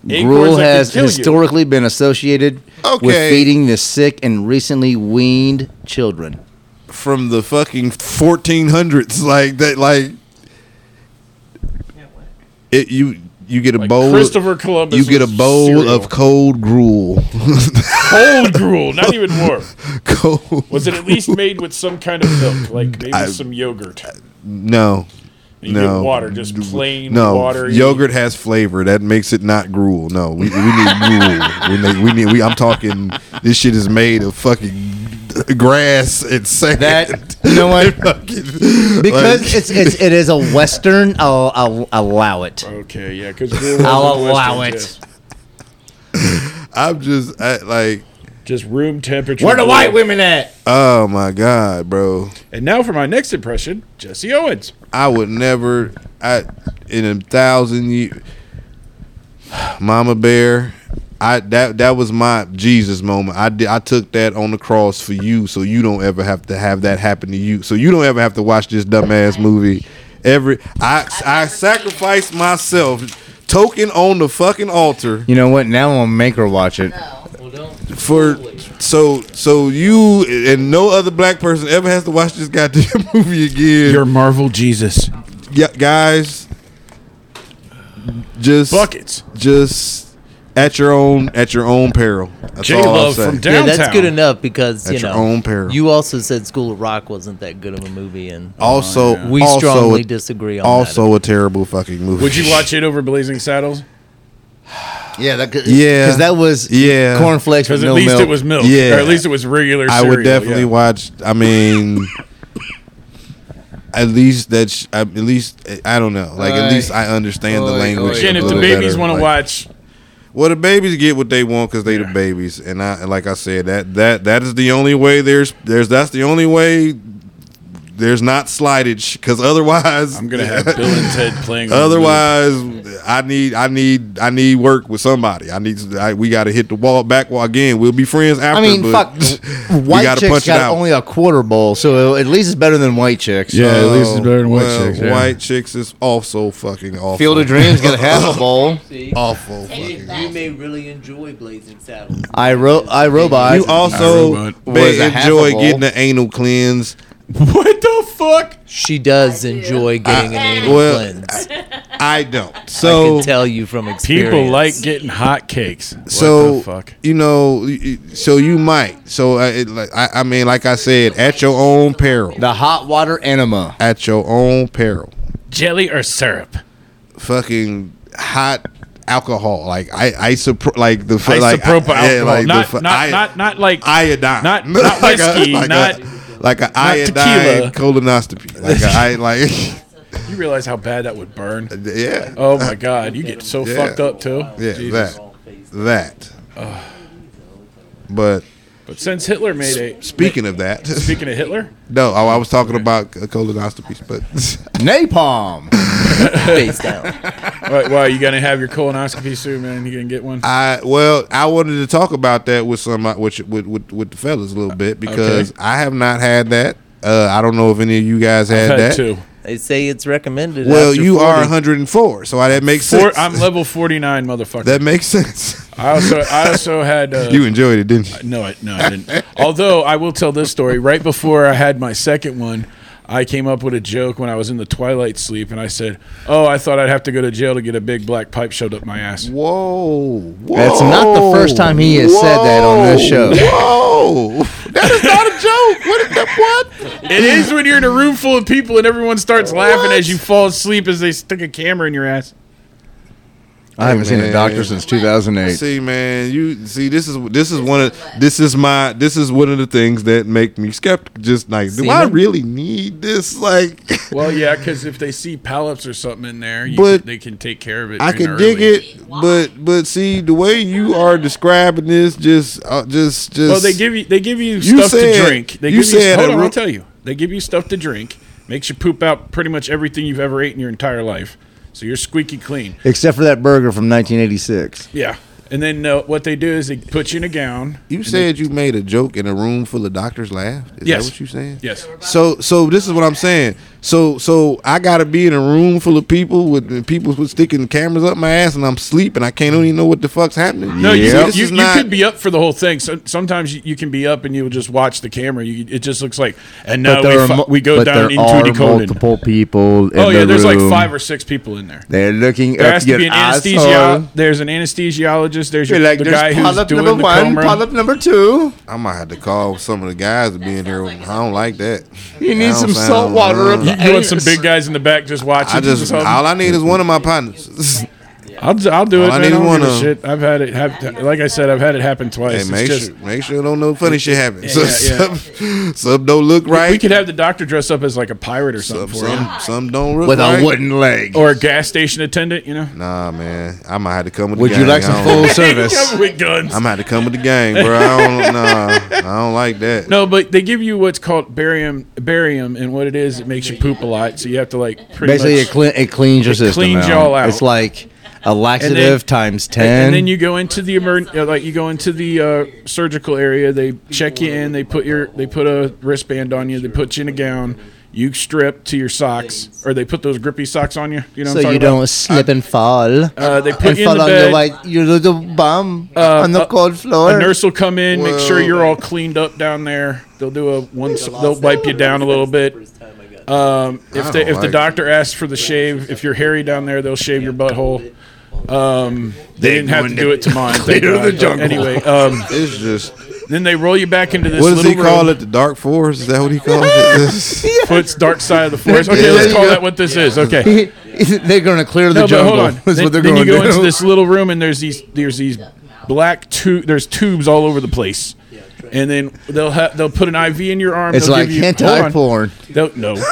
Speaker 1: Acorns that
Speaker 2: Gruel
Speaker 1: could
Speaker 2: has
Speaker 1: kill you.
Speaker 2: historically been associated
Speaker 3: Okay.
Speaker 2: with feeding the sick and recently weaned children.
Speaker 3: From the fucking 1400s, like that, like it. You you get a
Speaker 1: Like
Speaker 3: bowl.
Speaker 1: Christopher Columbus.
Speaker 3: you get a
Speaker 1: was
Speaker 3: bowl
Speaker 1: cereal.
Speaker 3: of cold gruel.
Speaker 1: cold gruel, not even warm.
Speaker 3: cold.
Speaker 1: Was it at least made with some kind of milk, like maybe some yogurt?
Speaker 3: No.
Speaker 1: You
Speaker 3: no
Speaker 1: get water, just plain
Speaker 3: no
Speaker 1: water.
Speaker 3: yogurt has flavor that makes it not gruel. No, we, we need gruel. We need, we need. We, I'm talking. This shit is made of fucking grass and sand.
Speaker 2: That you know what?
Speaker 3: Fucking-
Speaker 2: Because
Speaker 3: like-
Speaker 2: it's, it's it is a western, I'll, I'll allow it.
Speaker 1: Okay, yeah, because
Speaker 2: I'll allow it.
Speaker 3: I'm just I, like,
Speaker 1: Just room temperature.
Speaker 2: Where the
Speaker 1: gruel.
Speaker 2: white women at?
Speaker 3: oh my god, bro.
Speaker 1: And now for my next impression, Jesse Owens.
Speaker 3: I would never. I in a thousand years, Mama Bear. I that that was my Jesus moment. I did, I took that on the cross for you, so you don't ever have to have that happen to you. So you don't ever have to watch this dumbass movie. Every I I sacrificed myself, token on the fucking altar
Speaker 2: You know what? Now I'm gonna make her watch it.
Speaker 5: No.
Speaker 3: for So so you and no other black person ever has to watch this goddamn movie again.
Speaker 1: Your Marvel Jesus.
Speaker 3: yeah, guys. Just
Speaker 1: Buckets.
Speaker 3: Just at your own at your own peril. That's
Speaker 1: J
Speaker 3: all I'll
Speaker 1: Love
Speaker 3: say.
Speaker 1: from
Speaker 4: Yeah,
Speaker 1: downtown.
Speaker 4: that's good enough because
Speaker 3: At
Speaker 4: you
Speaker 3: your
Speaker 4: know
Speaker 3: own peril.
Speaker 4: you also said School of Rock wasn't that good of a movie, and
Speaker 3: also,
Speaker 4: Oh, we
Speaker 3: also
Speaker 4: strongly
Speaker 3: a-
Speaker 4: disagree on that.
Speaker 3: Also, a terrible fucking movie.
Speaker 1: Would you watch it over Blazing Saddles?
Speaker 2: Yeah, that could,
Speaker 3: Yeah.
Speaker 2: because that was
Speaker 3: Yeah.
Speaker 2: cornflakes with
Speaker 1: Because at
Speaker 2: no
Speaker 1: least
Speaker 2: milk.
Speaker 1: it was milk.
Speaker 3: Yeah.
Speaker 1: Or at least it was regular
Speaker 3: I
Speaker 1: cereal.
Speaker 3: would definitely
Speaker 1: yeah.
Speaker 3: watch. I mean, at least that's at least I don't know. Like at
Speaker 2: Oy.
Speaker 3: least I understand the
Speaker 6: Oy,
Speaker 3: language.
Speaker 6: oy,
Speaker 3: a
Speaker 1: And if the
Speaker 3: little
Speaker 1: babies
Speaker 3: better.
Speaker 1: want to
Speaker 3: Like,
Speaker 1: watch,
Speaker 3: well, the babies get what they want because they the babies, and I like I said that that that is the only way. There's there's that's the only way. There's not slidage because otherwise
Speaker 1: I'm going to have Bill and Ted playing. on the
Speaker 3: Otherwise, I need I need I need work with somebody. I need I, we got to hit the wall back wall again. We'll be friends after.
Speaker 2: I mean,
Speaker 3: but
Speaker 2: fuck.
Speaker 3: we
Speaker 2: White
Speaker 3: gotta
Speaker 2: chicks
Speaker 3: punch it
Speaker 2: got
Speaker 3: out.
Speaker 2: only a quarter bowl, so at least it's better than white chicks.
Speaker 1: Yeah. at least it's better than white
Speaker 3: Oh, well,
Speaker 1: chicks, yeah.
Speaker 3: White chicks is also fucking awful.
Speaker 2: Field of Dreams got half a bowl.
Speaker 3: awful.
Speaker 5: Take
Speaker 3: fucking-
Speaker 5: it back.
Speaker 4: may really enjoy Blazing Saddles.
Speaker 2: I ro- I robot.
Speaker 3: You also
Speaker 1: Robot.
Speaker 2: Was
Speaker 3: may
Speaker 2: a half
Speaker 3: enjoy
Speaker 2: a bowl.
Speaker 3: getting the anal cleanse.
Speaker 1: loop. What the fuck?
Speaker 4: She does
Speaker 5: I do.
Speaker 4: enjoy getting
Speaker 5: I-
Speaker 4: an anal
Speaker 3: well,
Speaker 4: cleanse.
Speaker 3: I don't.
Speaker 4: I
Speaker 3: So
Speaker 4: can tell you from experience.
Speaker 1: People like getting hot cakes. What
Speaker 3: so
Speaker 1: the fuck?
Speaker 3: you know, y- y- so you might. So uh, it, like, I, I mean, like I said, at your own peril.
Speaker 2: the hot water enema.
Speaker 3: At your own peril.
Speaker 1: Jelly or syrup?
Speaker 3: fucking hot alcohol, like I isopro, like the fu- like
Speaker 1: Isopropyl
Speaker 3: I- yeah,
Speaker 1: alcohol.
Speaker 3: like the
Speaker 1: not,
Speaker 3: fu-
Speaker 1: not,
Speaker 3: I-
Speaker 1: not, not like
Speaker 3: iodine,
Speaker 1: not- not
Speaker 3: Like a-
Speaker 1: whiskey,
Speaker 3: like a-
Speaker 1: not-
Speaker 3: like a iodine
Speaker 1: tequila.
Speaker 3: colonoscopy, like a, I like
Speaker 1: You realize how bad that would burn?
Speaker 3: yeah,
Speaker 1: Oh my god, you get so
Speaker 3: Yeah.
Speaker 1: fucked up too.
Speaker 3: yeah,
Speaker 1: Jesus.
Speaker 3: that that. But
Speaker 1: But since Hitler made a
Speaker 3: speaking of that,
Speaker 1: speaking of Hitler,
Speaker 3: no, oh, I was talking about colonoscopies, but
Speaker 2: Napalm.
Speaker 4: face down.
Speaker 1: all right, wow, you gonna have your colonoscopy soon, man. You gonna get one?
Speaker 3: I well, I wanted to talk about that with some uh, with with with, with the fellas a little bit because
Speaker 1: Okay.
Speaker 3: I have not had that. Uh, I don't know if any of you guys had,
Speaker 1: I've
Speaker 3: that.
Speaker 1: two.
Speaker 4: They say it's recommended.
Speaker 3: Well,
Speaker 4: after
Speaker 3: you
Speaker 4: 40.
Speaker 3: are 104, so that makes
Speaker 1: Four,
Speaker 3: sense.
Speaker 1: I'm level 49, motherfucker.
Speaker 3: that makes sense.
Speaker 1: I also I also had uh,
Speaker 3: you enjoyed it, didn't you?
Speaker 1: No, I, no, I didn't. Although I will tell this story. Right before I had my second one, I came up with a joke when I was in the twilight sleep, and I said, "Oh, I thought I'd have to go to jail to get a big black pipe shoved up my ass."
Speaker 3: Whoa, whoa!
Speaker 2: That's not the first time he has said that on this show.
Speaker 3: Whoa, that is not a joke. What? Is that, what?
Speaker 1: It is when you're in a room full of people and everyone starts laughing as you fall asleep as they stick a camera in your ass.
Speaker 2: I haven't seen
Speaker 3: man.
Speaker 2: a doctor since 2008.
Speaker 3: See, man, you see, this is this is one of this is my this is one of the things that make me skeptical. Just like, do I
Speaker 4: Semen?
Speaker 3: really need this? Like,
Speaker 1: Well, yeah, because if they see polyps or something in there, you
Speaker 3: But
Speaker 1: can, they can take care of it.
Speaker 3: I
Speaker 1: in
Speaker 3: can
Speaker 1: early.
Speaker 3: dig it, but but see, the way you are describing this, just uh, just just
Speaker 1: Well, they give you they give you,
Speaker 3: You
Speaker 1: stuff
Speaker 3: said-
Speaker 1: to drink. They
Speaker 3: you
Speaker 1: give you
Speaker 3: said
Speaker 1: hold
Speaker 3: a
Speaker 1: on,
Speaker 3: ru-
Speaker 1: I'll tell you. They give you stuff to drink. Makes you poop out pretty much everything you've ever ate in your entire life. So you're squeaky clean.
Speaker 2: Except for that burger from 1986.
Speaker 1: Yeah. And then uh, what they do is they put you in a gown.
Speaker 3: You said you made a joke in a room full of doctors laughed. Is
Speaker 1: Yes.
Speaker 3: that what you saying?
Speaker 1: Yes.
Speaker 3: So so this is what I'm saying. So so I gotta be in a room full of people with people with sticking cameras up my ass and I'm sleeping. I can't even know what the fuck's happening.
Speaker 1: No,
Speaker 3: See,
Speaker 1: you,
Speaker 3: this
Speaker 1: you,
Speaker 3: is
Speaker 1: you
Speaker 3: not-
Speaker 1: could be up for the whole thing. So, sometimes you, you can be up and you'll just watch the camera. You, it just looks like, and now we, fu-
Speaker 2: mu-
Speaker 1: we go
Speaker 2: but
Speaker 1: down
Speaker 2: there
Speaker 1: into the
Speaker 2: are
Speaker 1: Conan.
Speaker 2: multiple people. In
Speaker 1: Oh yeah,
Speaker 2: the
Speaker 1: there's like
Speaker 2: room.
Speaker 1: five or six people in there.
Speaker 2: They're looking
Speaker 1: There
Speaker 2: up
Speaker 1: has to
Speaker 2: your
Speaker 1: be an
Speaker 2: asshole.
Speaker 1: anesthesiologist. There's an anesthesiologist. There's your,
Speaker 2: You're like,
Speaker 1: the
Speaker 2: there's
Speaker 1: guy who's
Speaker 2: polyp
Speaker 1: doing
Speaker 2: number
Speaker 1: the
Speaker 2: one,
Speaker 1: camera.
Speaker 2: polyp number two.
Speaker 3: I might have to call some of the guys to be in here. I don't like that.
Speaker 2: You need
Speaker 3: That
Speaker 2: some
Speaker 3: don't sound-
Speaker 2: salt water.
Speaker 1: You, you want some big guys in the back just watching?
Speaker 3: I just
Speaker 1: something?
Speaker 3: all I need is one of my partners.
Speaker 1: I'll, d- I'll do it.
Speaker 3: All I
Speaker 1: man. I
Speaker 3: need
Speaker 1: don't give a
Speaker 3: is one of 'em.
Speaker 1: shit. I've had it. Have, like I said, I've had it happen twice.
Speaker 3: hey,
Speaker 1: It's
Speaker 3: make
Speaker 1: just-
Speaker 3: sure make sure don't no funny shit happen.
Speaker 1: Yeah, yeah.
Speaker 3: Some, some, some don't look right.
Speaker 1: we could have the doctor dress up as like a pirate or something
Speaker 3: some,
Speaker 1: for you,
Speaker 3: some, some don't look
Speaker 2: with
Speaker 3: right.
Speaker 2: a wooden leg.
Speaker 1: or a gas station attendant. You know,
Speaker 3: Nah, man. I might have to come with
Speaker 2: Would
Speaker 3: the
Speaker 2: you
Speaker 3: gang.
Speaker 2: like
Speaker 3: I
Speaker 2: some
Speaker 3: don't-
Speaker 2: full service?
Speaker 1: Come with guns.
Speaker 3: I might have to come with the gang, bro. I don't, nah, I don't like that.
Speaker 1: no, but they give you what's called barium, barium, and what it is, it makes you poop a lot. So you have to like pretty
Speaker 2: Basically,
Speaker 1: much
Speaker 2: it, cle- it cleans your system.
Speaker 1: cleans
Speaker 2: out.
Speaker 1: you all out.
Speaker 2: It's like a laxative times ten.
Speaker 1: And then you go into the emer- uh, like you go into the uh, surgical area. They check you in. They put your they put a wristband on you. They put you in a gown. you strip to your socks, or they put those grippy socks on you. You know,
Speaker 2: so
Speaker 1: what I'm
Speaker 2: you
Speaker 1: talking
Speaker 2: don't
Speaker 1: about?
Speaker 2: slip and fall.
Speaker 1: Uh, they put
Speaker 2: and
Speaker 1: you in
Speaker 2: fall
Speaker 1: the
Speaker 2: on
Speaker 1: bed.
Speaker 2: your white, your little bum
Speaker 1: Uh,
Speaker 2: on the
Speaker 1: a-
Speaker 2: cold floor.
Speaker 1: A nurse will come in, make sure
Speaker 3: Whoa.
Speaker 1: you're all cleaned up down there. They'll do a one. They'll wipe you down a little bit. Um, if they,
Speaker 3: don't
Speaker 1: if the
Speaker 3: like
Speaker 1: doctor asks for the shave, if you're hairy down there, they'll shave your butthole. Um, they didn't have to do it to mine. thank
Speaker 3: clear the
Speaker 1: God. But
Speaker 3: jungle.
Speaker 1: Anyway, um,
Speaker 3: It's just
Speaker 1: then they roll you back into this
Speaker 3: what does
Speaker 1: little
Speaker 3: he call
Speaker 1: room.
Speaker 3: it? The dark forest? Is that what he calls it?
Speaker 1: Foot's dark side of the forest. Okay,
Speaker 3: Yeah, there
Speaker 1: let's
Speaker 3: you
Speaker 1: call
Speaker 3: go.
Speaker 1: that what this is. Okay.
Speaker 2: They're going to clear
Speaker 1: No,
Speaker 2: the
Speaker 1: but
Speaker 2: jungle.
Speaker 1: hold on.
Speaker 2: That's
Speaker 1: then
Speaker 2: what they're
Speaker 1: then
Speaker 2: going
Speaker 1: you
Speaker 2: to
Speaker 1: go
Speaker 2: do.
Speaker 1: into this little room and there's these there's these black tube there's tubes all over the place. And then they'll ha- they'll put an IV in your arm.
Speaker 2: it's
Speaker 1: they'll
Speaker 2: like
Speaker 1: give you,
Speaker 2: hentai
Speaker 1: hold on.
Speaker 2: porn.
Speaker 1: They'll, no, They'll-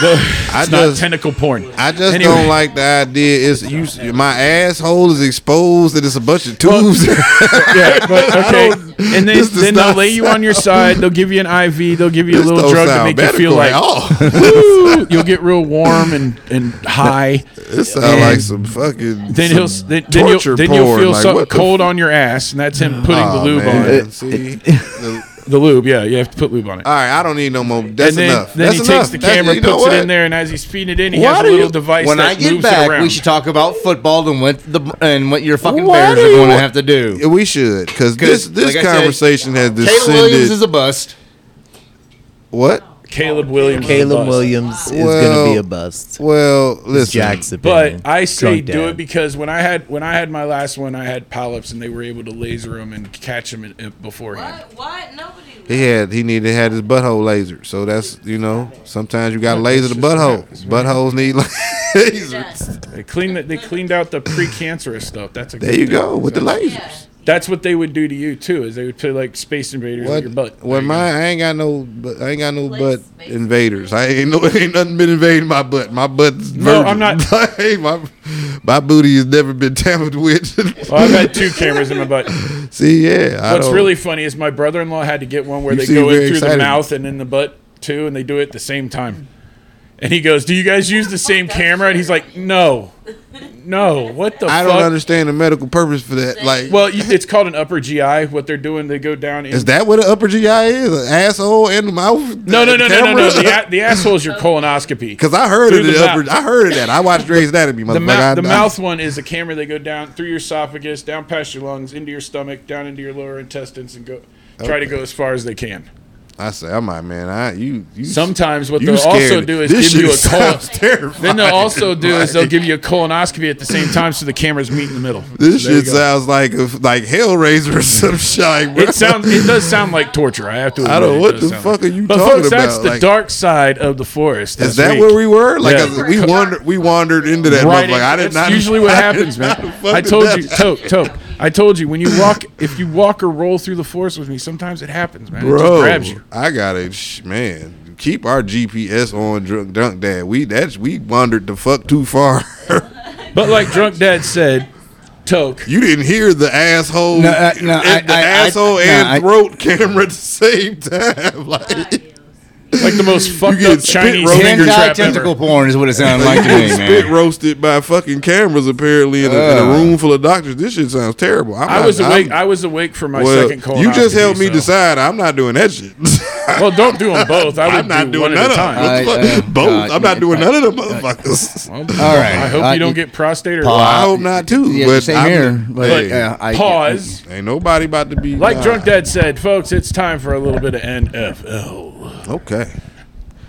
Speaker 1: it's not
Speaker 3: just-
Speaker 1: tentacle porn.
Speaker 3: I just
Speaker 1: Anyway.
Speaker 3: don't like the idea. It's you. s- My asshole is exposed, and it's a bunch of tubes.
Speaker 1: yeah, but okay. And then
Speaker 3: this does
Speaker 1: then they'll
Speaker 3: not
Speaker 1: lay you on your side. They'll give you an IV. They'll give you a
Speaker 3: This
Speaker 1: little
Speaker 3: don't
Speaker 1: drug to
Speaker 3: sound
Speaker 1: make you feel
Speaker 3: medical
Speaker 1: like
Speaker 3: at all.
Speaker 1: "Woo!" you'll get reil warm and and high.
Speaker 3: This sound
Speaker 1: And
Speaker 3: like some fucking.
Speaker 1: Then
Speaker 3: some
Speaker 1: he'll s- then, then
Speaker 3: torture
Speaker 1: you'll then you'll
Speaker 3: porn,
Speaker 1: feel
Speaker 3: like,
Speaker 1: something
Speaker 3: what the Mm.
Speaker 1: cold on your ass, and that's him putting the
Speaker 3: Aw,
Speaker 1: lube
Speaker 3: man.
Speaker 1: on.
Speaker 3: See? The-
Speaker 1: The lube, yeah, you have to put lube on it.
Speaker 3: all right, I don't need no more. Uh, That's
Speaker 1: and then,
Speaker 3: enough.
Speaker 1: then
Speaker 3: That's
Speaker 1: he
Speaker 3: enough.
Speaker 1: takes the
Speaker 3: That's-
Speaker 1: camera,
Speaker 3: you know
Speaker 1: puts it
Speaker 3: what?
Speaker 1: in there, and as he's feeding it in, he
Speaker 2: Why
Speaker 1: has a
Speaker 2: do
Speaker 1: little
Speaker 2: you-
Speaker 1: device
Speaker 2: When
Speaker 1: that
Speaker 2: I get
Speaker 1: moves it
Speaker 2: back,
Speaker 1: around.
Speaker 2: we should talk about football and what the and what your fucking
Speaker 3: Why
Speaker 2: bears
Speaker 3: do
Speaker 2: are
Speaker 3: you
Speaker 2: going to
Speaker 3: want-
Speaker 2: have to do.
Speaker 3: Yeah, We should, because this this
Speaker 2: like I said,
Speaker 3: conversation has
Speaker 2: Taylor Williams
Speaker 3: descended.
Speaker 2: is a bust.
Speaker 3: what?
Speaker 1: Caleb Williams. is the
Speaker 4: Caleb
Speaker 1: bust.
Speaker 4: Williams is gonna
Speaker 3: Well,
Speaker 4: be a bust.
Speaker 3: Well, listen.
Speaker 4: Jack's opinion.
Speaker 1: But I say
Speaker 4: Drunk
Speaker 1: do
Speaker 4: dad.
Speaker 1: it because when I had when I had my last one, I had polyps, and they were able to laser them and catch them beforehand.
Speaker 5: What? What? Nobody.
Speaker 3: He had he needed to have his butthole lasered. So that's you know sometimes you got to laser the
Speaker 1: just what
Speaker 3: butthole.
Speaker 1: happens, man.
Speaker 3: Buttholes need lasers.
Speaker 5: Yes.
Speaker 1: They cleaned the, they cleaned out the precancerous stuff. That's a
Speaker 3: There
Speaker 1: good
Speaker 3: you
Speaker 1: thing.
Speaker 3: go with the
Speaker 5: Yeah.
Speaker 3: lasers.
Speaker 1: That's what they would do to you too. Is they would put like Space Invaders in
Speaker 3: What?
Speaker 1: your butt.
Speaker 3: Well, my I ain't got no but I ain't got no
Speaker 5: Place,
Speaker 3: butt
Speaker 5: space,
Speaker 3: invaders. I ain't no ain't nothing been invading my butt. My butt's
Speaker 1: No,
Speaker 3: virgin.
Speaker 1: I'm not-
Speaker 3: Hey, my my booty has never been tampered with.
Speaker 1: Well, I've had two cameras in my butt.
Speaker 3: See, yeah. I
Speaker 1: What's
Speaker 3: don't-
Speaker 1: really funny is my brother-in-law had to get one where
Speaker 3: Oh. You
Speaker 1: they
Speaker 3: seem
Speaker 1: go in
Speaker 3: very
Speaker 1: through
Speaker 3: excited.
Speaker 1: the mouth and in the butt too, and they do it at the same time. And he goes, "Do you guys use the same camera?" And he's like, "No, no. What the
Speaker 3: I
Speaker 1: fuck?"
Speaker 3: don't understand the medical purpose for that. Like,
Speaker 1: Well, you- it's called an upper GI. What they're doing, they go down. In,
Speaker 3: is that what an upper GI is? An asshole in the mouth?
Speaker 1: no, no, no, no, no, no. The, a- the asshole is your colonoscopy.
Speaker 3: Because I heard of
Speaker 1: Through
Speaker 3: the,
Speaker 1: the
Speaker 3: upper.
Speaker 1: mouth.
Speaker 3: I heard of that. I watched Grey's Anatomy.
Speaker 1: The,
Speaker 3: motherfucker.
Speaker 1: mou-
Speaker 3: I-
Speaker 1: the
Speaker 3: I-
Speaker 1: mouth one is a camera. They go down through your esophagus, down past your lungs, into your stomach, down into your lower intestines, and go try to go as far as they can.
Speaker 3: I say, I'm like, man, I you you.
Speaker 1: Sometimes what
Speaker 3: you
Speaker 1: they'll
Speaker 3: scared
Speaker 1: also
Speaker 3: me.
Speaker 1: do is
Speaker 3: This
Speaker 1: give you a
Speaker 3: shit
Speaker 1: colon.
Speaker 3: sounds terrifying.
Speaker 1: Then they'll also do is they'll give you a colonoscopy at the same time, so the cameras meet in the middle.
Speaker 3: This
Speaker 1: There you
Speaker 3: shit
Speaker 1: go.
Speaker 3: sounds like a, like Hellraiser or some shit. Like, bro.
Speaker 1: It sounds. It does sound like torture. I have to. Admit,
Speaker 3: I don't know
Speaker 1: it
Speaker 3: what
Speaker 1: does
Speaker 3: the
Speaker 1: sound
Speaker 3: fuck
Speaker 1: like-
Speaker 3: are you
Speaker 1: But
Speaker 3: talking
Speaker 1: folks, that's
Speaker 3: about,
Speaker 1: the
Speaker 3: like-
Speaker 1: dark side of the forest. this
Speaker 3: Is that
Speaker 1: week.
Speaker 3: where we were? Like
Speaker 1: Yeah.
Speaker 3: I- we wandered, we wandered into that.
Speaker 1: Right,
Speaker 3: motherfucker. I did
Speaker 1: that's
Speaker 3: not.
Speaker 1: usually what
Speaker 3: I did
Speaker 1: happens,
Speaker 3: not
Speaker 1: man.
Speaker 3: fucking
Speaker 1: I told
Speaker 3: know.
Speaker 1: you, Tope, Tope. I told you when you walk, if you walk or roll through the forest with me, sometimes it happens, man. it just
Speaker 3: bro.
Speaker 1: grabs you.
Speaker 3: I got it, man. Keep our GPS on drunk drunk dad. We that's we wandered the fuck too far.
Speaker 1: But like drunk dad said, Toke.
Speaker 3: you didn't hear the asshole,
Speaker 2: No, uh, no,
Speaker 3: and
Speaker 2: I-
Speaker 3: the
Speaker 2: I- I-
Speaker 3: asshole
Speaker 2: no,
Speaker 3: and
Speaker 2: I-
Speaker 3: throat camera at the same time. Like
Speaker 1: Like the most fucked
Speaker 3: get
Speaker 1: up
Speaker 3: spit
Speaker 1: Chinese
Speaker 3: rolled.
Speaker 1: finger
Speaker 2: Hentai
Speaker 1: trap
Speaker 2: tentacle
Speaker 1: ever.
Speaker 2: porn is what it sounds like to me,
Speaker 3: spit
Speaker 2: man.
Speaker 3: roasted by fucking cameras apparently in a, in a
Speaker 2: Ugh.
Speaker 3: room full of doctors. This shit sounds terrible. I'm
Speaker 1: Ah. I
Speaker 3: not-
Speaker 1: was
Speaker 3: I'm-
Speaker 1: awake. i was awake for my
Speaker 3: well,
Speaker 1: second colonoscopy.
Speaker 3: you just helped me
Speaker 1: so-
Speaker 3: decide. I'm not doing that shit.
Speaker 1: Well, don't do them both. I would
Speaker 3: I'm not
Speaker 1: do
Speaker 3: doing
Speaker 1: one at a
Speaker 3: none of
Speaker 1: time.
Speaker 3: them. What the
Speaker 2: I-
Speaker 3: fuck?
Speaker 2: uh,
Speaker 3: Both.
Speaker 2: uh,
Speaker 3: I'm not
Speaker 2: yeah,
Speaker 3: doing
Speaker 2: uh,
Speaker 3: none of them motherfuckers.
Speaker 1: Well,
Speaker 2: All right.
Speaker 1: I hope
Speaker 2: Uh,
Speaker 1: you don't
Speaker 2: you-
Speaker 1: get prostate or
Speaker 3: I
Speaker 2: Pause.
Speaker 3: hope not too.
Speaker 2: Yeah,
Speaker 3: but
Speaker 2: same
Speaker 3: I'm-
Speaker 2: here. But,
Speaker 3: hey,
Speaker 2: uh, I-
Speaker 1: pause.
Speaker 3: ain't nobody about to be uh,
Speaker 1: Like
Speaker 3: nah.
Speaker 1: Drunk Dad said, folks, it's time for a little bit of NFL.
Speaker 3: Okay,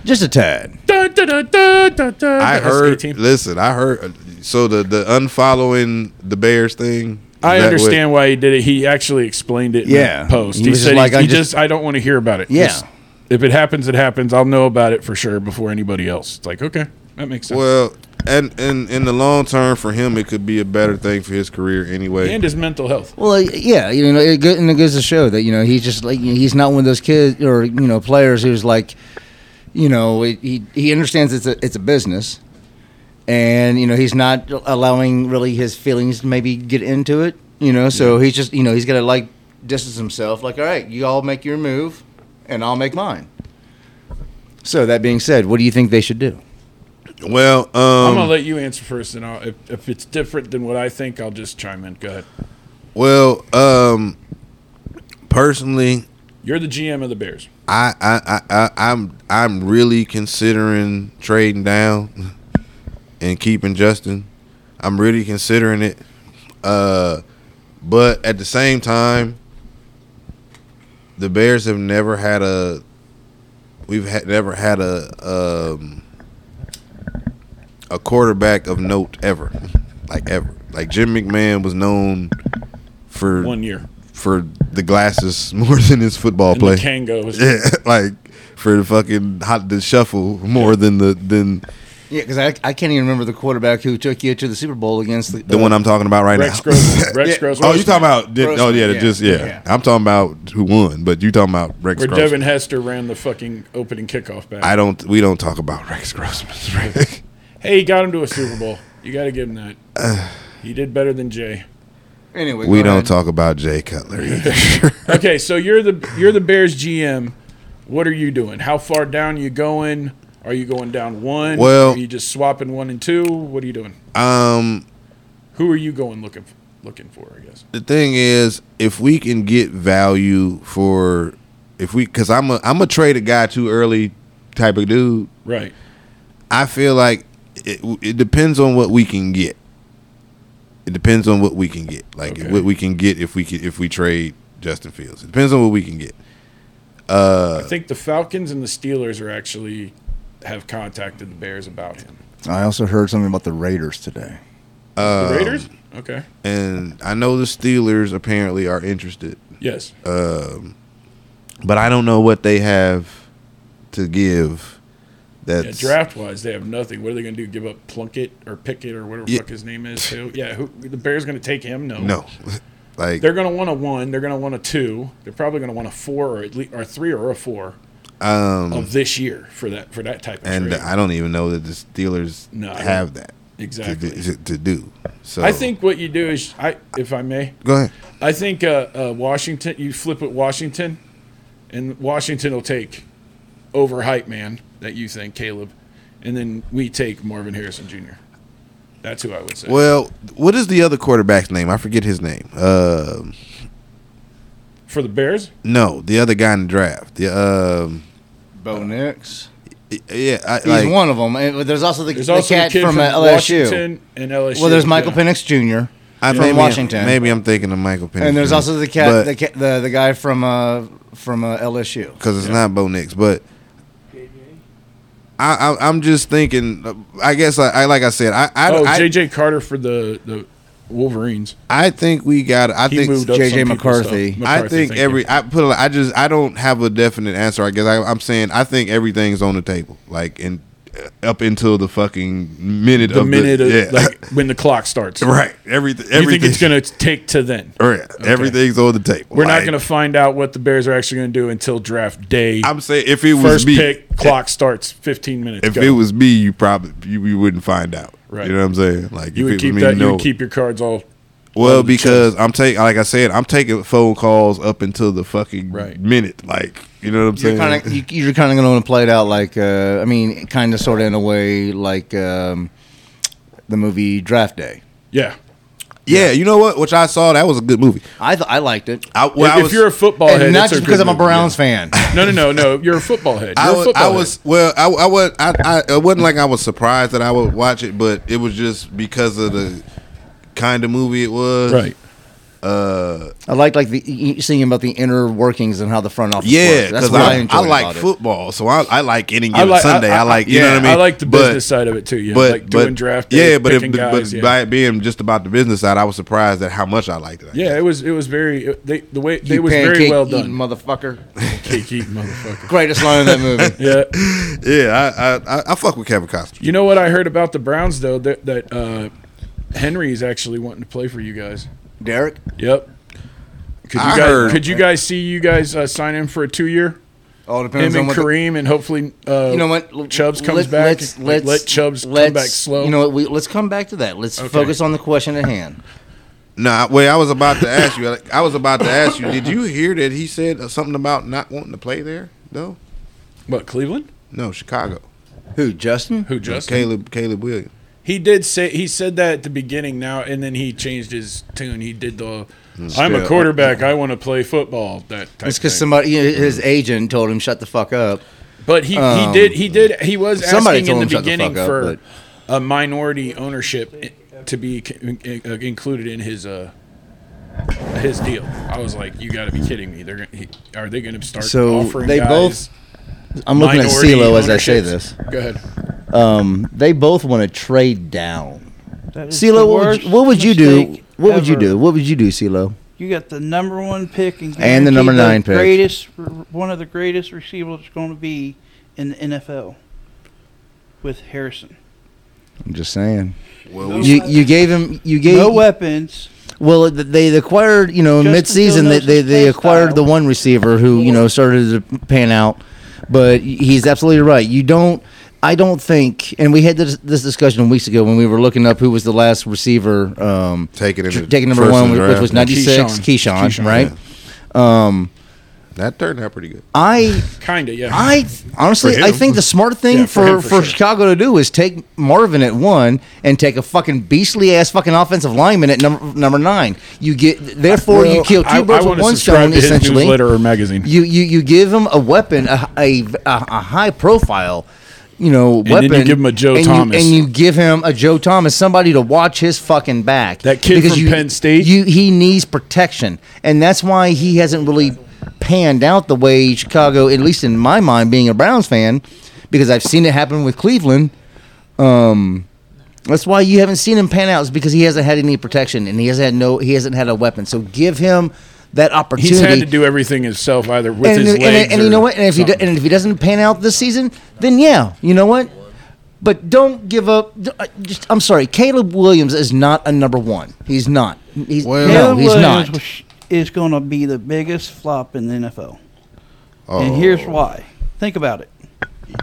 Speaker 2: Just a tad.
Speaker 1: Dun, dun, dun, dun, dun, dun.
Speaker 3: I
Speaker 1: That was
Speaker 3: heard.
Speaker 1: 18.
Speaker 3: Listen, I heard. So the the unfollowing the Bears thing.
Speaker 1: I
Speaker 3: that
Speaker 1: understand why he did it. He actually explained it in
Speaker 2: Yeah.
Speaker 1: the post.
Speaker 2: He
Speaker 1: He,
Speaker 2: was
Speaker 1: said
Speaker 2: just like,
Speaker 1: he,
Speaker 2: I
Speaker 1: he
Speaker 2: just-
Speaker 1: just, I don't want to hear about it.
Speaker 2: Yeah.
Speaker 1: Just- if it happens, it happens. I'll know about it for sure before anybody else. It's like, okay, that makes sense.
Speaker 3: Well, and and in the long term for him, it could be a better thing for his career anyway.
Speaker 1: and his mental health.
Speaker 2: Well, uh, yeah, you know, it, go- and it goes to show that you know he's just like you know, he's not one of those kids or you know players who's like, you know, it, he he understands it's a it's a business, and you know he's not allowing really his feelings to maybe get into it. You know, so he's just you know he's got to like distance himself. Like, all right, you all make your move, and I'll make mine. So that being said, what do you think they should do?
Speaker 3: well, um,
Speaker 1: I'm gonna let you answer first, and I'll, if, if it's different than what I think, I'll just chime in. Go ahead.
Speaker 3: Well, um, personally,
Speaker 1: You're the GM of the Bears.
Speaker 3: I, I, I, I, I'm I'm really considering trading down and keeping Justin. I'm really considering it. Uh, but at the same time, the Bears have never had a. We've had never had a um, a quarterback of note ever, like ever. Like Jim McMahon was known for
Speaker 1: One year.
Speaker 3: for the glasses more than his football
Speaker 1: And
Speaker 3: play.
Speaker 1: the Kangos.
Speaker 3: Yeah, like for the fucking hot the shuffle more than the than
Speaker 2: Yeah, because I, I can't even remember the quarterback who took you to the Super Bowl against the,
Speaker 3: the
Speaker 2: uh,
Speaker 3: one I'm talking about right
Speaker 1: Rex
Speaker 3: now.
Speaker 1: Gross. Rex Gross.
Speaker 3: oh, you talking about? Did, oh
Speaker 2: Grossman,
Speaker 3: yeah,
Speaker 2: yeah.
Speaker 3: just yeah.
Speaker 2: Yeah.
Speaker 3: I'm talking about who won, but you talking about Rex
Speaker 1: where
Speaker 3: Grossman.
Speaker 1: Devin Hester ran the fucking opening kickoff back.
Speaker 3: I don't. We don't talk about Rex Grossman. right?
Speaker 1: hey, he got him to a Super Bowl. You got to give him that. he did better than Jay.
Speaker 2: Anyway,
Speaker 3: we
Speaker 2: go
Speaker 3: don't
Speaker 2: ahead.
Speaker 3: talk about Jay Cutler. either.
Speaker 1: Okay, so you're the you're the Bears GM. What are you doing? How far down you going? Are you going down one?
Speaker 3: Well-
Speaker 1: are you just swapping one and two? What are you doing?
Speaker 3: um,
Speaker 1: Who are you going looking f- looking for? I guess.
Speaker 3: the thing is, if we can get value for, if we, because I'm a I'm a trade a guy too early type of dude.
Speaker 1: Right.
Speaker 3: I feel like it, it depends on what we can get. It depends on what we can get. Like
Speaker 1: Okay.
Speaker 3: what we can get if we can, if we trade Justin Fields. It depends on what we can get. Uh,
Speaker 1: I think the Falcons and the Steelers are actually have contacted the Bears about him.
Speaker 2: I also heard something about the Raiders today.
Speaker 3: Um,
Speaker 1: The Raiders? Okay.
Speaker 3: And I know the Steelers apparently are interested, um,
Speaker 1: Yes.
Speaker 3: but I don't know what they have to give.
Speaker 1: Yeah,
Speaker 3: That's
Speaker 1: draft wise, they have nothing. What are they going to do? Give up Plunkett or Pickett or whatever the
Speaker 3: Yeah.
Speaker 1: fuck his name is? Too? Yeah, who, the Bears going to take him? No,
Speaker 3: no, like
Speaker 1: They're going to want a one. They're going to want a two. They're probably going to want a four or at least or a three or a four
Speaker 3: um,
Speaker 1: of this year for that for that type of
Speaker 3: and uh,
Speaker 1: trade.
Speaker 3: I don't even know that the Steelers
Speaker 1: No, I don't-
Speaker 3: have that
Speaker 1: Exactly.
Speaker 3: to, do- to do. So
Speaker 1: I think what you do is, I if I may,
Speaker 3: go ahead.
Speaker 1: I think uh, uh, Washington. You flip it Washington, and Washington will take over hype man that you think Caleb, and then we take Marvin Harrison Jr. That's who I would say.
Speaker 3: Well, what is the other quarterback's name? I forget his name. Um
Speaker 1: For the Bears,
Speaker 3: no, the other guy in the draft. The um,
Speaker 2: Bo Nix.
Speaker 3: y- yeah, I,
Speaker 2: He's
Speaker 3: like,
Speaker 2: one of them. And- but there's also the,
Speaker 1: there's
Speaker 2: the
Speaker 1: also
Speaker 2: cat
Speaker 1: the kid
Speaker 2: from,
Speaker 1: from,
Speaker 2: uh, LSU.
Speaker 1: Washington and LSU.
Speaker 2: Well, there's Michael
Speaker 1: Yeah.
Speaker 2: Penix Jr.
Speaker 3: I
Speaker 2: from
Speaker 3: maybe-
Speaker 2: Washington.
Speaker 3: Maybe I'm thinking of Michael Penix.
Speaker 2: and there's
Speaker 3: Jr.
Speaker 2: also the cat,
Speaker 3: But-
Speaker 2: the, ca- the the guy from uh from uh, LSU.
Speaker 3: because it's not Bo Nix. But I, I, I'm just thinking. uh, I guess I, I like I said. I I,
Speaker 1: Oh,
Speaker 3: I,
Speaker 1: JJ Carter for the the Wolverines.
Speaker 3: I think we got. I
Speaker 1: He
Speaker 3: think
Speaker 1: moved up.
Speaker 2: JJ
Speaker 1: some people's stuff.
Speaker 2: McCarthy. I
Speaker 3: I think
Speaker 1: thank
Speaker 3: every
Speaker 1: you.
Speaker 3: I put a- I just I don't have a definite answer. I guess I, I'm saying I think everything's on the table, like and up until the fucking minute
Speaker 1: the
Speaker 3: of
Speaker 1: minute
Speaker 3: the,
Speaker 1: of,
Speaker 3: yeah.
Speaker 1: like when the clock starts.
Speaker 3: Right. Everything.
Speaker 1: You
Speaker 3: everything
Speaker 1: think it's going to take to then?
Speaker 3: Right. Everything's on the table.
Speaker 1: We're not
Speaker 3: Like,
Speaker 1: going to find out what the Bears are actually going to do until draft day.
Speaker 3: I'm saying if it was
Speaker 1: First
Speaker 3: me,
Speaker 1: pick, clock starts 15 minutes.
Speaker 3: if
Speaker 1: go.
Speaker 3: it was me, you probably you, you wouldn't find out.
Speaker 1: Right.
Speaker 3: You know what I'm saying? Like
Speaker 1: you
Speaker 3: if
Speaker 1: would
Speaker 3: it
Speaker 1: keep
Speaker 3: was me,
Speaker 1: that. You
Speaker 3: no.
Speaker 1: would keep your cards all.
Speaker 3: well
Speaker 1: on the chest.
Speaker 3: because I'm taking like I said, I'm taking phone calls up until the fucking
Speaker 1: Right.
Speaker 3: minute. Like you know what I'm
Speaker 2: You're
Speaker 3: saying?
Speaker 2: kind of you, you're kind of going to play it out like uh, I mean, kind of sort of in a way like um, the movie Draft Day.
Speaker 1: Yeah.
Speaker 3: yeah, You know what? Which I saw that was a good movie.
Speaker 2: I th- I liked it,
Speaker 3: I, well, I
Speaker 1: if
Speaker 3: was,
Speaker 1: you're a football
Speaker 2: and
Speaker 1: head,
Speaker 2: not
Speaker 1: it's
Speaker 2: just
Speaker 1: a
Speaker 2: because
Speaker 1: good
Speaker 2: I'm a
Speaker 1: movie,
Speaker 2: Browns fan.
Speaker 1: yeah. No, no, no, no. You're a football head. You're
Speaker 3: I
Speaker 1: a
Speaker 3: was,
Speaker 1: football
Speaker 3: I
Speaker 1: head.
Speaker 3: was well. I, I was. I, I. It wasn't like I was surprised that I would watch it, but it was just because of the kind of movie it was.
Speaker 1: right.
Speaker 2: I liked like the y- y- seeing about the inner workings and how the front office.
Speaker 3: Yeah,
Speaker 2: works. that's
Speaker 3: because
Speaker 2: what I,
Speaker 3: I, I,
Speaker 2: enjoyed
Speaker 3: like
Speaker 2: about it.
Speaker 3: football, so I, I like any given Sunday. I, like you
Speaker 1: yeah,
Speaker 3: know what I mean.
Speaker 1: like the
Speaker 3: But-
Speaker 1: business side of it too. Yeah,
Speaker 3: but
Speaker 1: like
Speaker 3: but
Speaker 1: doing draft. Day,
Speaker 3: yeah, but if,
Speaker 1: picking
Speaker 3: but
Speaker 1: guys, yeah.
Speaker 3: by it being just about the business side, I was surprised at how much I liked it. I
Speaker 1: yeah,
Speaker 3: guess.
Speaker 1: it was it was very it- they, the way they
Speaker 2: You
Speaker 1: was very
Speaker 2: pancake
Speaker 1: well
Speaker 2: eating
Speaker 1: done.
Speaker 2: motherfucker.
Speaker 1: Cake eating motherfucker.
Speaker 2: Greatest line in that movie.
Speaker 1: Yeah,
Speaker 3: yeah. I, I I I fuck with Kevin Costner.
Speaker 1: you know what I heard about the Browns though that that uh, Henry is actually wanting to play for you guys.
Speaker 2: Derek,
Speaker 1: Yep. Could you
Speaker 3: I
Speaker 1: guys
Speaker 3: heard-
Speaker 1: could you guys see you guys uh, sign him for a two year?
Speaker 2: all
Speaker 1: Him
Speaker 2: depends on
Speaker 1: and
Speaker 2: what. the-
Speaker 1: Kareem and hopefully uh,
Speaker 2: you know what?
Speaker 1: Chubbs comes
Speaker 2: Let-
Speaker 1: back.
Speaker 2: Let's,
Speaker 1: Like,
Speaker 2: let's
Speaker 1: let Chubbs
Speaker 2: let's-
Speaker 1: come back slow.
Speaker 2: You know what? We, let's come back to that. Let's focus on the question at hand.
Speaker 3: Nah, wait. I was about to ask you. I was about to ask you. Did you hear that he said something about not wanting to play there? No,
Speaker 1: what Cleveland?
Speaker 3: no. Chicago.
Speaker 2: Who? Justin?
Speaker 1: Who Justin?
Speaker 3: Caleb Caleb Williams.
Speaker 1: He did say he said that at the beginning now, and then he changed his tune. He did the I'm a
Speaker 2: Straight-
Speaker 1: quarterback. I want to play football. That type
Speaker 2: It's because
Speaker 1: thing.
Speaker 2: somebody, you know, his agent told him, "Shut the fuck up."
Speaker 1: But he, he did he did he was
Speaker 2: um, somebody
Speaker 1: asking
Speaker 2: told
Speaker 1: in the
Speaker 2: him shut the
Speaker 1: beginning
Speaker 2: fuck up,
Speaker 1: for a minority ownership i- to be c- in- uh, included in his uh his deal. I was like, you got to be kidding me. They're gonna, he, are they going to start
Speaker 2: So
Speaker 1: offering
Speaker 2: they
Speaker 1: guys
Speaker 2: both- I'm looking at
Speaker 1: minority
Speaker 2: CeeLo as I say
Speaker 1: ownerships?
Speaker 2: this.
Speaker 1: Go ahead.
Speaker 2: Um, they both want to trade down.
Speaker 7: That is the
Speaker 2: CeeLo, what would,
Speaker 7: worst
Speaker 2: you, what would you do?
Speaker 7: mistake
Speaker 2: What would you
Speaker 7: ever.
Speaker 2: do? What would you do, CeeLo?
Speaker 7: You got the number one pick and,
Speaker 2: And the number
Speaker 7: guaranteed
Speaker 2: nine pick.
Speaker 7: Greatest, r- one of the greatest receivers going to be in the NFL with Harrison.
Speaker 2: I'm just saying.
Speaker 3: Well, we,
Speaker 2: You you gave him you gave
Speaker 7: no weapons.
Speaker 2: well th- they acquired you know
Speaker 7: Justin
Speaker 2: mid season they
Speaker 7: Fields'
Speaker 2: they, they
Speaker 7: play
Speaker 2: acquired the
Speaker 7: style.
Speaker 2: one receiver who you know started to pan out, but he's absolutely right. You don't. I don't think, and we had this, this discussion weeks ago when we were looking up who was the last receiver um,
Speaker 3: Taken in
Speaker 2: tr-
Speaker 3: the
Speaker 2: taken number
Speaker 3: first
Speaker 2: one,
Speaker 3: in the
Speaker 2: which was
Speaker 3: draft.
Speaker 2: ninety six,
Speaker 1: Keyshawn.
Speaker 2: Keyshawn,
Speaker 1: Keyshawn,
Speaker 2: right? Um,
Speaker 3: that turned out pretty good.
Speaker 2: I
Speaker 1: Kinda, yeah.
Speaker 2: I honestly,
Speaker 1: For
Speaker 2: I
Speaker 1: him.
Speaker 2: think the smart thing
Speaker 1: Yeah, for
Speaker 2: for,
Speaker 1: him
Speaker 2: for,
Speaker 1: for sure.
Speaker 2: Chicago to do is take Marvin at one and take a fucking beastly ass fucking offensive lineman at number number nine. You get therefore you
Speaker 1: Well,
Speaker 2: kill two
Speaker 1: I-
Speaker 2: birds
Speaker 1: I
Speaker 2: with
Speaker 1: wanna
Speaker 2: one
Speaker 1: subscribe
Speaker 2: stone.
Speaker 1: to his
Speaker 2: Essentially,
Speaker 1: newsletter or magazine.
Speaker 2: you you you give him a weapon, a a, a, a high profile. You know,
Speaker 1: then you
Speaker 2: weapon,
Speaker 1: give him a Joe
Speaker 2: and you-
Speaker 1: Thomas.
Speaker 2: and you give him a Joe Thomas, somebody to watch his fucking back.
Speaker 1: That kid
Speaker 2: Because
Speaker 1: from
Speaker 2: you-
Speaker 1: Penn State?
Speaker 2: You he needs protection, and that's why he hasn't really panned out the way Chicago, at least in my mind, being a Browns fan, because I've seen it happen with Cleveland. Um, that's why you haven't seen him pan out is because he hasn't had any protection and he hasn't had no he hasn't had a weapon. So give him that opportunity.
Speaker 1: He's had to do everything himself, either with
Speaker 2: and,
Speaker 1: his
Speaker 2: and,
Speaker 1: legs.
Speaker 2: and you
Speaker 1: or
Speaker 2: know what? And if he do,
Speaker 1: something.
Speaker 2: and if he doesn't pan out this season, then yeah, you know what? But don't give up. d- uh, Just I'm sorry, Caleb Williams is not a number one. He's not. He's,
Speaker 3: Well-
Speaker 2: no,
Speaker 7: Caleb
Speaker 2: he's
Speaker 7: Williams
Speaker 2: not.
Speaker 7: was- is going to be the biggest flop in the NFL.
Speaker 3: Oh.
Speaker 7: And here's why. Think about it.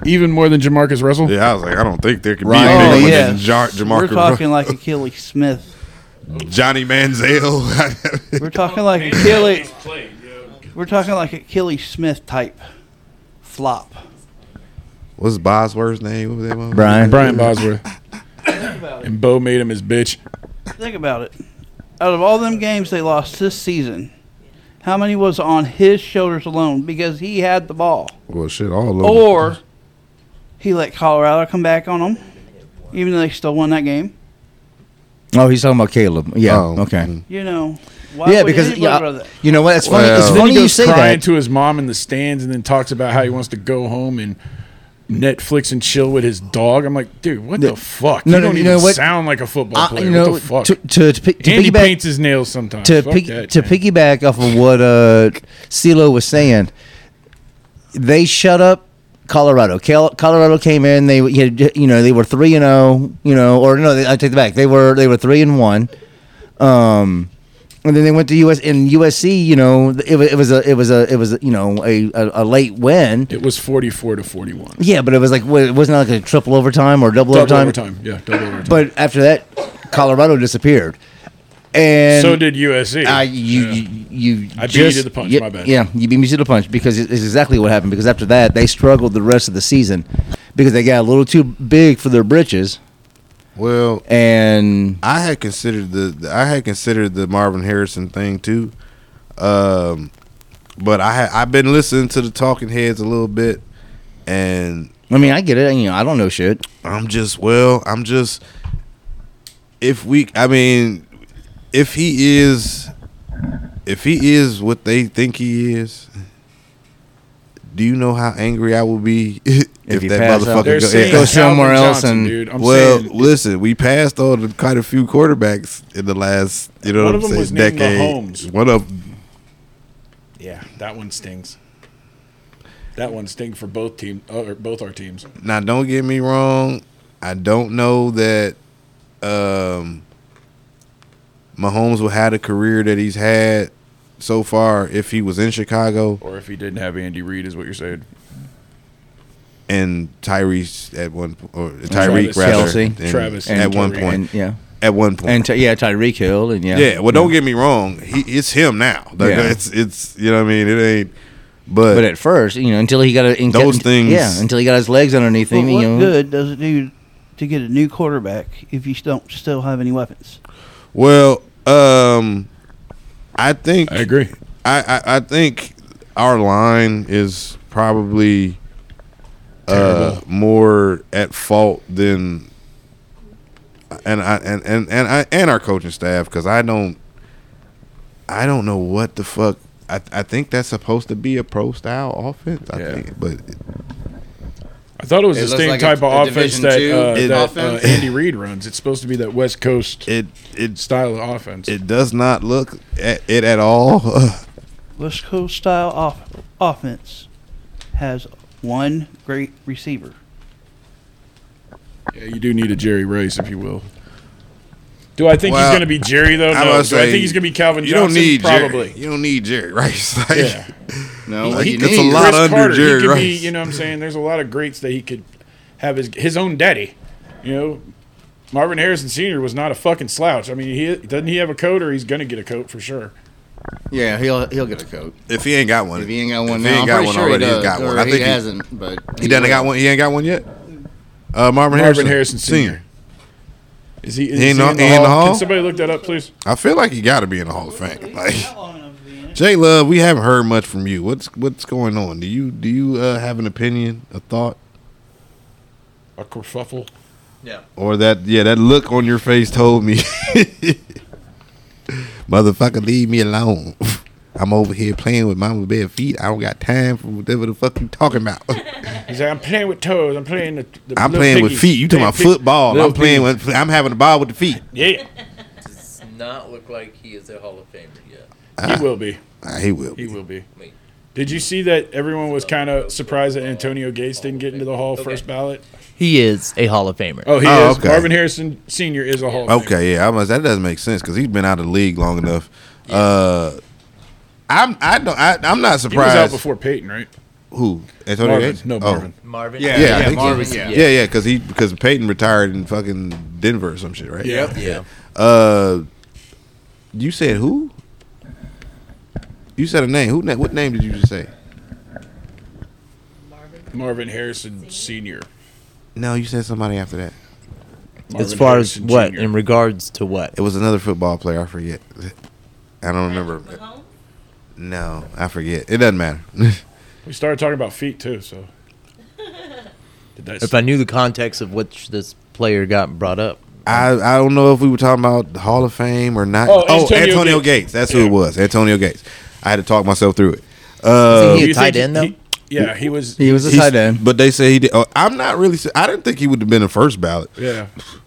Speaker 1: even more than Jamarcus Russell.
Speaker 3: Yeah, I was like, I don't think there could be
Speaker 2: Ryan
Speaker 3: a
Speaker 2: Oh,
Speaker 3: bigger one
Speaker 2: yeah.
Speaker 3: than Jar-
Speaker 7: We're
Speaker 3: Jamarcus
Speaker 7: talking like Achilles Smith.
Speaker 3: Johnny Manziel.
Speaker 7: We're talking like Achilles. We're talking like Achilles Smith type flop.
Speaker 3: What's Bosworth's name? What was that one?
Speaker 2: Brian.
Speaker 1: Brian Bosworth
Speaker 7: Think about it.
Speaker 1: and Bo made him his bitch.
Speaker 7: Think about it. Out of all them games they lost this season, how many was on his shoulders alone because he had the ball,
Speaker 3: Well, shit, all over.
Speaker 7: or he let Colorado come back on him, even though they still won that game.
Speaker 2: Oh, he's talking about Caleb. Yeah.
Speaker 3: Oh.
Speaker 2: Okay.
Speaker 7: You know. Why
Speaker 2: yeah,
Speaker 7: would
Speaker 2: because
Speaker 7: anybody
Speaker 2: yeah,
Speaker 7: rather that?
Speaker 2: you know what? It's funny.
Speaker 3: Well-
Speaker 2: it's
Speaker 3: Then
Speaker 1: Then
Speaker 2: funny
Speaker 1: he
Speaker 2: you
Speaker 1: goes
Speaker 2: say
Speaker 1: crying
Speaker 2: that.
Speaker 1: to his mom in the stands, and then talks about how he wants to go home and Netflix and chill with his dog. I'm like, dude, what the, fuck? you
Speaker 2: no, no,
Speaker 1: don't
Speaker 2: you
Speaker 1: even
Speaker 2: know what?
Speaker 1: sound like a football
Speaker 2: I-
Speaker 1: player.
Speaker 2: you know,
Speaker 1: what the fuck?
Speaker 2: to to to, pick- to
Speaker 1: and he
Speaker 2: piggyback-
Speaker 1: paints his nails sometimes.
Speaker 2: to
Speaker 1: Fuck
Speaker 2: pick,
Speaker 1: that,
Speaker 2: to
Speaker 1: man.
Speaker 2: piggyback off of what uh CeeLo was saying, they shut up Colorado. Cal- Colorado came in. They you know they were three and zero. You know, or no, they, I take it back. They were they were three and one. Um, and then they went to US and USC. You know, it, wa- it was a it was a it was a, you know a, a, a late win.
Speaker 1: It was 44 to 41.
Speaker 2: Yeah, but it was like wa- it wasn't like a triple overtime or double,
Speaker 1: Double
Speaker 2: overtime.
Speaker 1: overtime. Yeah, double overtime.
Speaker 2: But after that, Colorado disappeared. And
Speaker 1: so did USC.
Speaker 2: I you,
Speaker 1: Yeah.
Speaker 2: you you
Speaker 1: I beat
Speaker 2: just-
Speaker 1: you to the punch,
Speaker 2: yeah,
Speaker 1: my bad.
Speaker 2: Yeah, you beat me to the punch because it- it's exactly what happened. Because after that, they struggled the rest of the season because they got a little too big for their britches.
Speaker 3: Well,
Speaker 2: And
Speaker 3: I had considered the, the- I had considered the Marvin Harrison thing too, um, but I had I've been listening to the Talking Heads a little bit, and
Speaker 2: I mean, I get it. You know, I don't know shit.
Speaker 3: I'm just well, I'm just if we I mean if he is if he is what they think he is do you know how angry I will be if,
Speaker 2: you
Speaker 3: that
Speaker 2: pass out.
Speaker 3: motherfucker
Speaker 1: They're
Speaker 3: go-
Speaker 1: saying
Speaker 2: Go
Speaker 1: Calvin
Speaker 2: somewhere else
Speaker 1: Johnson,
Speaker 2: and-
Speaker 1: dude. I'm
Speaker 3: well,
Speaker 1: saying
Speaker 3: listen, we passed on quite a few quarterbacks in the last, you know,
Speaker 1: One
Speaker 3: what
Speaker 1: of
Speaker 3: I'm
Speaker 1: them was
Speaker 3: saying,
Speaker 1: named
Speaker 3: decade.
Speaker 1: Mahomes.
Speaker 3: One of
Speaker 1: Yeah, that one stings. That one sting for both team, uh, or both our teams.
Speaker 3: now don't get me wrong i don't know that um mahomes will have the career that he's had so far if he was in chicago
Speaker 1: Or if he didn't have Andy Reid, is what you're saying.
Speaker 3: and tyrese at one point or tyreek
Speaker 1: Travis.
Speaker 3: rather
Speaker 2: Kelsey.
Speaker 3: and-
Speaker 1: Travis
Speaker 3: at
Speaker 1: and
Speaker 3: one
Speaker 1: Tyreek.
Speaker 3: point
Speaker 2: And yeah,
Speaker 3: at one point
Speaker 2: and Ty yeah, Tyreek Hill and yeah,
Speaker 3: yeah well
Speaker 1: Mm-hmm.
Speaker 3: don't get me wrong he, it's him now Like,
Speaker 2: Yeah.
Speaker 3: it's it's you know what i mean it ain't
Speaker 2: But at first, you know, until he got a, in-
Speaker 3: Those things-
Speaker 2: yeah, until he got his legs underneath
Speaker 7: But
Speaker 2: him, you
Speaker 7: what
Speaker 2: know,
Speaker 7: good does it do to get a new quarterback if you don't still have any weapons?
Speaker 3: Well, um, I think
Speaker 1: I agree.
Speaker 3: I, I, I think our line is probably uh, more at fault than and I and and and I and our coaching staff because I don't I don't know what the fuck I, I think that's supposed to be a pro style offense I
Speaker 1: Yeah.
Speaker 3: think but
Speaker 1: I thought it was
Speaker 6: It
Speaker 1: the
Speaker 6: looks
Speaker 1: same
Speaker 6: like a-
Speaker 1: type
Speaker 6: a
Speaker 1: of offense
Speaker 6: Division
Speaker 1: that,
Speaker 6: two
Speaker 1: uh, that
Speaker 6: offense.
Speaker 1: Uh, Andy Reid runs. It's supposed to be that West Coast
Speaker 3: it it
Speaker 1: style of offense.
Speaker 3: it does not look at it at all
Speaker 7: West Coast style off- offense has one great receiver.
Speaker 1: yeah, you do need a Jerry Rice, if you will. Do I think
Speaker 3: Well,
Speaker 1: he's going to be Jerry though?
Speaker 3: I
Speaker 1: No.
Speaker 3: must
Speaker 1: do I
Speaker 3: say,
Speaker 1: think he's going to be Calvin
Speaker 3: you
Speaker 1: Johnson?
Speaker 3: don't need
Speaker 1: Probably.
Speaker 3: Jerry, you don't need Jerry Rice like,
Speaker 1: Yeah.
Speaker 6: No,
Speaker 3: Like,
Speaker 6: you
Speaker 3: that's a
Speaker 6: need-
Speaker 3: lot
Speaker 1: Chris
Speaker 3: under
Speaker 1: Carter,
Speaker 3: Jerry
Speaker 1: he could be,
Speaker 3: Rice.
Speaker 1: you know what I'm saying? There's a lot of greats that he could have his his own daddy. You know, Marvin Harrison Sr. was not a fucking slouch. I mean, he doesn't he have a coat or he's going to get a coat for sure.
Speaker 6: Yeah, he'll he'll get a coat
Speaker 3: if he ain't got one
Speaker 6: if he ain't got
Speaker 3: If
Speaker 6: one
Speaker 3: he
Speaker 6: now.
Speaker 3: ain't
Speaker 6: I'm
Speaker 3: got
Speaker 6: pretty
Speaker 3: one
Speaker 6: sure he
Speaker 3: already, he's
Speaker 6: does.
Speaker 3: got one.
Speaker 6: or
Speaker 3: I
Speaker 6: he
Speaker 3: think he-
Speaker 6: hasn't, but
Speaker 3: He doesn't
Speaker 6: will.
Speaker 3: got one. He ain't got one yet. Uh, Marvin,
Speaker 1: Marvin
Speaker 3: Harrison,
Speaker 1: Harrison Sr. Is he, is
Speaker 3: He
Speaker 1: he
Speaker 3: in
Speaker 1: in,
Speaker 3: the-
Speaker 1: the,
Speaker 3: he in the
Speaker 1: hall?
Speaker 3: hall?
Speaker 1: Can somebody look that up, please?
Speaker 3: I feel like he got to be in the Hall of Fame. Like Jay Love, we haven't heard much from you. What's what's going on? Do you do you uh, have an opinion, a thought,
Speaker 1: A kerfuffle.
Speaker 3: or that yeah that look on your face told me, motherfucker, leave me alone. I'm over here playing with mama bare feet. I don't got time for whatever the fuck you talking about.
Speaker 1: He's like, I'm playing with toes. I'm playing the. the
Speaker 3: I'm
Speaker 1: little
Speaker 3: playing with
Speaker 1: piggies.
Speaker 3: feet. You talking
Speaker 1: Playing
Speaker 3: about
Speaker 1: pig-
Speaker 3: football?
Speaker 1: little
Speaker 3: I'm playing
Speaker 1: piggies.
Speaker 3: with. I'm having a ball with the feet.
Speaker 4: Does not look like he is a Hall of Famer yet.
Speaker 1: Yeah, he will be.
Speaker 3: Ah, he will.
Speaker 1: He will be.
Speaker 4: Wait.
Speaker 1: Did you see that everyone was kind of surprised that Antonio Gates didn't get into the Hall first ballot?
Speaker 4: He is a Hall of Famer.
Speaker 1: Oh, he
Speaker 3: Oh,
Speaker 1: is.
Speaker 3: okay.
Speaker 1: Marvin Harrison Sr. is a Hall of Famer.
Speaker 3: Okay, yeah, I must, that doesn't make sense because he's been out of the league long enough. Uh, I'm I don't I, I'm not
Speaker 1: He was out
Speaker 3: surprised.
Speaker 1: before Peyton, right?
Speaker 3: Who Antonio
Speaker 1: Marvin.
Speaker 3: Gates?
Speaker 1: No,
Speaker 3: Oh.
Speaker 1: Marvin.
Speaker 4: Marvin.
Speaker 6: Yeah,
Speaker 3: Yeah, I
Speaker 6: yeah,
Speaker 3: think
Speaker 6: Marvin.
Speaker 3: he-
Speaker 6: Yeah.
Speaker 3: yeah, yeah, because he because Peyton retired in fucking Denver or some shit, right?
Speaker 1: Yeah.
Speaker 4: Yeah.
Speaker 3: Uh, you said who? You said a name. Who? na- What name did you just say?
Speaker 1: Marvin Harrison Sr.
Speaker 3: No, you said somebody after that.
Speaker 4: As
Speaker 1: Marvin
Speaker 4: far as
Speaker 1: Harrison
Speaker 4: what,
Speaker 1: Jr..
Speaker 4: in regards to what?
Speaker 3: It was another football player. I forget. I don't remember.
Speaker 5: Mahomes?
Speaker 3: No, I forget. It doesn't matter.
Speaker 1: We started talking about feet too, so. Did that
Speaker 4: If I knew the context of which this player got brought up,
Speaker 3: I, I don't know if we were talking about the Hall of Fame or not. Oh,
Speaker 1: Oh,
Speaker 3: Antonio,
Speaker 1: Antonio
Speaker 3: Gates.
Speaker 1: Gates.
Speaker 3: That's
Speaker 1: Yeah.
Speaker 3: who it was. Antonio Gates. I had to talk myself through it. Uh,
Speaker 4: Is he
Speaker 1: You
Speaker 4: a tight
Speaker 1: think
Speaker 4: end though?
Speaker 1: he- yeah, he was.
Speaker 2: He was a
Speaker 3: he's-
Speaker 2: tight end.
Speaker 3: But they say he did. Oh, I'm not really. su- I didn't think he would have been a first ballot.
Speaker 1: Yeah.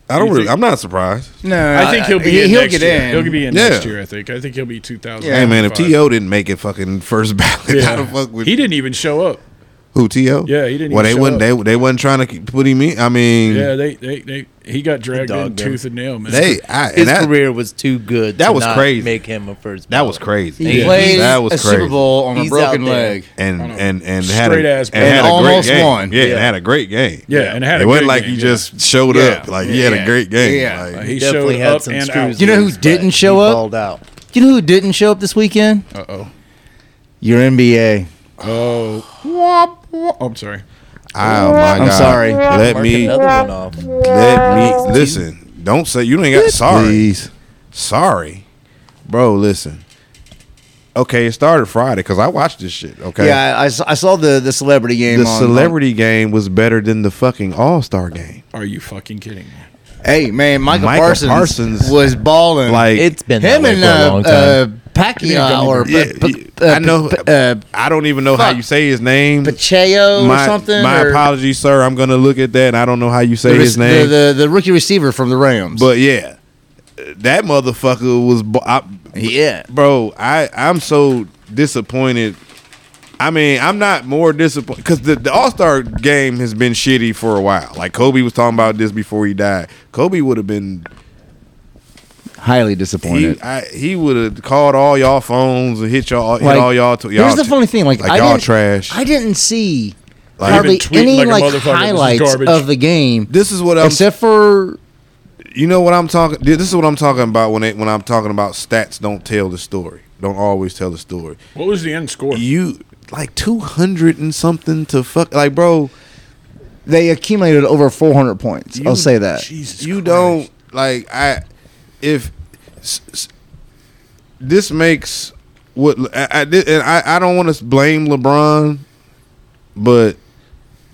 Speaker 3: I don't.
Speaker 1: You
Speaker 3: Really,
Speaker 1: think-
Speaker 3: I'm not surprised.
Speaker 2: No,
Speaker 1: I think he'll be in
Speaker 2: he'll
Speaker 1: next
Speaker 2: get
Speaker 1: year.
Speaker 2: in.
Speaker 1: He'll be in
Speaker 3: Yeah.
Speaker 1: next year, I think. I think he'll be 2000.
Speaker 3: Hey man, if To didn't make it fucking first ballot,
Speaker 1: Yeah.
Speaker 3: how the fuck would
Speaker 1: he didn't even show up.
Speaker 3: Who To?
Speaker 1: Yeah, he didn't even
Speaker 3: Well, they
Speaker 1: show
Speaker 3: wasn't. They they wasn't trying to keep- put him in. I mean,
Speaker 1: Yeah, they, they, they he got dragged in
Speaker 4: dogged him.
Speaker 1: tooth and nail, man.
Speaker 3: they. I,
Speaker 4: his
Speaker 3: and that,
Speaker 4: career was too good.
Speaker 3: that
Speaker 4: to
Speaker 3: was
Speaker 4: not
Speaker 3: crazy.
Speaker 4: Make him a first.
Speaker 3: that was
Speaker 4: ballot.
Speaker 3: crazy.
Speaker 6: He
Speaker 4: Yeah.
Speaker 6: played
Speaker 3: That was
Speaker 6: a
Speaker 3: crazy.
Speaker 6: Super Bowl on
Speaker 4: He's
Speaker 6: a broken
Speaker 4: out there.
Speaker 6: leg.
Speaker 3: and
Speaker 1: On a
Speaker 3: and and had
Speaker 1: straight
Speaker 3: a,
Speaker 1: ass
Speaker 3: and had
Speaker 6: And
Speaker 3: a
Speaker 6: almost
Speaker 3: great game.
Speaker 6: won.
Speaker 3: Yeah, and
Speaker 4: Yeah.
Speaker 3: had a great game.
Speaker 1: Yeah, and had
Speaker 3: it
Speaker 1: a
Speaker 3: wasn't
Speaker 1: good
Speaker 3: like
Speaker 1: game,
Speaker 3: he
Speaker 1: yeah.
Speaker 3: just showed up.
Speaker 6: Yeah.
Speaker 3: Like he had a
Speaker 6: Yeah.
Speaker 3: great game.
Speaker 6: Yeah.
Speaker 3: Like,
Speaker 1: Uh, he
Speaker 4: Definitely
Speaker 1: showed
Speaker 4: had
Speaker 1: up
Speaker 4: some
Speaker 1: and
Speaker 4: screws.
Speaker 1: out.
Speaker 2: You know who
Speaker 4: But
Speaker 2: didn't
Speaker 4: he
Speaker 2: show up?
Speaker 4: Balled out.
Speaker 2: You know who didn't show up this weekend?
Speaker 1: Uh oh.
Speaker 2: Your NBA.
Speaker 1: Oh. Womp, womp. Oh, I'm sorry.
Speaker 3: Oh my god!
Speaker 2: I'm sorry.
Speaker 3: Let
Speaker 4: Mark
Speaker 3: me
Speaker 4: another one off.
Speaker 3: let me listen. Don't say you ain't got sorry. Sorry, bro. Listen. Okay, it started Friday because I watched this shit. Okay.
Speaker 2: Yeah, I, I saw- I saw the the celebrity game.
Speaker 3: the
Speaker 2: on-
Speaker 3: celebrity game was better than the fucking All Star game.
Speaker 1: Are you fucking kidding me?
Speaker 2: on- hey man, Michael,
Speaker 3: Michael
Speaker 2: Parsons,
Speaker 3: Parsons
Speaker 2: was balling.
Speaker 3: Like
Speaker 4: It's been that
Speaker 2: him
Speaker 4: way
Speaker 2: and
Speaker 4: for a
Speaker 2: uh,
Speaker 4: long time.
Speaker 2: uh, Pacquiao or
Speaker 3: Yeah,
Speaker 2: P- P-
Speaker 3: yeah,
Speaker 2: uh,
Speaker 3: I know.
Speaker 2: P- uh,
Speaker 3: I don't even know how
Speaker 2: fuck.
Speaker 3: you say his name.
Speaker 2: Pacheco
Speaker 3: my
Speaker 2: or something.
Speaker 3: my
Speaker 2: or
Speaker 3: apologies, sir. I'm gonna look at that. and I don't know how you say
Speaker 2: the,
Speaker 3: his name.
Speaker 2: The, the the rookie receiver from the Rams.
Speaker 3: But yeah, that motherfucker was. bo- I,
Speaker 2: yeah,
Speaker 3: bro, I I'm so disappointed. I mean, I'm not more disappointed because the, the All Star game has been shitty for a while. Like Kobe was talking about this before he died. Kobe would have been
Speaker 2: highly
Speaker 3: he
Speaker 2: disappointed.
Speaker 3: I, he would have called all y'all phones and hit y'all hit
Speaker 2: Like,
Speaker 3: all y'all. To, y'all
Speaker 2: Here's the
Speaker 3: t-
Speaker 2: funny thing: like,
Speaker 3: like
Speaker 2: I
Speaker 3: y'all
Speaker 2: didn't,
Speaker 3: trash.
Speaker 2: I didn't see
Speaker 3: Like-
Speaker 2: hardly
Speaker 1: You've been tweeting
Speaker 2: any
Speaker 1: like a
Speaker 2: like,
Speaker 1: motherfucker, this is
Speaker 2: highlights
Speaker 1: garbage.
Speaker 2: of the game,
Speaker 3: this is what I'm.
Speaker 2: except for
Speaker 3: you know what I'm talking. This is what I'm talking about when it, when I'm talking about stats. Don't tell the story. Don't always tell the story.
Speaker 1: What was the end score?
Speaker 3: You like two hundred and something to fuck. Like bro,
Speaker 2: they accumulated over 400 points.
Speaker 3: You-
Speaker 2: I'll say that.
Speaker 1: Jesus
Speaker 3: you
Speaker 1: Christ.
Speaker 3: don't like I if s- s- this makes what I, I did, and I, I don't want to blame LeBron, but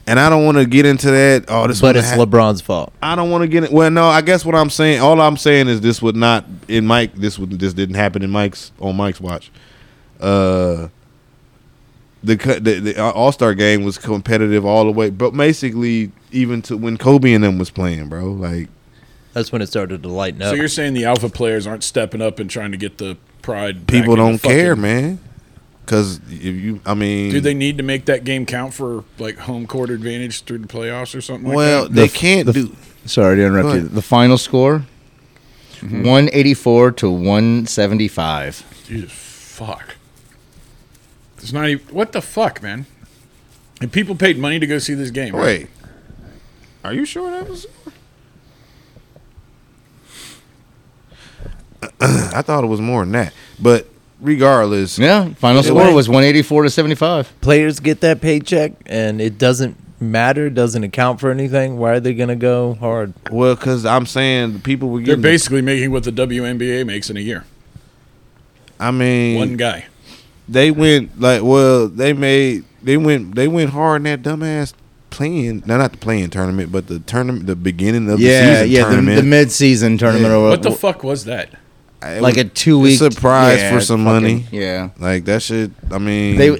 Speaker 3: and I don't want to get into that. Oh, this
Speaker 4: But
Speaker 3: wouldn't
Speaker 4: it's
Speaker 3: hap-
Speaker 4: LeBron's fault.
Speaker 3: I don't want to get it. Well, no, I guess what I'm saying, all I'm saying is this would not in Mike. This would this didn't happen in Mike's on Mike's watch. Uh, the co- the, the All Star game was competitive all the way, but basically even to when Kobe and them was playing, bro. Like
Speaker 4: That's when it started to lighten up.
Speaker 1: So you're saying the alpha players aren't stepping up and trying to get the pride? back
Speaker 3: people
Speaker 1: in the
Speaker 3: don't care,
Speaker 1: fucking-
Speaker 3: man. Because if you, I mean,
Speaker 1: Do they need to make that game count for like home court advantage through the playoffs or something?
Speaker 3: Well,
Speaker 1: like
Speaker 3: they
Speaker 2: f-
Speaker 3: can't
Speaker 2: the f-
Speaker 3: do.
Speaker 2: Sorry to
Speaker 3: Go
Speaker 2: interrupt you.
Speaker 3: ahead. Mm-hmm.
Speaker 2: The final score 184 to 175.
Speaker 1: that? Jesus fuck. It's not even what the fuck, man. And people paid money to go see this game. right?
Speaker 3: Wait, are you sure that was? I thought it was more than that, but regardless,
Speaker 2: Yeah, final
Speaker 3: Either
Speaker 2: score
Speaker 3: way.
Speaker 2: was 184 to 75.
Speaker 4: Players get that paycheck, and it doesn't matter, doesn't account for anything. Why are they going to go hard?
Speaker 3: well, because I'm saying the people were
Speaker 1: They're
Speaker 3: getting.
Speaker 1: basically making what the WNBA makes in a year.
Speaker 3: I mean,
Speaker 1: One guy.
Speaker 3: they went like, well, they made they went they went hard in that dumbass playing. No, not the playing tournament, but the tournament, the beginning of the
Speaker 2: Yeah,
Speaker 3: season
Speaker 2: yeah, the,
Speaker 3: tournament.
Speaker 2: the mid-season tournament. Or,
Speaker 1: What the fuck was that?
Speaker 3: I- it
Speaker 2: Like
Speaker 3: was
Speaker 2: a two-week
Speaker 3: surprise
Speaker 2: yeah,
Speaker 3: for some
Speaker 2: fucking-
Speaker 3: money. Mm.
Speaker 2: Yeah,
Speaker 3: Like that shit. I mean,
Speaker 2: they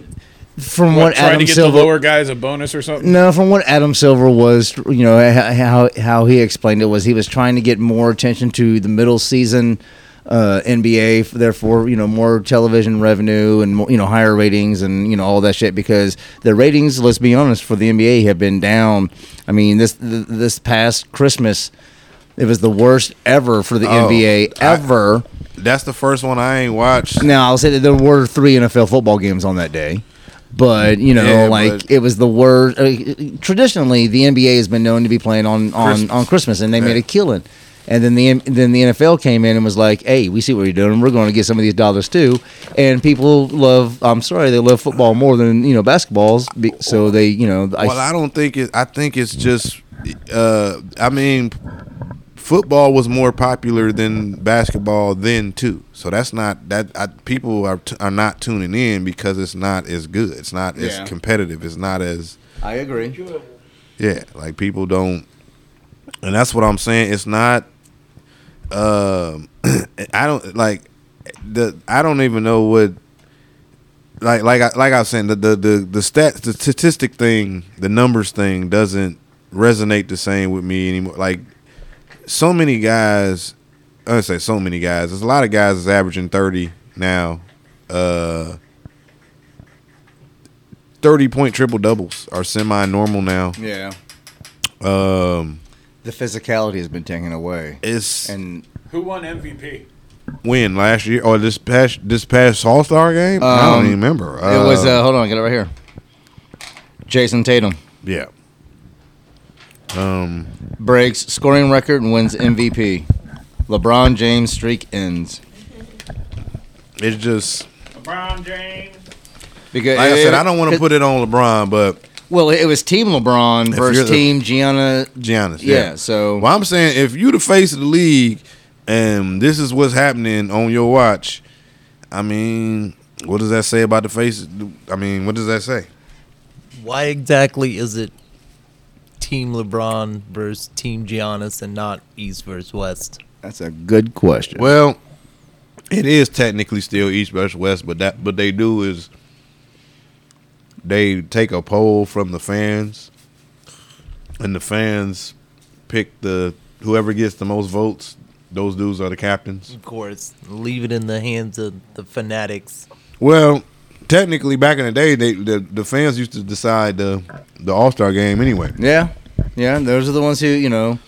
Speaker 2: from
Speaker 1: What,
Speaker 2: what,
Speaker 1: trying
Speaker 2: Adam
Speaker 1: to get
Speaker 2: Silver.
Speaker 1: the lower guys a bonus or something?
Speaker 2: no, from what Adam Silver was, you know, h- how how he explained it was he was trying to get more attention to the middle season uh, NBA, therefore, you know, more television revenue and more, you know higher ratings and you know all that shit because the ratings, let's be honest, for the NBA have been down. I mean, this th- this past Christmas, it was the worst ever for the
Speaker 3: Oh,
Speaker 2: NBA
Speaker 3: I-
Speaker 2: ever.
Speaker 3: That's the first one I ain't watched.
Speaker 2: Now I'll say that there were three NFL football games on that day, but you know,
Speaker 3: Yeah,
Speaker 2: like
Speaker 3: but-
Speaker 2: it was the worst. Uh, traditionally, the NBA has been known to be playing on on
Speaker 3: Christmas.
Speaker 2: on Christmas, and they made
Speaker 3: Yeah.
Speaker 2: a killing. And then the then the NFL came in and was like, "Hey, we see what you're doing. We're going to get some of these dollars too." And people love. I'm sorry, they love football more than you know basketballs. be- So they, you know, I,
Speaker 3: well, I don't think it. I think it's just. Uh, I mean, football was more popular than basketball then too. So that's not that I, people are t- are not tuning in because it's not as good. It's not
Speaker 2: Yeah.
Speaker 3: as competitive. It's not as
Speaker 2: I agree.
Speaker 3: yeah. Like people don't, and that's what I'm saying. It's not. Um, I don't like the. I don't even know what. Like like I like I was saying the the the the stat the statistic thing the numbers thing doesn't resonate the same with me anymore. Like so many guys, I don't say so many guys. There's a lot of guys that's averaging thirty now. Uh, thirty point triple doubles are semi normal now.
Speaker 2: Yeah,
Speaker 3: Um,
Speaker 2: the physicality has been taken away,
Speaker 3: it's
Speaker 2: and
Speaker 1: Who won MVP?
Speaker 3: when last year or this past this past All Star game? I don't
Speaker 2: Um,
Speaker 3: even remember.
Speaker 2: it was.
Speaker 3: Um,
Speaker 2: Uh, hold on, get it right here. Jason Tatum.
Speaker 3: yeah. Um,
Speaker 2: breaks scoring record and wins MVP. LeBron James streak ends.
Speaker 3: it's just
Speaker 1: LeBron James.
Speaker 2: Because
Speaker 3: like I said, I don't want to put it on LeBron, but
Speaker 2: Well, it was Team LeBron
Speaker 3: If you're
Speaker 2: versus
Speaker 3: the-
Speaker 2: Team Gianna.
Speaker 3: Giannis.
Speaker 2: Yeah,
Speaker 3: Yeah.
Speaker 2: so
Speaker 3: Well, I'm saying if you the face of the league and this is what's happening on your watch, I mean, what does that say about the face? I mean, what does that say?
Speaker 4: Why exactly is it Team LeBron versus Team Giannis and not East versus West?
Speaker 2: that's a good question.
Speaker 3: Well, it is technically still East versus West, but that but they do is they take a poll from the fans, and the fans pick the whoever gets the most votes. Those dudes are the captains.
Speaker 4: Of course, leave it in the hands of the fanatics.
Speaker 3: Well, technically, back in the day, they the, the fans used to decide the the All Star game anyway,
Speaker 2: yeah, yeah, those are the ones who you know.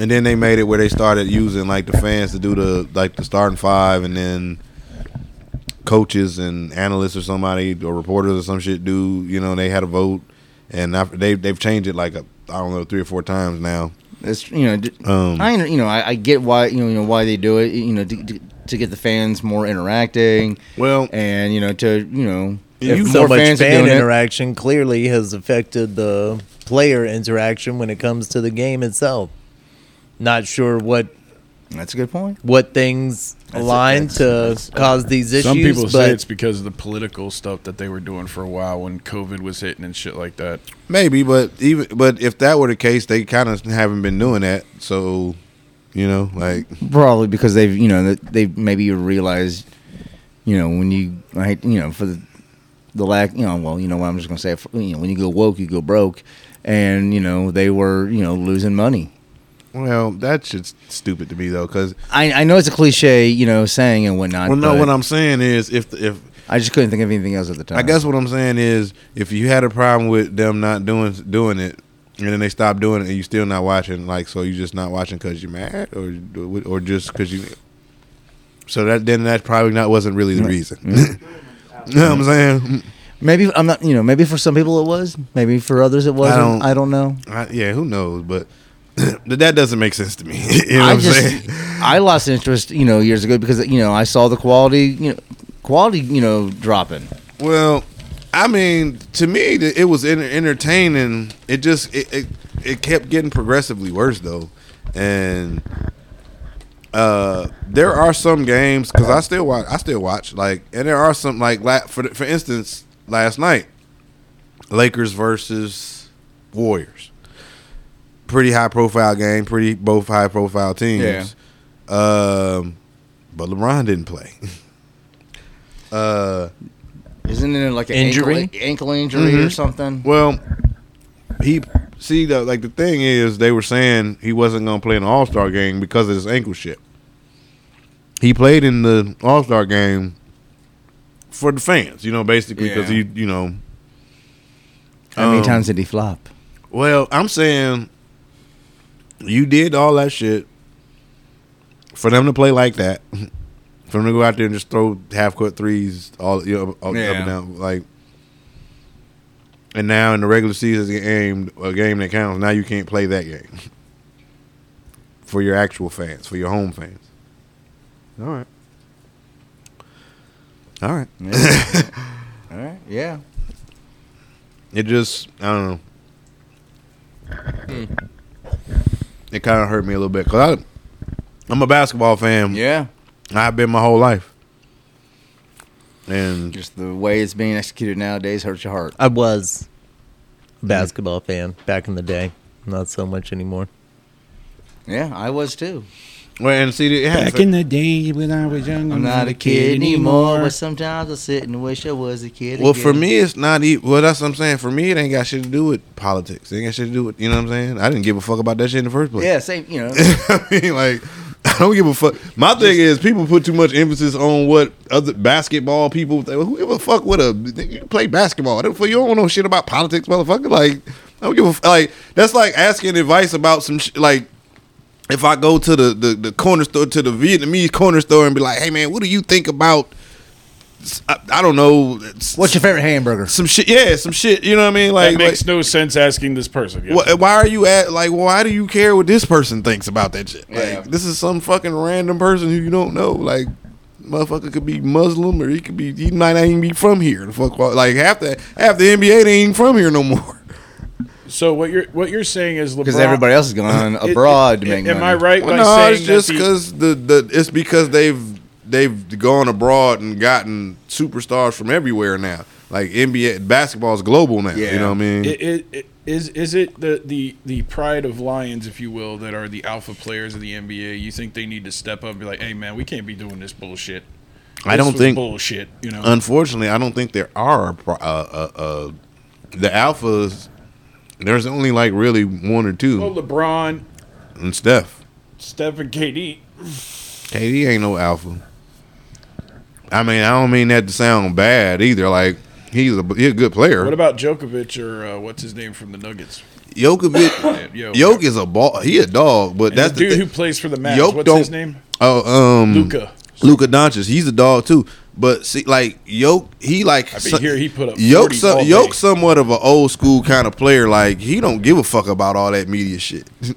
Speaker 3: and then they made it where they started using like the fans to do the like the starting five, and then coaches and analysts or somebody or reporters or some shit do you know they had a vote, and I, they they've changed it like a, I don't know three or four times now.
Speaker 2: It's you know, d-
Speaker 3: Um,
Speaker 2: I you know I, I get why you know, you know why they do it. You know to, to, to get the fans more interacting
Speaker 3: Well,
Speaker 2: and you know to you know if
Speaker 4: so much fan interaction clearly has affected the player interaction when it comes to the game itself. Not sure what
Speaker 2: That's a good point.
Speaker 4: what things align
Speaker 2: that's-
Speaker 4: to
Speaker 2: that's-
Speaker 4: cause these issues.
Speaker 1: Some people
Speaker 4: but
Speaker 1: say it's because of the political stuff that they were doing for a while when COVID was hitting and shit like that.
Speaker 3: Maybe, but even but if that were the case, they kind of haven't been doing that. So, you know, like
Speaker 2: Probably because they've you know that they maybe realized you know when you I hate- you know for the the lack you know well you know what I'm just gonna say for, you know when you go woke you go broke and you know they were you know losing money.
Speaker 3: well, that shit's stupid to me though, because
Speaker 2: I I know it's a cliche you know saying and whatnot.
Speaker 3: well, no,
Speaker 2: but
Speaker 3: what I'm saying is if if
Speaker 2: I just couldn't think of anything else at the time.
Speaker 3: I guess what I'm saying is if you had a problem with them not doing doing it. And then they stop doing it, and you still not watching. Like, so you just not watching because you're mad, or or just because you. So that then that probably not wasn't really
Speaker 2: Mm.
Speaker 3: the reason. you know what I'm saying? Mm,
Speaker 2: maybe I'm not you know maybe for some people it was maybe for others it wasn't. I don't,
Speaker 3: don't-
Speaker 2: know.
Speaker 3: I, yeah, who knows? But that doesn't make sense to me. you know what
Speaker 2: I
Speaker 3: I'm saying?
Speaker 2: just I lost interest you know years ago because you know I saw the quality you know quality you know dropping.
Speaker 3: Well, I mean, to me, th- it was enter- entertaining. It just it, it it kept getting progressively worse though, and uh, there are some games because I still watch. I still watch like, and there are some like la- for the- for instance, last night, Lakers versus Warriors. Pretty high profile game. Pretty both high profile teams.
Speaker 6: Yeah.
Speaker 3: Um, but LeBron didn't play. uh.
Speaker 2: Isn't it like an
Speaker 4: Injury?
Speaker 2: ankle, ankle injury or something?
Speaker 3: Well, he see the like the thing is they were saying he wasn't gonna play in the All Star game because of his ankle shit. He played in the All Star game for the fans, you know, basically because
Speaker 6: Yeah.
Speaker 3: he, you know,
Speaker 2: How many
Speaker 3: Um,
Speaker 2: times did he flop?
Speaker 3: well, I'm saying you did all that shit for them to play like that, for them to go out there and just throw half court threes all you know, up, up
Speaker 6: Yeah.
Speaker 3: and down like. And now in the regular season game, a game that counts, now you can't play that game for your actual fans, for your home fans. All right. All right.
Speaker 2: All right, yeah.
Speaker 3: It just, I don't know. It kind of hurt me a little bit because I'm a basketball fan.
Speaker 2: Yeah,
Speaker 3: I've been my whole life, and
Speaker 2: just the way it's being executed nowadays hurts your heart.
Speaker 4: I was a basketball fan back in the day. Not so much anymore.
Speaker 2: Yeah, I was too.
Speaker 3: well, and see, it has,
Speaker 1: the day when I was young,
Speaker 2: I'm not a kid anymore, but sometimes I sit and wish I was a kid.
Speaker 3: well,
Speaker 2: again.
Speaker 3: for me, it's not even. Well, that's what I'm saying. For me, it ain't got shit to do with politics. It ain't got shit to do with you know what I'm saying. I didn't give a fuck about that shit in the first place.
Speaker 2: yeah, same. You know,
Speaker 3: I mean, like, I don't give a fuck. My thing is, people put too much emphasis on what other basketball people think. Who give a fuck what a you play basketball? Don't- You don't know shit about politics, motherfucker. Like, I don't give a f- like. That's like asking advice about some sh- like. If I go to the, the the corner store to the Vietnamese corner store and be like, hey man, what do you think about? I, I don't know.
Speaker 2: what's your favorite hamburger?
Speaker 3: some shit? Yeah, some shit. You know what I mean? Like,
Speaker 1: That
Speaker 3: like-
Speaker 1: makes no sense asking this person. yeah.
Speaker 3: why, why are you at like? Why do you care what this person thinks about that shit? Like, this is some fucking random person who you don't know. Like, motherfucker could be Muslim or he could be. He might not even be from here. The fuck, why- like half the half the NBA they ain't from here no more.
Speaker 1: So what you're what you're saying is LeBron?
Speaker 2: Because everybody else has gone
Speaker 1: It-
Speaker 2: abroad to
Speaker 1: it-
Speaker 2: make
Speaker 1: Am
Speaker 2: money.
Speaker 1: I right by
Speaker 3: Well, no,
Speaker 1: saying
Speaker 3: it's
Speaker 1: that the-
Speaker 3: just because the, the it's because they've they've gone abroad and gotten superstars from everywhere now. Like NBA basketball's global now. You
Speaker 6: Yeah.
Speaker 3: know what I mean?
Speaker 1: It, it, it, is is it the, the the pride of lions, if you will, that are the alpha players of the NBA? You think they need to step up and be like, "Hey, man, we can't be doing this bullshit." This
Speaker 3: I don't
Speaker 1: was
Speaker 3: think-
Speaker 1: bullshit. You know,
Speaker 3: unfortunately, I don't think there are pro- uh, uh, uh, the alphas. There's only like really one or two,
Speaker 1: well, LeBron,
Speaker 3: and Steph.
Speaker 1: Steph, and KD.
Speaker 3: KD ain't no alpha. I mean, I don't mean that to sound bad either. Like he's a he's a good player.
Speaker 1: What about Djokovic or uh, what's his name from the Nuggets? Uh,
Speaker 3: Jokovic?
Speaker 1: Yo,
Speaker 3: Jokic is a ball. He a dog, but
Speaker 1: that's
Speaker 3: that's
Speaker 1: the dude
Speaker 3: the
Speaker 1: who
Speaker 3: thing.
Speaker 1: plays for the Mavs.
Speaker 3: Joke
Speaker 1: what's
Speaker 3: don't-
Speaker 1: his name?
Speaker 3: Oh, um,
Speaker 1: Luca.
Speaker 3: Luka Doncic, he's a dog too. But see, like Yoke, he like
Speaker 1: I mean, here he put up 40
Speaker 3: Yoke,
Speaker 1: all
Speaker 3: some,
Speaker 1: day.
Speaker 3: Yoke, somewhat of an old school kind of player. Like he don't give a fuck about all that media shit.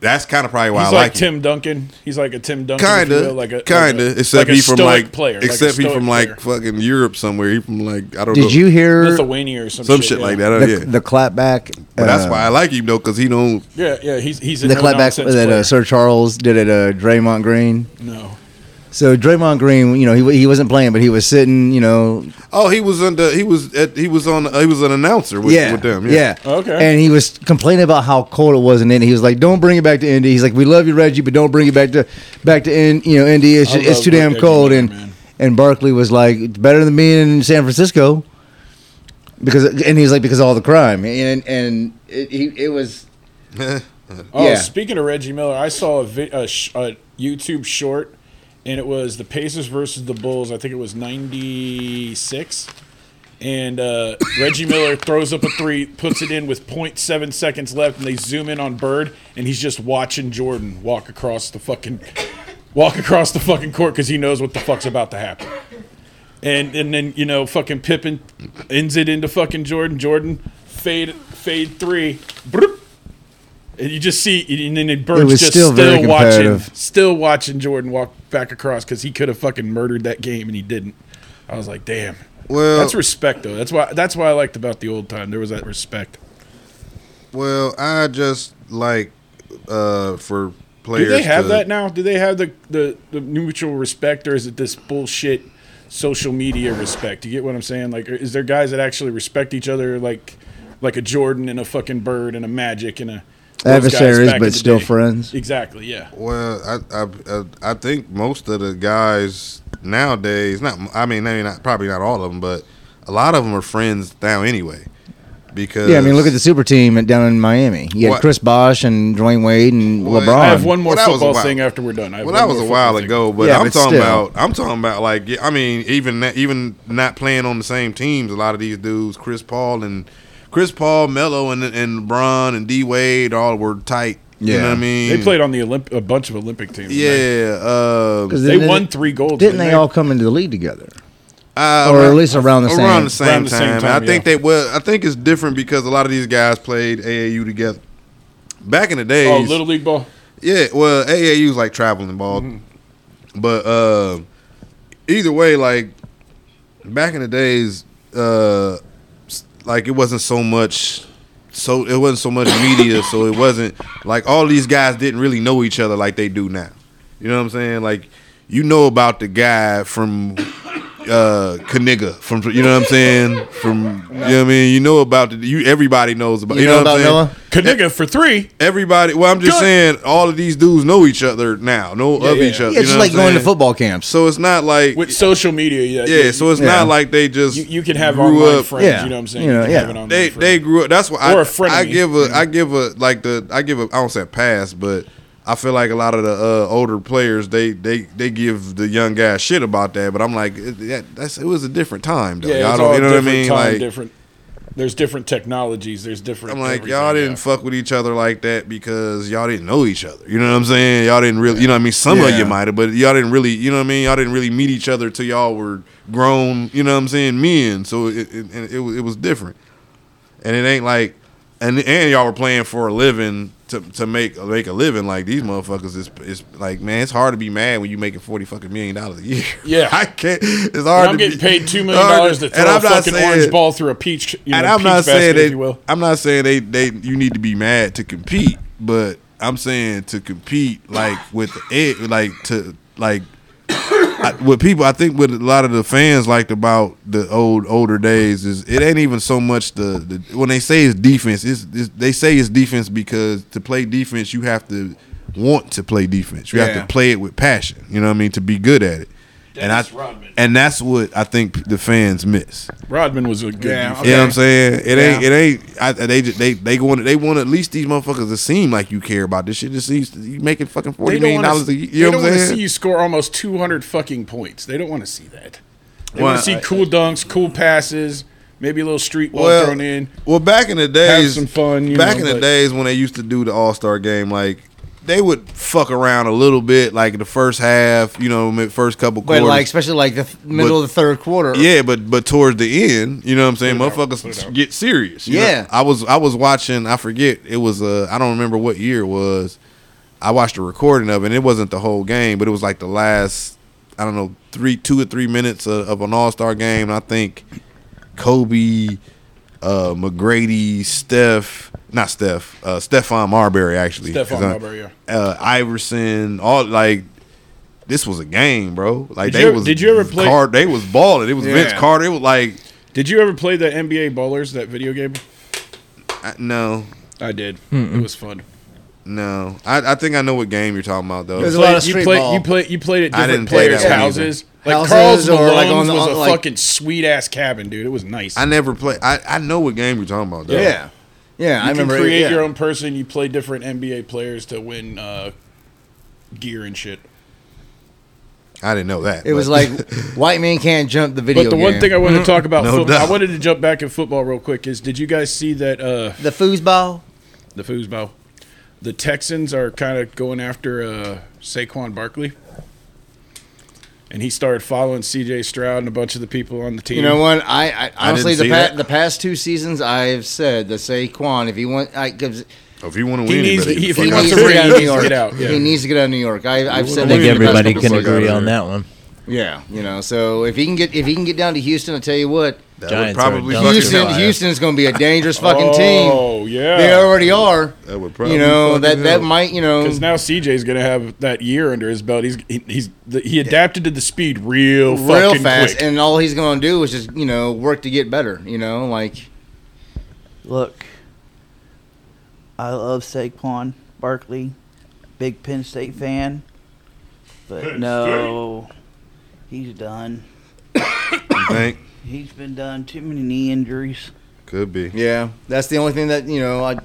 Speaker 3: That's kind of probably why
Speaker 1: He's
Speaker 3: I
Speaker 1: like,
Speaker 3: like, him.
Speaker 1: Tim Duncan. He's like a Tim Duncan. if you
Speaker 3: Kinda,
Speaker 1: will, like a
Speaker 3: kinda.
Speaker 1: like a-
Speaker 3: except
Speaker 1: like a
Speaker 3: he from
Speaker 1: stoic
Speaker 3: like,
Speaker 1: player. like a
Speaker 3: except he
Speaker 1: stoic
Speaker 3: from
Speaker 1: player.
Speaker 3: like fucking Europe somewhere. He from like I don't know,
Speaker 2: Did you hear
Speaker 1: Lithuania or some
Speaker 3: some shit
Speaker 1: yeah.
Speaker 3: like that. Oh,
Speaker 2: the,
Speaker 3: yeah,
Speaker 2: the clapback uh,
Speaker 3: But that's why I like him though, because he don't.
Speaker 1: Yeah, yeah, he's he's a
Speaker 2: the
Speaker 1: no
Speaker 2: clapback
Speaker 1: nonsense
Speaker 2: that uh,
Speaker 1: player.
Speaker 2: Sir Charles did at uh, Draymond Green.
Speaker 1: no.
Speaker 2: So Draymond Green, you know, he, wa- he wasn't playing, but he was sitting, you know,
Speaker 3: Oh, he was under. He was at. He was on. He was an announcer with,
Speaker 2: yeah,
Speaker 3: with them.
Speaker 2: yeah,
Speaker 1: Oh, Okay.
Speaker 2: And he was complaining about how cold it was in Indy. He was like, "Don't bring it back to Indy." He's like, "We love you, Reggie, but don't bring it back to back to in, you know Indy. It's,
Speaker 1: I
Speaker 2: ju- it's
Speaker 1: love
Speaker 2: too damn
Speaker 1: Reggie
Speaker 2: cold."
Speaker 1: Miller,
Speaker 2: And
Speaker 1: man.
Speaker 2: and Barkley was like, "It's better than being in San Francisco," because and he's like, "Because of all the crime." And and it, he, it was
Speaker 1: Oh,
Speaker 2: Yeah.
Speaker 1: speaking of Reggie Miller, I saw a, vi- a, sh- a YouTube short, and it was the Pacers versus the Bulls. I think it was '96, and uh, Reggie Miller throws up a three, puts it in with 0.7 seconds left, and they zoom in on Bird, and he's just watching Jordan walk across the fucking walk across the fucking court because he knows what the fuck's about to happen. And and then you know fucking Pippen ends it into fucking Jordan. Jordan fade fade three. Broop. And you just see, and then Bird's
Speaker 2: was
Speaker 1: just still,
Speaker 2: still very
Speaker 1: watching,
Speaker 2: competitive.
Speaker 1: still watching Jordan walk back across because he could have fucking murdered that game and he didn't. I was like, damn.
Speaker 3: Well-
Speaker 1: that's respect though. That's why. That's why I liked about the old time. There was that respect.
Speaker 3: Well, I just like uh for players.
Speaker 1: Do they have
Speaker 3: to-
Speaker 1: that now? Do they have the, the the mutual respect, or is it this bullshit social media respect? You get what I'm saying? Like, is there guys that actually respect each other, like like a Jordan and a fucking Bird and a Magic and a those guys
Speaker 2: Adversaries,
Speaker 1: back
Speaker 2: but
Speaker 1: in the
Speaker 2: still
Speaker 1: day?
Speaker 2: friends.
Speaker 1: Exactly. Yeah.
Speaker 3: Well, I, I I I think most of the guys nowadays, not I mean, maybe not probably not all of them, but a lot of them are friends now anyway. Because
Speaker 2: Yeah, I mean, look at the super team down in Miami. You had
Speaker 3: What?
Speaker 2: Chris Bosch and Dwayne Wade and
Speaker 3: Well,
Speaker 2: LeBron.
Speaker 1: I have one more
Speaker 3: Well, that was a
Speaker 1: football
Speaker 3: while-
Speaker 1: thing after we're done. I have
Speaker 3: Well,
Speaker 1: one
Speaker 3: that was
Speaker 1: more
Speaker 3: a
Speaker 1: football
Speaker 3: while
Speaker 1: thing.
Speaker 3: ago, but
Speaker 2: Yeah,
Speaker 3: I'm
Speaker 2: but
Speaker 3: talking
Speaker 2: still.
Speaker 3: about I'm talking about like yeah, I mean even that, even not playing on the same teams. A lot of these dudes, Chris Paul and Chris Paul, Melo and and LeBron and D Wade, all were tight. you
Speaker 2: Yeah.
Speaker 3: know what I mean.
Speaker 1: They played on the Olymp- a bunch of Olympic teams. didn't they?
Speaker 3: mm. Yeah, um,
Speaker 2: 'Cause
Speaker 1: They
Speaker 2: didn't-
Speaker 1: won three golds.
Speaker 2: Didn't they all come into the league together,
Speaker 3: uh,
Speaker 2: or at least around the
Speaker 3: around
Speaker 2: same?
Speaker 3: the same
Speaker 1: Around the same
Speaker 3: time.
Speaker 1: time,
Speaker 3: I think
Speaker 1: yeah.
Speaker 3: they well, I think it's different because a lot of these guys played AAU together. Back in the days,
Speaker 1: Oh, little league ball.
Speaker 3: Yeah, well, AAU's like traveling ball, but uh, either way, like back in the days, uh, s- like it wasn't so much. So it wasn't so much media, so it wasn't like all these guys didn't really know each other like they do now. You know what I'm saying? Like you know about the guy from uh Kaniga from you know what I'm saying? From you know what I mean? You know about the you everybody knows about you, know, what I'm saying?
Speaker 1: Kaniga for three.
Speaker 3: everybody. Well, I'm just
Speaker 1: Good.
Speaker 3: saying, all of these dudes know each other now, know of
Speaker 1: yeah,
Speaker 3: each
Speaker 1: yeah.
Speaker 3: other.
Speaker 2: Yeah,
Speaker 3: you
Speaker 2: just
Speaker 3: know
Speaker 2: like
Speaker 3: what I'm
Speaker 2: going to
Speaker 3: saying?
Speaker 2: football camps.
Speaker 3: So it's not like
Speaker 1: with social media. Yeah,
Speaker 3: yeah. So it's
Speaker 2: yeah.
Speaker 3: not like they just
Speaker 1: you, you can have
Speaker 3: grew
Speaker 1: online
Speaker 3: up-
Speaker 1: friends.
Speaker 2: Yeah.
Speaker 1: You know what I'm saying?
Speaker 2: You know,
Speaker 1: can
Speaker 2: yeah.
Speaker 1: have an online
Speaker 3: They
Speaker 1: friend.
Speaker 3: they grew up. That's why
Speaker 1: Or
Speaker 3: I
Speaker 1: a frenemy.
Speaker 3: I give a I give a like the I give a I don't say a pass, but I feel like a lot of the uh, older players they they they give the young guys shit about that. But I'm like it, that, that's it was a different time though.
Speaker 1: yeah,
Speaker 3: y'all
Speaker 1: it's
Speaker 3: don't,
Speaker 1: all
Speaker 3: you know what I
Speaker 1: different
Speaker 3: mean?
Speaker 1: time,
Speaker 3: like
Speaker 1: different. There's different technologies. There's different.
Speaker 3: I'm like,
Speaker 1: everything,
Speaker 3: y'all didn't
Speaker 1: yeah.
Speaker 3: fuck with each other like that because y'all didn't know each other. You know what I'm saying? Y'all didn't really, you know what I mean? Some of
Speaker 2: Yeah.
Speaker 3: you might have, but y'all didn't really, you know what I mean? Y'all didn't really meet each other till y'all were grown, you know what I'm saying? Men. So it, it, it, it was- it was different. And it ain't like, and and y'all were playing for a living to to make make a living. Like these motherfuckers is is like, man, it's hard to be mad when you making forty fucking million dollars a year.
Speaker 1: Yeah.
Speaker 3: I can't. It's
Speaker 1: And
Speaker 3: hard.
Speaker 1: I'm
Speaker 3: to
Speaker 1: getting
Speaker 3: be-
Speaker 1: paid two million
Speaker 3: hard
Speaker 1: dollars to throw
Speaker 3: and
Speaker 1: a
Speaker 3: I'm not
Speaker 1: fucking
Speaker 3: saying-
Speaker 1: orange ball through a peach. You know,
Speaker 3: and I'm
Speaker 1: peach
Speaker 3: not saying
Speaker 1: basket,
Speaker 3: they,
Speaker 1: if you will.
Speaker 3: I'm not saying they, they you need to be mad to compete, but I'm saying to compete like with it, like to like I, what people I think what a lot of the fans liked about the old older days is it ain't even so much the, the when they say it's defense, it's, it's they say it's defense because to play defense you have to want to play defense. You
Speaker 2: Yeah.
Speaker 3: have to play it with passion. You know what I mean? To be good at it.
Speaker 1: Dennis
Speaker 3: and I
Speaker 1: Rodman.
Speaker 3: and that's what I think the fans miss.
Speaker 1: Rodman was a good.
Speaker 2: Yeah,
Speaker 1: defense.
Speaker 3: You know what I'm saying? It ain't.
Speaker 2: Yeah.
Speaker 3: It ain't. I, they ju- they they want. They want at least these motherfuckers to seem like you care about this shit. Just seems you making fucking
Speaker 1: They
Speaker 3: forty
Speaker 1: don't
Speaker 3: million
Speaker 1: want
Speaker 3: dollars
Speaker 1: to.
Speaker 3: a year. You
Speaker 1: They
Speaker 3: know
Speaker 1: don't
Speaker 3: what
Speaker 1: want
Speaker 3: I'm
Speaker 1: to
Speaker 3: saying?
Speaker 1: see you score almost 200 fucking points. They don't want to see that. They
Speaker 3: Well,
Speaker 1: want to see cool dunks, cool passes, maybe a little street ball
Speaker 3: well,
Speaker 1: thrown in.
Speaker 3: well, back in the days,
Speaker 1: some fun, you
Speaker 3: back
Speaker 1: know,
Speaker 3: in the
Speaker 1: but-
Speaker 3: days when they used to do the All Star game, like they would fuck around a little bit, like the first half, you know, mid- first couple
Speaker 2: But
Speaker 3: quarters.
Speaker 2: like, especially like the th- middle
Speaker 3: But-
Speaker 2: of the third quarter.
Speaker 3: Yeah, but but towards the end, you know what I'm saying?
Speaker 1: Put it out, put it
Speaker 3: Motherfuckers
Speaker 1: out.
Speaker 3: get serious. you
Speaker 2: Yeah.
Speaker 3: know? I was I was watching. I forget it was. Uh, I don't remember what year it was. I watched a recording of it. and It wasn't the whole game, but it was like the last. I don't know three, two or three minutes of, of an All Star game. And I think Kobe uh, McGrady, Steph, not Steph, uh, Stefan Marbury actually.
Speaker 1: Stephon
Speaker 3: 'Cause, uh,
Speaker 1: Marbury, yeah.
Speaker 3: Uh, Iverson, all like this was a game, bro.
Speaker 1: Did
Speaker 3: Like they
Speaker 1: you ever-
Speaker 3: was
Speaker 1: did you ever play-
Speaker 3: Card, they was balling. It was Vince
Speaker 6: Yeah.
Speaker 3: Carter. It was like
Speaker 1: Did you ever play the NBA Ballers that video game?
Speaker 3: I- no,
Speaker 1: I did. It was fun.
Speaker 3: no. I, I think I know what game you're talking about though.
Speaker 6: There's a
Speaker 1: Played-
Speaker 6: lot of street
Speaker 1: you played,
Speaker 6: ball.
Speaker 1: you played you played at
Speaker 3: I
Speaker 1: different
Speaker 3: didn't play
Speaker 1: players'
Speaker 3: that one
Speaker 1: houses. Like Carl's
Speaker 6: Houses or,
Speaker 1: Malone's
Speaker 6: like, on the-
Speaker 1: was a
Speaker 6: on, like-
Speaker 1: fucking sweet ass cabin, dude. It was nice.
Speaker 3: I never play. I, I know what game you're talking about though.
Speaker 6: Yeah.
Speaker 2: Yeah, I
Speaker 1: you can
Speaker 2: remember.
Speaker 1: create
Speaker 2: yeah.
Speaker 1: your own person. You play different NBA players to win uh, gear and shit.
Speaker 3: I didn't know that.
Speaker 2: It was
Speaker 3: but-
Speaker 2: like white man can't jump the video.
Speaker 1: But the one
Speaker 2: game.
Speaker 1: thing I wanted to talk about,
Speaker 3: No
Speaker 1: football,
Speaker 3: doubt.
Speaker 1: I wanted to jump back in football real quick. Is did you guys see that uh,
Speaker 4: The foosball.
Speaker 1: the foosball? The Texans are kind of going after uh, Saquon Barkley, and he started following C.J. Stroud and a bunch of the people on the team.
Speaker 2: You know what? I, I honestly
Speaker 3: didn't
Speaker 2: the
Speaker 3: see
Speaker 2: pa-
Speaker 3: that.
Speaker 2: the past two seasons I've said that Saquan if he want I gives
Speaker 3: if you want to
Speaker 1: He
Speaker 3: win,
Speaker 1: needs-
Speaker 3: anybody,
Speaker 1: he-
Speaker 3: you
Speaker 1: if
Speaker 2: he
Speaker 1: he
Speaker 3: fucking-
Speaker 1: wants
Speaker 2: needs
Speaker 1: to
Speaker 2: to
Speaker 1: ring,
Speaker 2: get
Speaker 1: he
Speaker 2: out of New
Speaker 1: needs to
Speaker 2: York.
Speaker 1: get out, yeah.
Speaker 2: He needs to get out of New York. I, I've said that for
Speaker 4: I think
Speaker 2: the past
Speaker 4: everybody
Speaker 2: couple
Speaker 4: can
Speaker 2: seasons.
Speaker 4: agree on that one.
Speaker 2: Yeah, you know. So if he can get if he can get down to Houston, I tell you what,
Speaker 3: that would
Speaker 4: Giants are
Speaker 3: probably
Speaker 4: dumb.
Speaker 3: fucking-
Speaker 2: Houston
Speaker 4: fire.
Speaker 2: Houston's going to be a dangerous fucking team.
Speaker 1: Oh yeah,
Speaker 2: They already are.
Speaker 3: That would probably
Speaker 2: You know
Speaker 3: fucking
Speaker 2: that that
Speaker 3: help.
Speaker 2: might you know
Speaker 1: Because now CJ's going to have that year under his belt. He's he, he's the, he adapted to the speed real
Speaker 2: real
Speaker 1: fucking
Speaker 2: fast,
Speaker 1: quick.
Speaker 2: and all he's going to do is just you know work to get better. You know, like
Speaker 7: Look, I love Saquon Barkley, big Penn State fan, but no, he's done.
Speaker 3: You think?
Speaker 7: He's been done. Too many knee injuries.
Speaker 3: Could be.
Speaker 2: yeah, that's the only thing that you know. I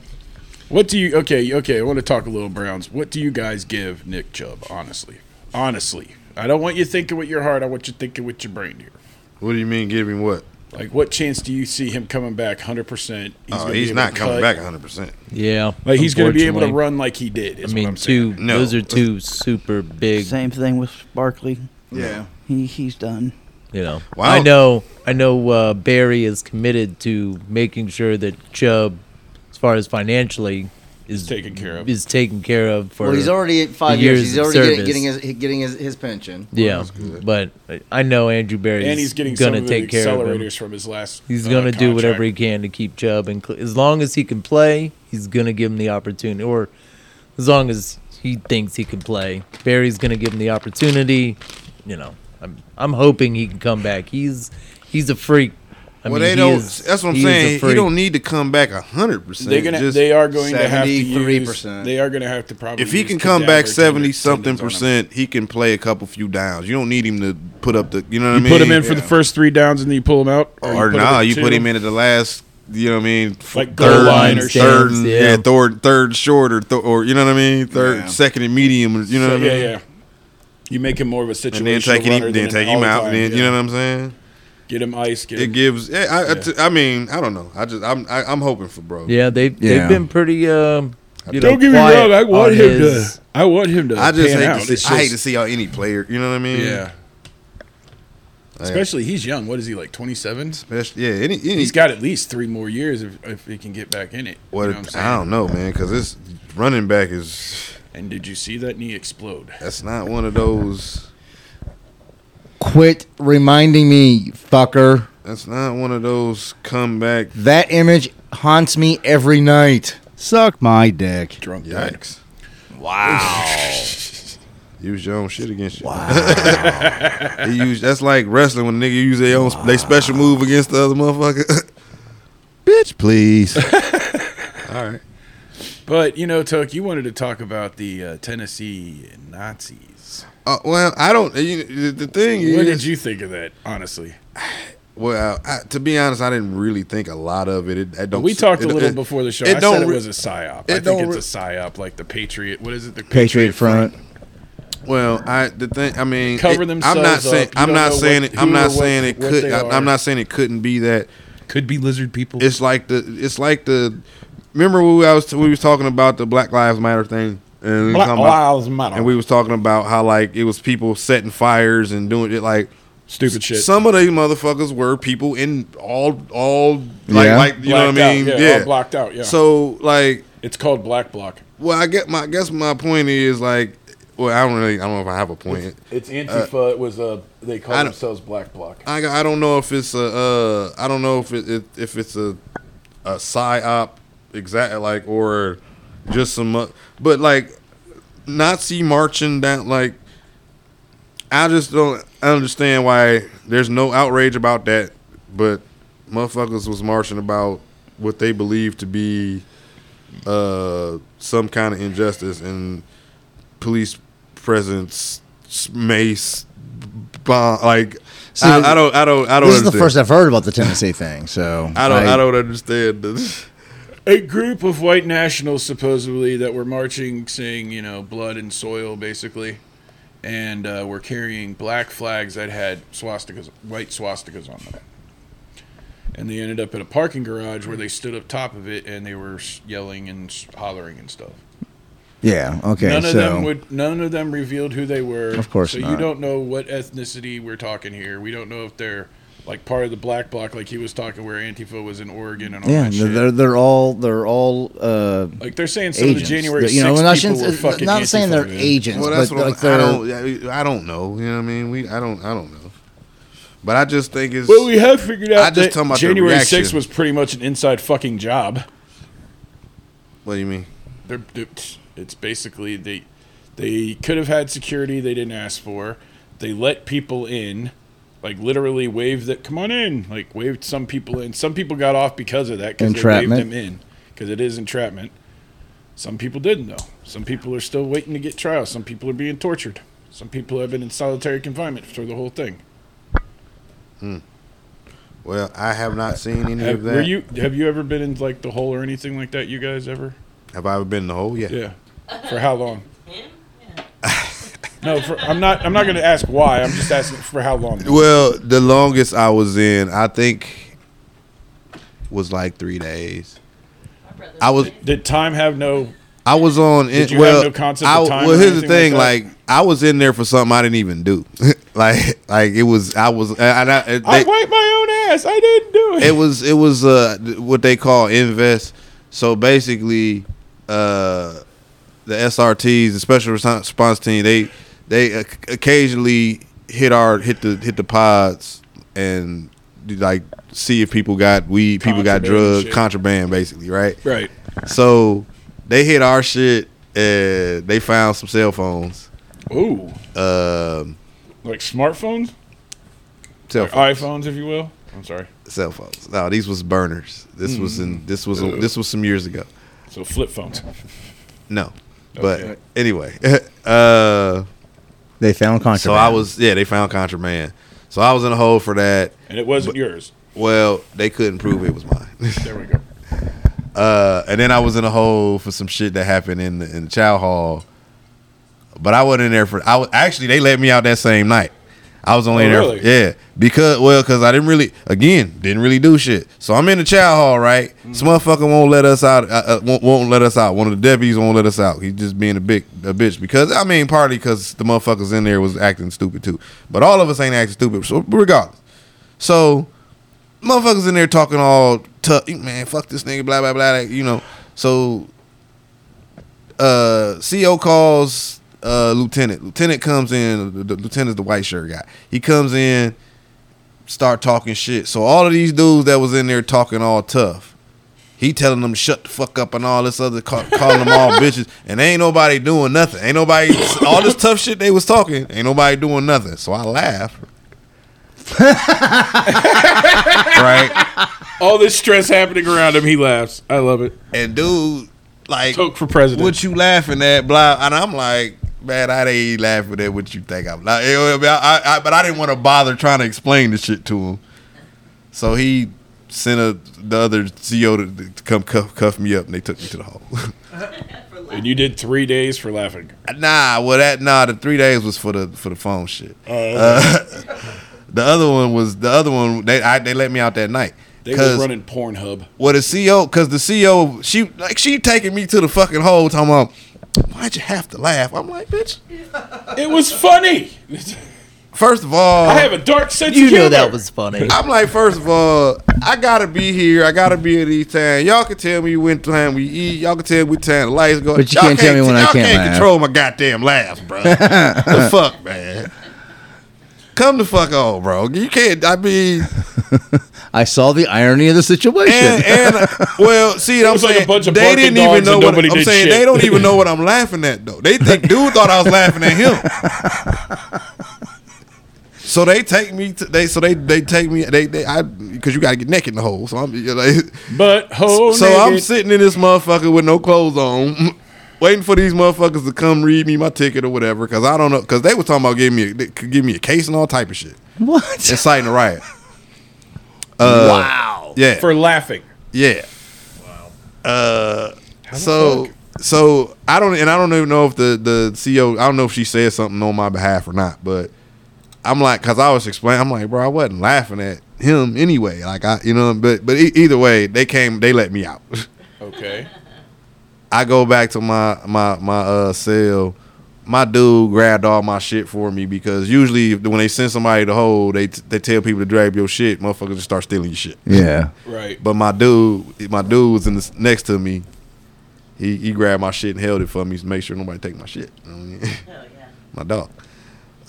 Speaker 1: What do you? Okay, okay. I want to talk a little Browns. What do you guys give Nick Chubb? Honestly, honestly, I don't want you thinking with your heart. I want you thinking with your brain here.
Speaker 3: What do you mean? Give him what?
Speaker 1: Like, what chance do you see him coming back? Hundred percent.
Speaker 3: Oh, he's not coming back 100. percent
Speaker 4: Yeah.
Speaker 1: Like he's going to be able to
Speaker 4: unfortunately.
Speaker 1: run like he did.
Speaker 4: I
Speaker 1: Is what
Speaker 4: mean,
Speaker 1: I'm saying.
Speaker 4: two.
Speaker 3: No.
Speaker 4: Those are two super big.
Speaker 7: Same thing with Barkley.
Speaker 2: yeah.
Speaker 7: He he's done.
Speaker 4: You know.
Speaker 3: Wow.
Speaker 4: I know. I know. Uh, Barry is committed to making sure that Chubb, as far as financially, is
Speaker 1: Taken care of.
Speaker 4: Is taken care of for.
Speaker 2: Well, he's already at five
Speaker 4: the
Speaker 2: years.
Speaker 4: years
Speaker 2: He's
Speaker 4: of
Speaker 2: already getting,
Speaker 4: service.
Speaker 2: getting his getting his, his pension.
Speaker 4: Yeah, but I know Andrew Barry.
Speaker 1: And he's getting some
Speaker 4: gonna
Speaker 1: of the
Speaker 4: take care of him.
Speaker 1: accelerators from his last.
Speaker 4: He's
Speaker 1: uh,
Speaker 4: gonna do
Speaker 1: contract.
Speaker 4: whatever he can to keep Chubb, and cl- as long as he can play, he's gonna give him the opportunity, or as long as he thinks he can play, Barry's gonna give him the opportunity. You know, I'm I'm hoping he can come back. He's he's a freak. I
Speaker 3: well,
Speaker 4: mean,
Speaker 3: they
Speaker 4: he
Speaker 3: don't.
Speaker 4: is-
Speaker 3: that's what I'm
Speaker 4: he is a
Speaker 3: saying. He
Speaker 4: freak.
Speaker 3: don't need to come back 100. percent
Speaker 1: They're gonna. They are going to have to use.
Speaker 2: 73%.
Speaker 1: They are going to have to probably.
Speaker 3: If he
Speaker 1: use
Speaker 3: can come back
Speaker 1: cadaver
Speaker 3: 70
Speaker 1: tendons on
Speaker 3: something
Speaker 1: him.
Speaker 3: percent, he can play a couple few downs. You don't need him to put up the. You know what I
Speaker 1: You
Speaker 3: mean?
Speaker 1: put him in for the first three downs and then you pull him out.
Speaker 3: Or
Speaker 1: put him
Speaker 3: nah,
Speaker 1: at
Speaker 3: you
Speaker 1: two.
Speaker 3: put him in at the last. You know what I mean? f-
Speaker 1: Like goal
Speaker 3: third,
Speaker 1: line or
Speaker 3: third,
Speaker 4: stands,
Speaker 3: and-
Speaker 4: yeah.
Speaker 3: yeah, third, third short or th- or you know what I mean? Third,
Speaker 6: Yeah.
Speaker 3: second and medium. You know
Speaker 1: So,
Speaker 3: what I
Speaker 1: yeah,
Speaker 3: mean?
Speaker 1: yeah. You make him more of a situational
Speaker 3: And then take
Speaker 1: runner
Speaker 3: him, then
Speaker 1: than
Speaker 3: take
Speaker 1: an
Speaker 3: him out.
Speaker 1: all-time,
Speaker 3: Then you
Speaker 1: yeah.
Speaker 3: know what I'm saying?
Speaker 1: Get him ice. Get
Speaker 3: It
Speaker 1: him.
Speaker 3: gives. Yeah, I, I
Speaker 1: Yeah.
Speaker 3: t- I mean, I don't know. I just, I'm, I, I'm hoping for bro.
Speaker 4: Yeah, they have
Speaker 2: Yeah.
Speaker 4: they've been pretty. Um, you know,
Speaker 1: Don't get me
Speaker 4: quiet
Speaker 1: wrong. I
Speaker 4: on
Speaker 1: want him
Speaker 4: his-
Speaker 1: to. I want him to.
Speaker 3: I just
Speaker 1: pan
Speaker 3: hate
Speaker 1: out.
Speaker 3: to
Speaker 1: It's
Speaker 3: see. I hate to
Speaker 1: just-
Speaker 3: see how any player. You know what I mean?
Speaker 1: Yeah. Especially he's young. What is he like? Twenty seven.
Speaker 3: Especially- yeah. Any, any,
Speaker 1: He's got at least three more years if, if he can get back in it. You
Speaker 3: What
Speaker 1: know what I'm
Speaker 3: I
Speaker 1: saying?
Speaker 3: don't know, man, because this running back is
Speaker 1: And did you see that knee explode?
Speaker 3: that's not one of those.
Speaker 2: Quit reminding me, fucker.
Speaker 3: That's not one of those comeback.
Speaker 2: That image haunts me every night. Suck my dick.
Speaker 1: Drunk. dad.
Speaker 3: Yikes! Wow. Use your own shit against you. he use, that's like wrestling when nigga use their own they special move against the other motherfucker. Bitch, please. All right.
Speaker 1: But you know, Toke, you wanted to talk about the uh, Tennessee Nazis.
Speaker 3: Uh, well, I don't. You, the- the thing is,
Speaker 1: What did you think of that? Honestly,
Speaker 3: Well, I, to be honest, I didn't really think a lot of it. It, it don't.
Speaker 1: we talked a
Speaker 3: it-
Speaker 1: little
Speaker 3: it-
Speaker 1: before the show.
Speaker 3: it
Speaker 1: I
Speaker 3: don't
Speaker 1: said it
Speaker 3: re-
Speaker 1: was a psyop.
Speaker 3: it
Speaker 1: I
Speaker 3: don't
Speaker 1: think it's
Speaker 3: re-
Speaker 1: a psyop, like the Patriot. What is it? The
Speaker 2: Patriot front.
Speaker 3: Well, I the thing. I mean,
Speaker 1: Cover
Speaker 3: it-
Speaker 1: themselves
Speaker 3: I'm not saying.
Speaker 1: up. You
Speaker 3: I'm
Speaker 1: don't
Speaker 3: not
Speaker 1: know
Speaker 3: saying.
Speaker 1: what-
Speaker 3: it, I'm
Speaker 1: who or
Speaker 3: not
Speaker 1: what-
Speaker 3: saying it
Speaker 1: what
Speaker 3: could.
Speaker 1: they
Speaker 3: I,
Speaker 1: are.
Speaker 3: I'm not saying it couldn't be that.
Speaker 1: could be lizard people.
Speaker 3: It's like the. It's like the. Remember when I was we was talking about the Black Lives Matter thing, and we, were talking about,
Speaker 1: matter.
Speaker 3: and we was talking about how like it was people setting fires and doing it like
Speaker 1: stupid shit.
Speaker 3: Some of these motherfuckers were people in all all like
Speaker 2: Yeah.
Speaker 3: like you know
Speaker 1: Blacked
Speaker 3: what I mean
Speaker 1: out, yeah, all blocked out. Yeah.
Speaker 3: So like
Speaker 1: it's called black block.
Speaker 3: Well, I get my I guess my point is like, well, I don't really, I don't know if I have a point.
Speaker 1: It's Antifa. it was a they
Speaker 3: I
Speaker 1: call
Speaker 3: don't-
Speaker 1: themselves black block.
Speaker 3: I, I don't know if it's a, uh, I don't know if it, it if it's a a psyop, exact like or just some, uh, but like Nazi marching down like. I just don't understand why there's no outrage about that, but motherfuckers was marching about what they believe to be uh, some kind of injustice and police presence, s- mace, bomb. Like
Speaker 2: See,
Speaker 3: I, I don't, I don't, I don't.
Speaker 2: This is
Speaker 3: understand.
Speaker 2: the first I've heard about the Tennessee thing, so
Speaker 3: I don't, I, don't understand this.
Speaker 1: a group of white nationals supposedly that were marching saying you know blood and soil basically and uh, were carrying black flags that had swastikas white swastikas on them and they ended up at a parking garage where they stood up top of it and they were s- yelling and s- hollering and stuff
Speaker 2: Yeah. Okay.
Speaker 1: none
Speaker 2: so
Speaker 1: of them would none of them revealed who they were
Speaker 2: Of course
Speaker 1: so you
Speaker 2: not.
Speaker 1: don't know what ethnicity we're talking here we don't know if they're like part of the black bloc like he was talking where antifa was in oregon and all
Speaker 2: yeah,
Speaker 1: that shit.
Speaker 2: they're they're all they're all uh,
Speaker 1: Like they're saying some
Speaker 2: agents.
Speaker 1: of the January
Speaker 2: They're- you know,
Speaker 1: 6th
Speaker 2: we're not,
Speaker 1: people
Speaker 2: saying-
Speaker 1: were fucking
Speaker 2: not saying they're
Speaker 1: Antifa, man.
Speaker 2: agents,
Speaker 3: Well, that's
Speaker 2: but
Speaker 3: what
Speaker 2: like
Speaker 3: I'm,
Speaker 2: they're.
Speaker 3: I don't, I don't know. You know what I mean? We, I don't, I don't know. But I just think it's.
Speaker 1: Well, we have figured out
Speaker 3: I just
Speaker 1: that
Speaker 3: talking about the
Speaker 1: January
Speaker 3: reaction.
Speaker 1: 6th was pretty much an inside fucking job.
Speaker 3: what do you mean?
Speaker 1: They're, they're- it's basically they they could have had security they didn't ask for. They let people in, like literally waved that come on in, like waved some people in. Some people got off because of that because they waved
Speaker 2: Entrapment.
Speaker 1: them in because it is entrapment. Some people didn't though. Some people are still waiting to get trial. Some people are being tortured. Some people have been in solitary confinement for the whole thing.
Speaker 3: Well, I have not seen any
Speaker 1: Have,
Speaker 3: of that.
Speaker 1: were you have you ever been in like the hole or anything like that? You guys ever?
Speaker 3: Have I ever been in the hole? Yeah.
Speaker 1: Yeah. For how long? No, for, I'm not. I'm not going to ask why. I'm just asking for how long.
Speaker 3: Well, the longest I was in, I think, was like three days. I was
Speaker 1: Did time have no?
Speaker 3: I was on.
Speaker 1: Did you
Speaker 3: well,
Speaker 1: have no concept
Speaker 3: I,
Speaker 1: of time
Speaker 3: well,
Speaker 1: or
Speaker 3: here's the
Speaker 1: anything like
Speaker 3: thing.
Speaker 1: that?
Speaker 3: Like, I was in there for something I didn't even do. like, like it was. I was. And I, and
Speaker 1: I
Speaker 3: they-
Speaker 1: wiped my own ass. I didn't do it.
Speaker 3: it was it was uh what they call invest. So basically, uh, the SRTs, the special Response- response team, they they o- occasionally hit our hit the hit the pods and do, like see if people got weed, people got
Speaker 1: Contraband
Speaker 3: drug
Speaker 1: shit.
Speaker 3: contraband, basically, right?
Speaker 1: right.
Speaker 3: So they hit our shit and they found some cell phones.
Speaker 1: Ooh,
Speaker 3: Um,
Speaker 1: like smartphones,
Speaker 3: cell
Speaker 1: Or
Speaker 3: phones.
Speaker 1: iPhones, if you will. I'm sorry.
Speaker 3: Cell phones. No, these was burners. This was
Speaker 1: Mm.
Speaker 3: in this was this was some years ago.
Speaker 1: So flip phones.
Speaker 3: No. But
Speaker 1: Okay.
Speaker 3: anyway, uh,
Speaker 2: They found contraband.
Speaker 3: so I was yeah they found contraband, so I was in a hole for that.
Speaker 1: And it wasn't yours.
Speaker 3: Well, they couldn't prove it was mine,
Speaker 1: There we go.
Speaker 3: uh, and then I was in a hole for some shit that happened in the in the chow hall, but I wasn't in there for. I was, actually they let me out that same night. I was only
Speaker 1: Oh,
Speaker 3: in there,
Speaker 1: really?
Speaker 3: yeah, because well, because I didn't really again didn't really do shit. So I'm in the chow hall, right? This
Speaker 1: Mm.
Speaker 3: motherfucker won't let us out. Uh, uh, won't, won't let us out. One of the deputies won't let us out. He's just being a big a bitch because I mean partly because the motherfuckers in there was acting stupid too. But all of us ain't acting stupid. So regardless, so motherfuckers in there talking all tough. Man, fuck this nigga. Blah blah blah. You know. So uh CO calls uh lieutenant. Lieutenant comes in, the, the lieutenant's the white shirt guy. He comes in, start talking shit. So all of these dudes that was in there talking all tough. He telling them to shut the fuck up and all this other ca- calling them all bitches and ain't nobody doing nothing. Ain't nobody all this tough shit they was talking, ain't nobody doing nothing. So I laugh. right?
Speaker 1: All this stress happening around him, he laughs. I love it.
Speaker 3: And dude like
Speaker 1: Coke for president.
Speaker 3: what you laughing at, blah. And I'm like, man, I ain't laughing at what you think I'm like. you know what I mean? I- I- I- but I didn't want to bother trying to explain the shit to him. So he sent a, the other CEO to, to come cuff, cuff me up, and they took me to the hole.
Speaker 1: and you did three days for laughing.
Speaker 3: nah, well that nah, the three days was for the for the phone shit. Uh, the other one was the other one. They I, they let me out that night.
Speaker 1: They were
Speaker 3: 'Cause-
Speaker 1: running Pornhub.
Speaker 3: Well, the CEO, because the CEO, she like she taking me to the fucking hole, talking about why'd you have to laugh? I'm like, bitch.
Speaker 1: It was funny.
Speaker 3: First of all,
Speaker 1: I have a dark sense
Speaker 4: You
Speaker 1: of humor.
Speaker 4: know that was funny.
Speaker 3: I'm like, first of all, I gotta be here. I gotta be in these time. Y'all can tell me when time we eat. Y'all can tell me what time the lights go.
Speaker 2: But you
Speaker 3: Y'all
Speaker 2: can't tell me when I
Speaker 3: y'all
Speaker 2: can't
Speaker 3: can't
Speaker 2: laugh.
Speaker 3: control my goddamn laugh, bro. the fuck, man. Come the fuck on, bro. You can't. I mean,
Speaker 2: I saw the irony of the situation.
Speaker 1: Eh.
Speaker 3: and, and well, see, I'm
Speaker 1: was like
Speaker 3: saying
Speaker 1: a bunch of
Speaker 3: they
Speaker 1: barking
Speaker 3: didn't
Speaker 1: dogs
Speaker 3: even
Speaker 1: and
Speaker 3: know what I'm
Speaker 1: nobody did
Speaker 3: saying.
Speaker 1: shit.
Speaker 3: They don't even know what I'm laughing at though. They think dude thought I was laughing at him. So they take me. To, they so they they take me. They they I because you gotta get naked in the hole. So I'm you know, like,
Speaker 1: But ho,
Speaker 3: so I'm
Speaker 1: Oh, naked.
Speaker 3: sitting in this motherfucker with no clothes on, waiting for these motherfuckers to come read me my ticket or whatever. Because I don't know. Because they were talking about giving me a, they could give me a case and all type of shit,
Speaker 2: what?
Speaker 3: inciting a riot. wow. Yeah.
Speaker 1: for laughing.
Speaker 3: yeah. Wow. Uh. So so I don't and I don't even know if the the CEO I don't know if she said something on my behalf or not, but I'm like, cause I was explaining, I'm like, bro, I wasn't laughing at him anyway. Like I, you know, but but e- either way, they came, they let me out.
Speaker 1: Okay.
Speaker 3: I go back to my my my uh cell. My dude grabbed all my shit for me because usually when they send somebody to hold, they they tell people to grab your shit. Motherfuckers just start stealing your shit.
Speaker 2: Yeah.
Speaker 1: Right.
Speaker 3: But my dude, my dude was in the, next to me. He he grabbed my shit and held it for me to make sure nobody take my shit. You know what I mean?
Speaker 5: Hell yeah.
Speaker 3: my dog.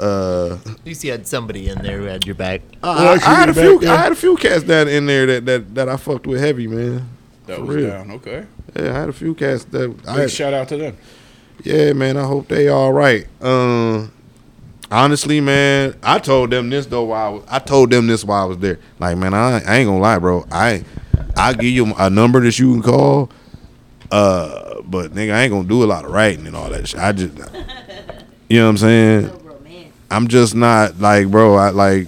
Speaker 3: Uh,
Speaker 4: At least you had somebody in there who had your back.
Speaker 3: I, I had a few. I had a few cats down in there that that that I fucked with heavy man.
Speaker 1: That
Speaker 3: For
Speaker 1: was
Speaker 3: real.
Speaker 1: down. Okay.
Speaker 3: Yeah, I had a few cats that I
Speaker 1: Big
Speaker 3: had,
Speaker 1: shout out to them.
Speaker 3: Yeah, man. I hope they all right. Um, honestly, man, I told them this though. While I, was, I told them this while I was there, like, man, I, I ain't gonna lie, bro. I I give you a number that you can call. Uh, but nigga, I ain't gonna do a lot of writing and all that shit. I just, you know what I'm saying.
Speaker 5: So romantic.
Speaker 3: I'm just not like, bro. I like,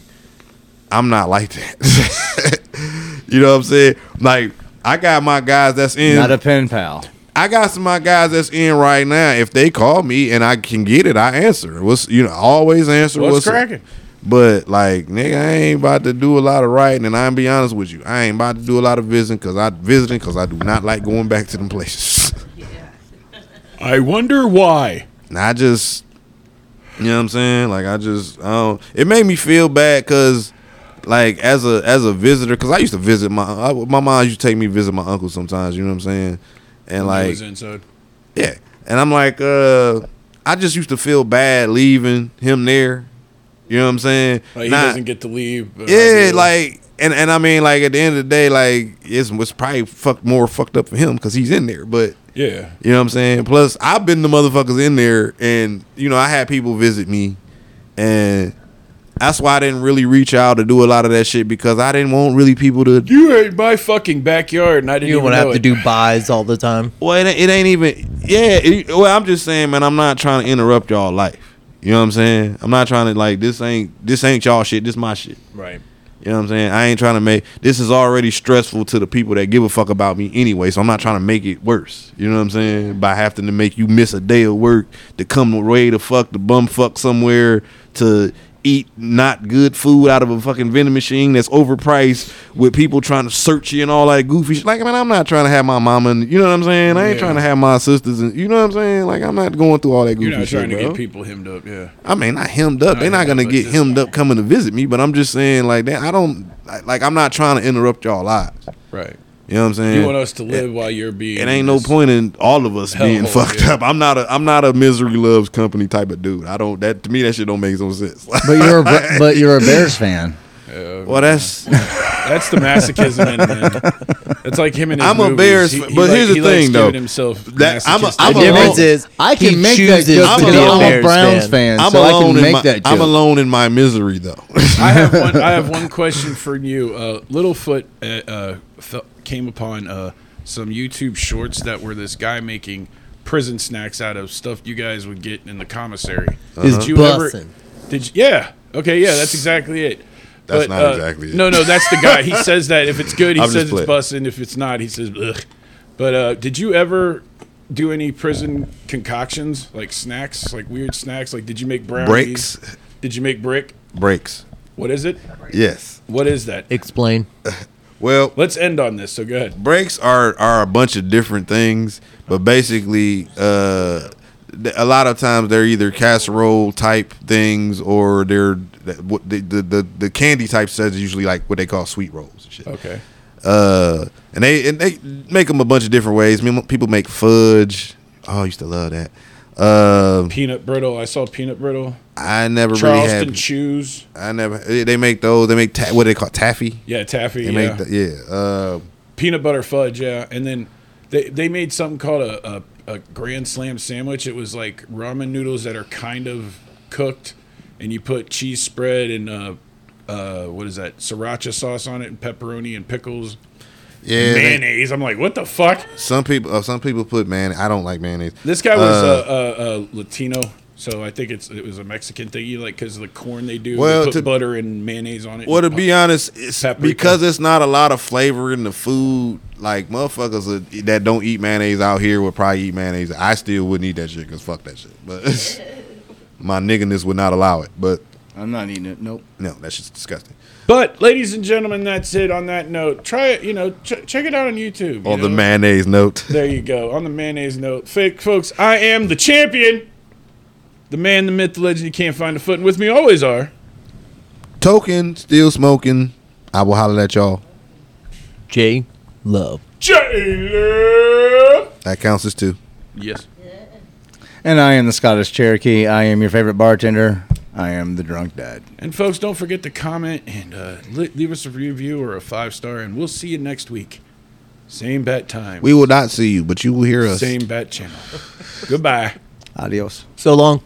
Speaker 3: I'm not like that. you know what I'm saying? Like, I got my guys that's in.
Speaker 2: Not a pen pal.
Speaker 3: I got some of my guys that's in right now. If they call me and I can get it, I answer. What's you know, I always answer
Speaker 1: What's
Speaker 3: what's,
Speaker 1: cracking?
Speaker 3: But like, nigga, I ain't about to do a lot of writing, and I'm be honest with you, I ain't about to do a lot of visiting because I visiting because I do not like going back to them places.
Speaker 1: I wonder why.
Speaker 3: and I just, you know what I'm saying? Like, I just, I don't. It made me feel bad because, like, as a as a visitor, because I used to visit my I, my mom used to take me visit my uncle sometimes. You know what I'm saying? And
Speaker 1: It
Speaker 3: like,
Speaker 1: was inside.
Speaker 3: yeah. And I'm like, uh, I just used to feel bad leaving him there. You know what I'm saying?
Speaker 1: Like, Oh, he
Speaker 3: Not-
Speaker 1: doesn't get to leave. but I
Speaker 3: yeah,
Speaker 1: do.
Speaker 3: like and and I mean like at the end of the day, like it's was probably fuck more fucked up for him because he's in there. But
Speaker 1: yeah.
Speaker 3: you know what I'm saying? Plus, I've been the motherfuckers in there, and you know I had people visit me, and that's why I didn't really reach out to do a lot of that shit because I didn't want really people to
Speaker 1: You ain't my fucking backyard, and I didn't
Speaker 4: You
Speaker 1: even
Speaker 4: would
Speaker 1: know
Speaker 4: have to
Speaker 1: it.
Speaker 4: do buys all the time.
Speaker 3: Well, it, it ain't even. Yeah. It, well, I'm just saying, man. I'm not trying to interrupt y'all life. You know what I'm saying? I'm not trying to like this ain't this ain't y'all shit. This my shit.
Speaker 1: Right.
Speaker 3: You know what I'm saying? I ain't trying to make this is already stressful to the people that give a fuck about me anyway. So I'm not trying to make it worse. You know what I'm saying? By having to make you miss a day of work to come away to fuck to bum fuck somewhere to eat not good food out of a fucking vending machine that's overpriced with people trying to search you and all that goofy shit. Like, man, I'm not trying to have my mama. And, you know what I'm saying? I ain't
Speaker 1: Yeah.
Speaker 3: trying to have my sisters. And you know what I'm saying? Like, I'm not going through all that goofy
Speaker 1: You're not
Speaker 3: shit,
Speaker 1: trying to
Speaker 3: bro.
Speaker 1: get people hemmed up. Yeah.
Speaker 3: I mean, not hemmed up. They're not
Speaker 1: hemmed
Speaker 3: gonna
Speaker 1: up,
Speaker 3: get
Speaker 1: just-
Speaker 3: hemmed up coming to visit me. But I'm just saying, like, that I don't like- like. I'm not trying to interrupt y'all lives.
Speaker 1: Right.
Speaker 3: You know what I'm saying?
Speaker 1: You want us to live while you're being.
Speaker 3: It ain't no
Speaker 1: this-
Speaker 3: point in all of us
Speaker 1: Hell
Speaker 3: being
Speaker 1: hole,
Speaker 3: fucked
Speaker 1: yeah.
Speaker 3: up. I'm not a I'm not a misery loves company type of dude. I don't that to me that shit don't make no sense.
Speaker 2: But you're a, Bre- but you're a Bears fan.
Speaker 3: well, that's
Speaker 1: That's the masochism in him. It's like him and his
Speaker 3: I'm a
Speaker 1: movies.
Speaker 3: Bears
Speaker 1: He-
Speaker 3: fan,
Speaker 1: he
Speaker 3: but here's the
Speaker 1: he likes
Speaker 3: thing,
Speaker 1: giving
Speaker 3: though.
Speaker 1: Himself
Speaker 3: That- I'm a-
Speaker 1: masochistic-
Speaker 3: I'm
Speaker 4: The
Speaker 3: a-
Speaker 4: difference
Speaker 3: alone.
Speaker 4: is
Speaker 2: I can
Speaker 4: he
Speaker 2: make that
Speaker 4: chooses
Speaker 2: joke
Speaker 4: to
Speaker 3: I'm alone.
Speaker 4: be a
Speaker 2: I'm a
Speaker 4: Bears
Speaker 2: Browns
Speaker 4: fan.
Speaker 2: fan,
Speaker 3: I'm
Speaker 2: so I
Speaker 3: alone
Speaker 2: can
Speaker 3: in
Speaker 2: make
Speaker 3: my
Speaker 2: that joke.
Speaker 3: I'm alone in my misery though.
Speaker 1: I have one. I have one question for you. Uh, Littlefoot uh, uh, fe- came upon uh, some YouTube shorts that were this guy making prison snacks out of stuff you guys would get in the commissary.
Speaker 3: Uh-huh.
Speaker 1: Did you
Speaker 4: Bussin'.
Speaker 1: Did you, yeah. Okay. Yeah. That's exactly it. uh,
Speaker 3: That's not exactly it.
Speaker 1: No, no, that's the guy. He says that if it's good, he
Speaker 3: I'm
Speaker 1: says
Speaker 3: just
Speaker 1: it's bussin'. If it's not, he says ugh. But uh, did you ever do any prison concoctions, like snacks, like weird snacks? Like, did you make brownies?
Speaker 3: Bricks.
Speaker 1: Did you make brick?
Speaker 3: Breaks.
Speaker 1: What is it?
Speaker 3: Yes.
Speaker 1: What is that?
Speaker 4: Explain.
Speaker 3: Well,
Speaker 1: Let's end on this. So go ahead.
Speaker 3: breaks are are a bunch of different things, but basically, uh, th- a lot of times they're either casserole type things or they're th- what the the the, the candy type stuff is usually like what they call sweet rolls and shit.
Speaker 1: Okay.
Speaker 3: Uh, and they and they make them a bunch of different ways. I mean, people make fudge. Oh, I used to love that. Uh,
Speaker 1: Peanut brittle. I saw peanut brittle.
Speaker 3: I never
Speaker 1: Charleston
Speaker 3: really had.
Speaker 1: chews.
Speaker 3: I never. They make those. They make ta- what they call taffy.
Speaker 1: Yeah, taffy.
Speaker 3: They
Speaker 1: yeah.
Speaker 3: make the, yeah. Uh,
Speaker 1: peanut butter fudge, yeah. And then they they made something called a, a a grand slam sandwich. It was like ramen noodles that are kind of cooked, and you put cheese spread and uh, uh, what is that sriracha sauce on it and pepperoni and pickles.
Speaker 3: yeah. they-
Speaker 1: Mayonnaise. I'm like, what the fuck?
Speaker 3: some people. Uh, some people put man. I don't like mayonnaise.
Speaker 1: This guy was
Speaker 3: Uh,
Speaker 1: a, a, a Latino, so I think it's it was a Mexican thing. You like because the corn they do,
Speaker 3: Well,
Speaker 1: they put
Speaker 3: to-
Speaker 1: butter and mayonnaise on it.
Speaker 3: Well, to
Speaker 1: and
Speaker 3: be honest, it's
Speaker 1: Paprika.
Speaker 3: because it's not a lot of flavor in the food. Like motherfuckers that- that don't eat mayonnaise out here would probably eat mayonnaise. I still wouldn't eat that shit because fuck that shit. But my nigganess would not allow it. But
Speaker 6: I'm not eating it. Nope.
Speaker 3: no, that shit's disgusting.
Speaker 1: But, ladies and gentlemen, that's it. On that note, try it. You know, ch- check it out on YouTube.
Speaker 3: On
Speaker 1: you
Speaker 3: the
Speaker 1: know?
Speaker 3: mayonnaise note.
Speaker 1: There you go. On the mayonnaise note, fake folks, I am the champion, the man, the myth, the legend. You can't find a foot, and with me always are.
Speaker 3: Token still smoking. I will holler at y'all.
Speaker 4: J. Love.
Speaker 1: Jayla.
Speaker 3: That counts as two.
Speaker 1: Yes.
Speaker 2: And I am the Scottish Cherokee. I am your favorite bartender. I am the drunk dad.
Speaker 1: And folks, don't forget to comment and uh, li- leave us a review or a five star, and we'll see you next week. Same bat time.
Speaker 3: We will not see you, but you will hear us.
Speaker 1: same bat channel. Goodbye.
Speaker 2: Adios.
Speaker 4: So long.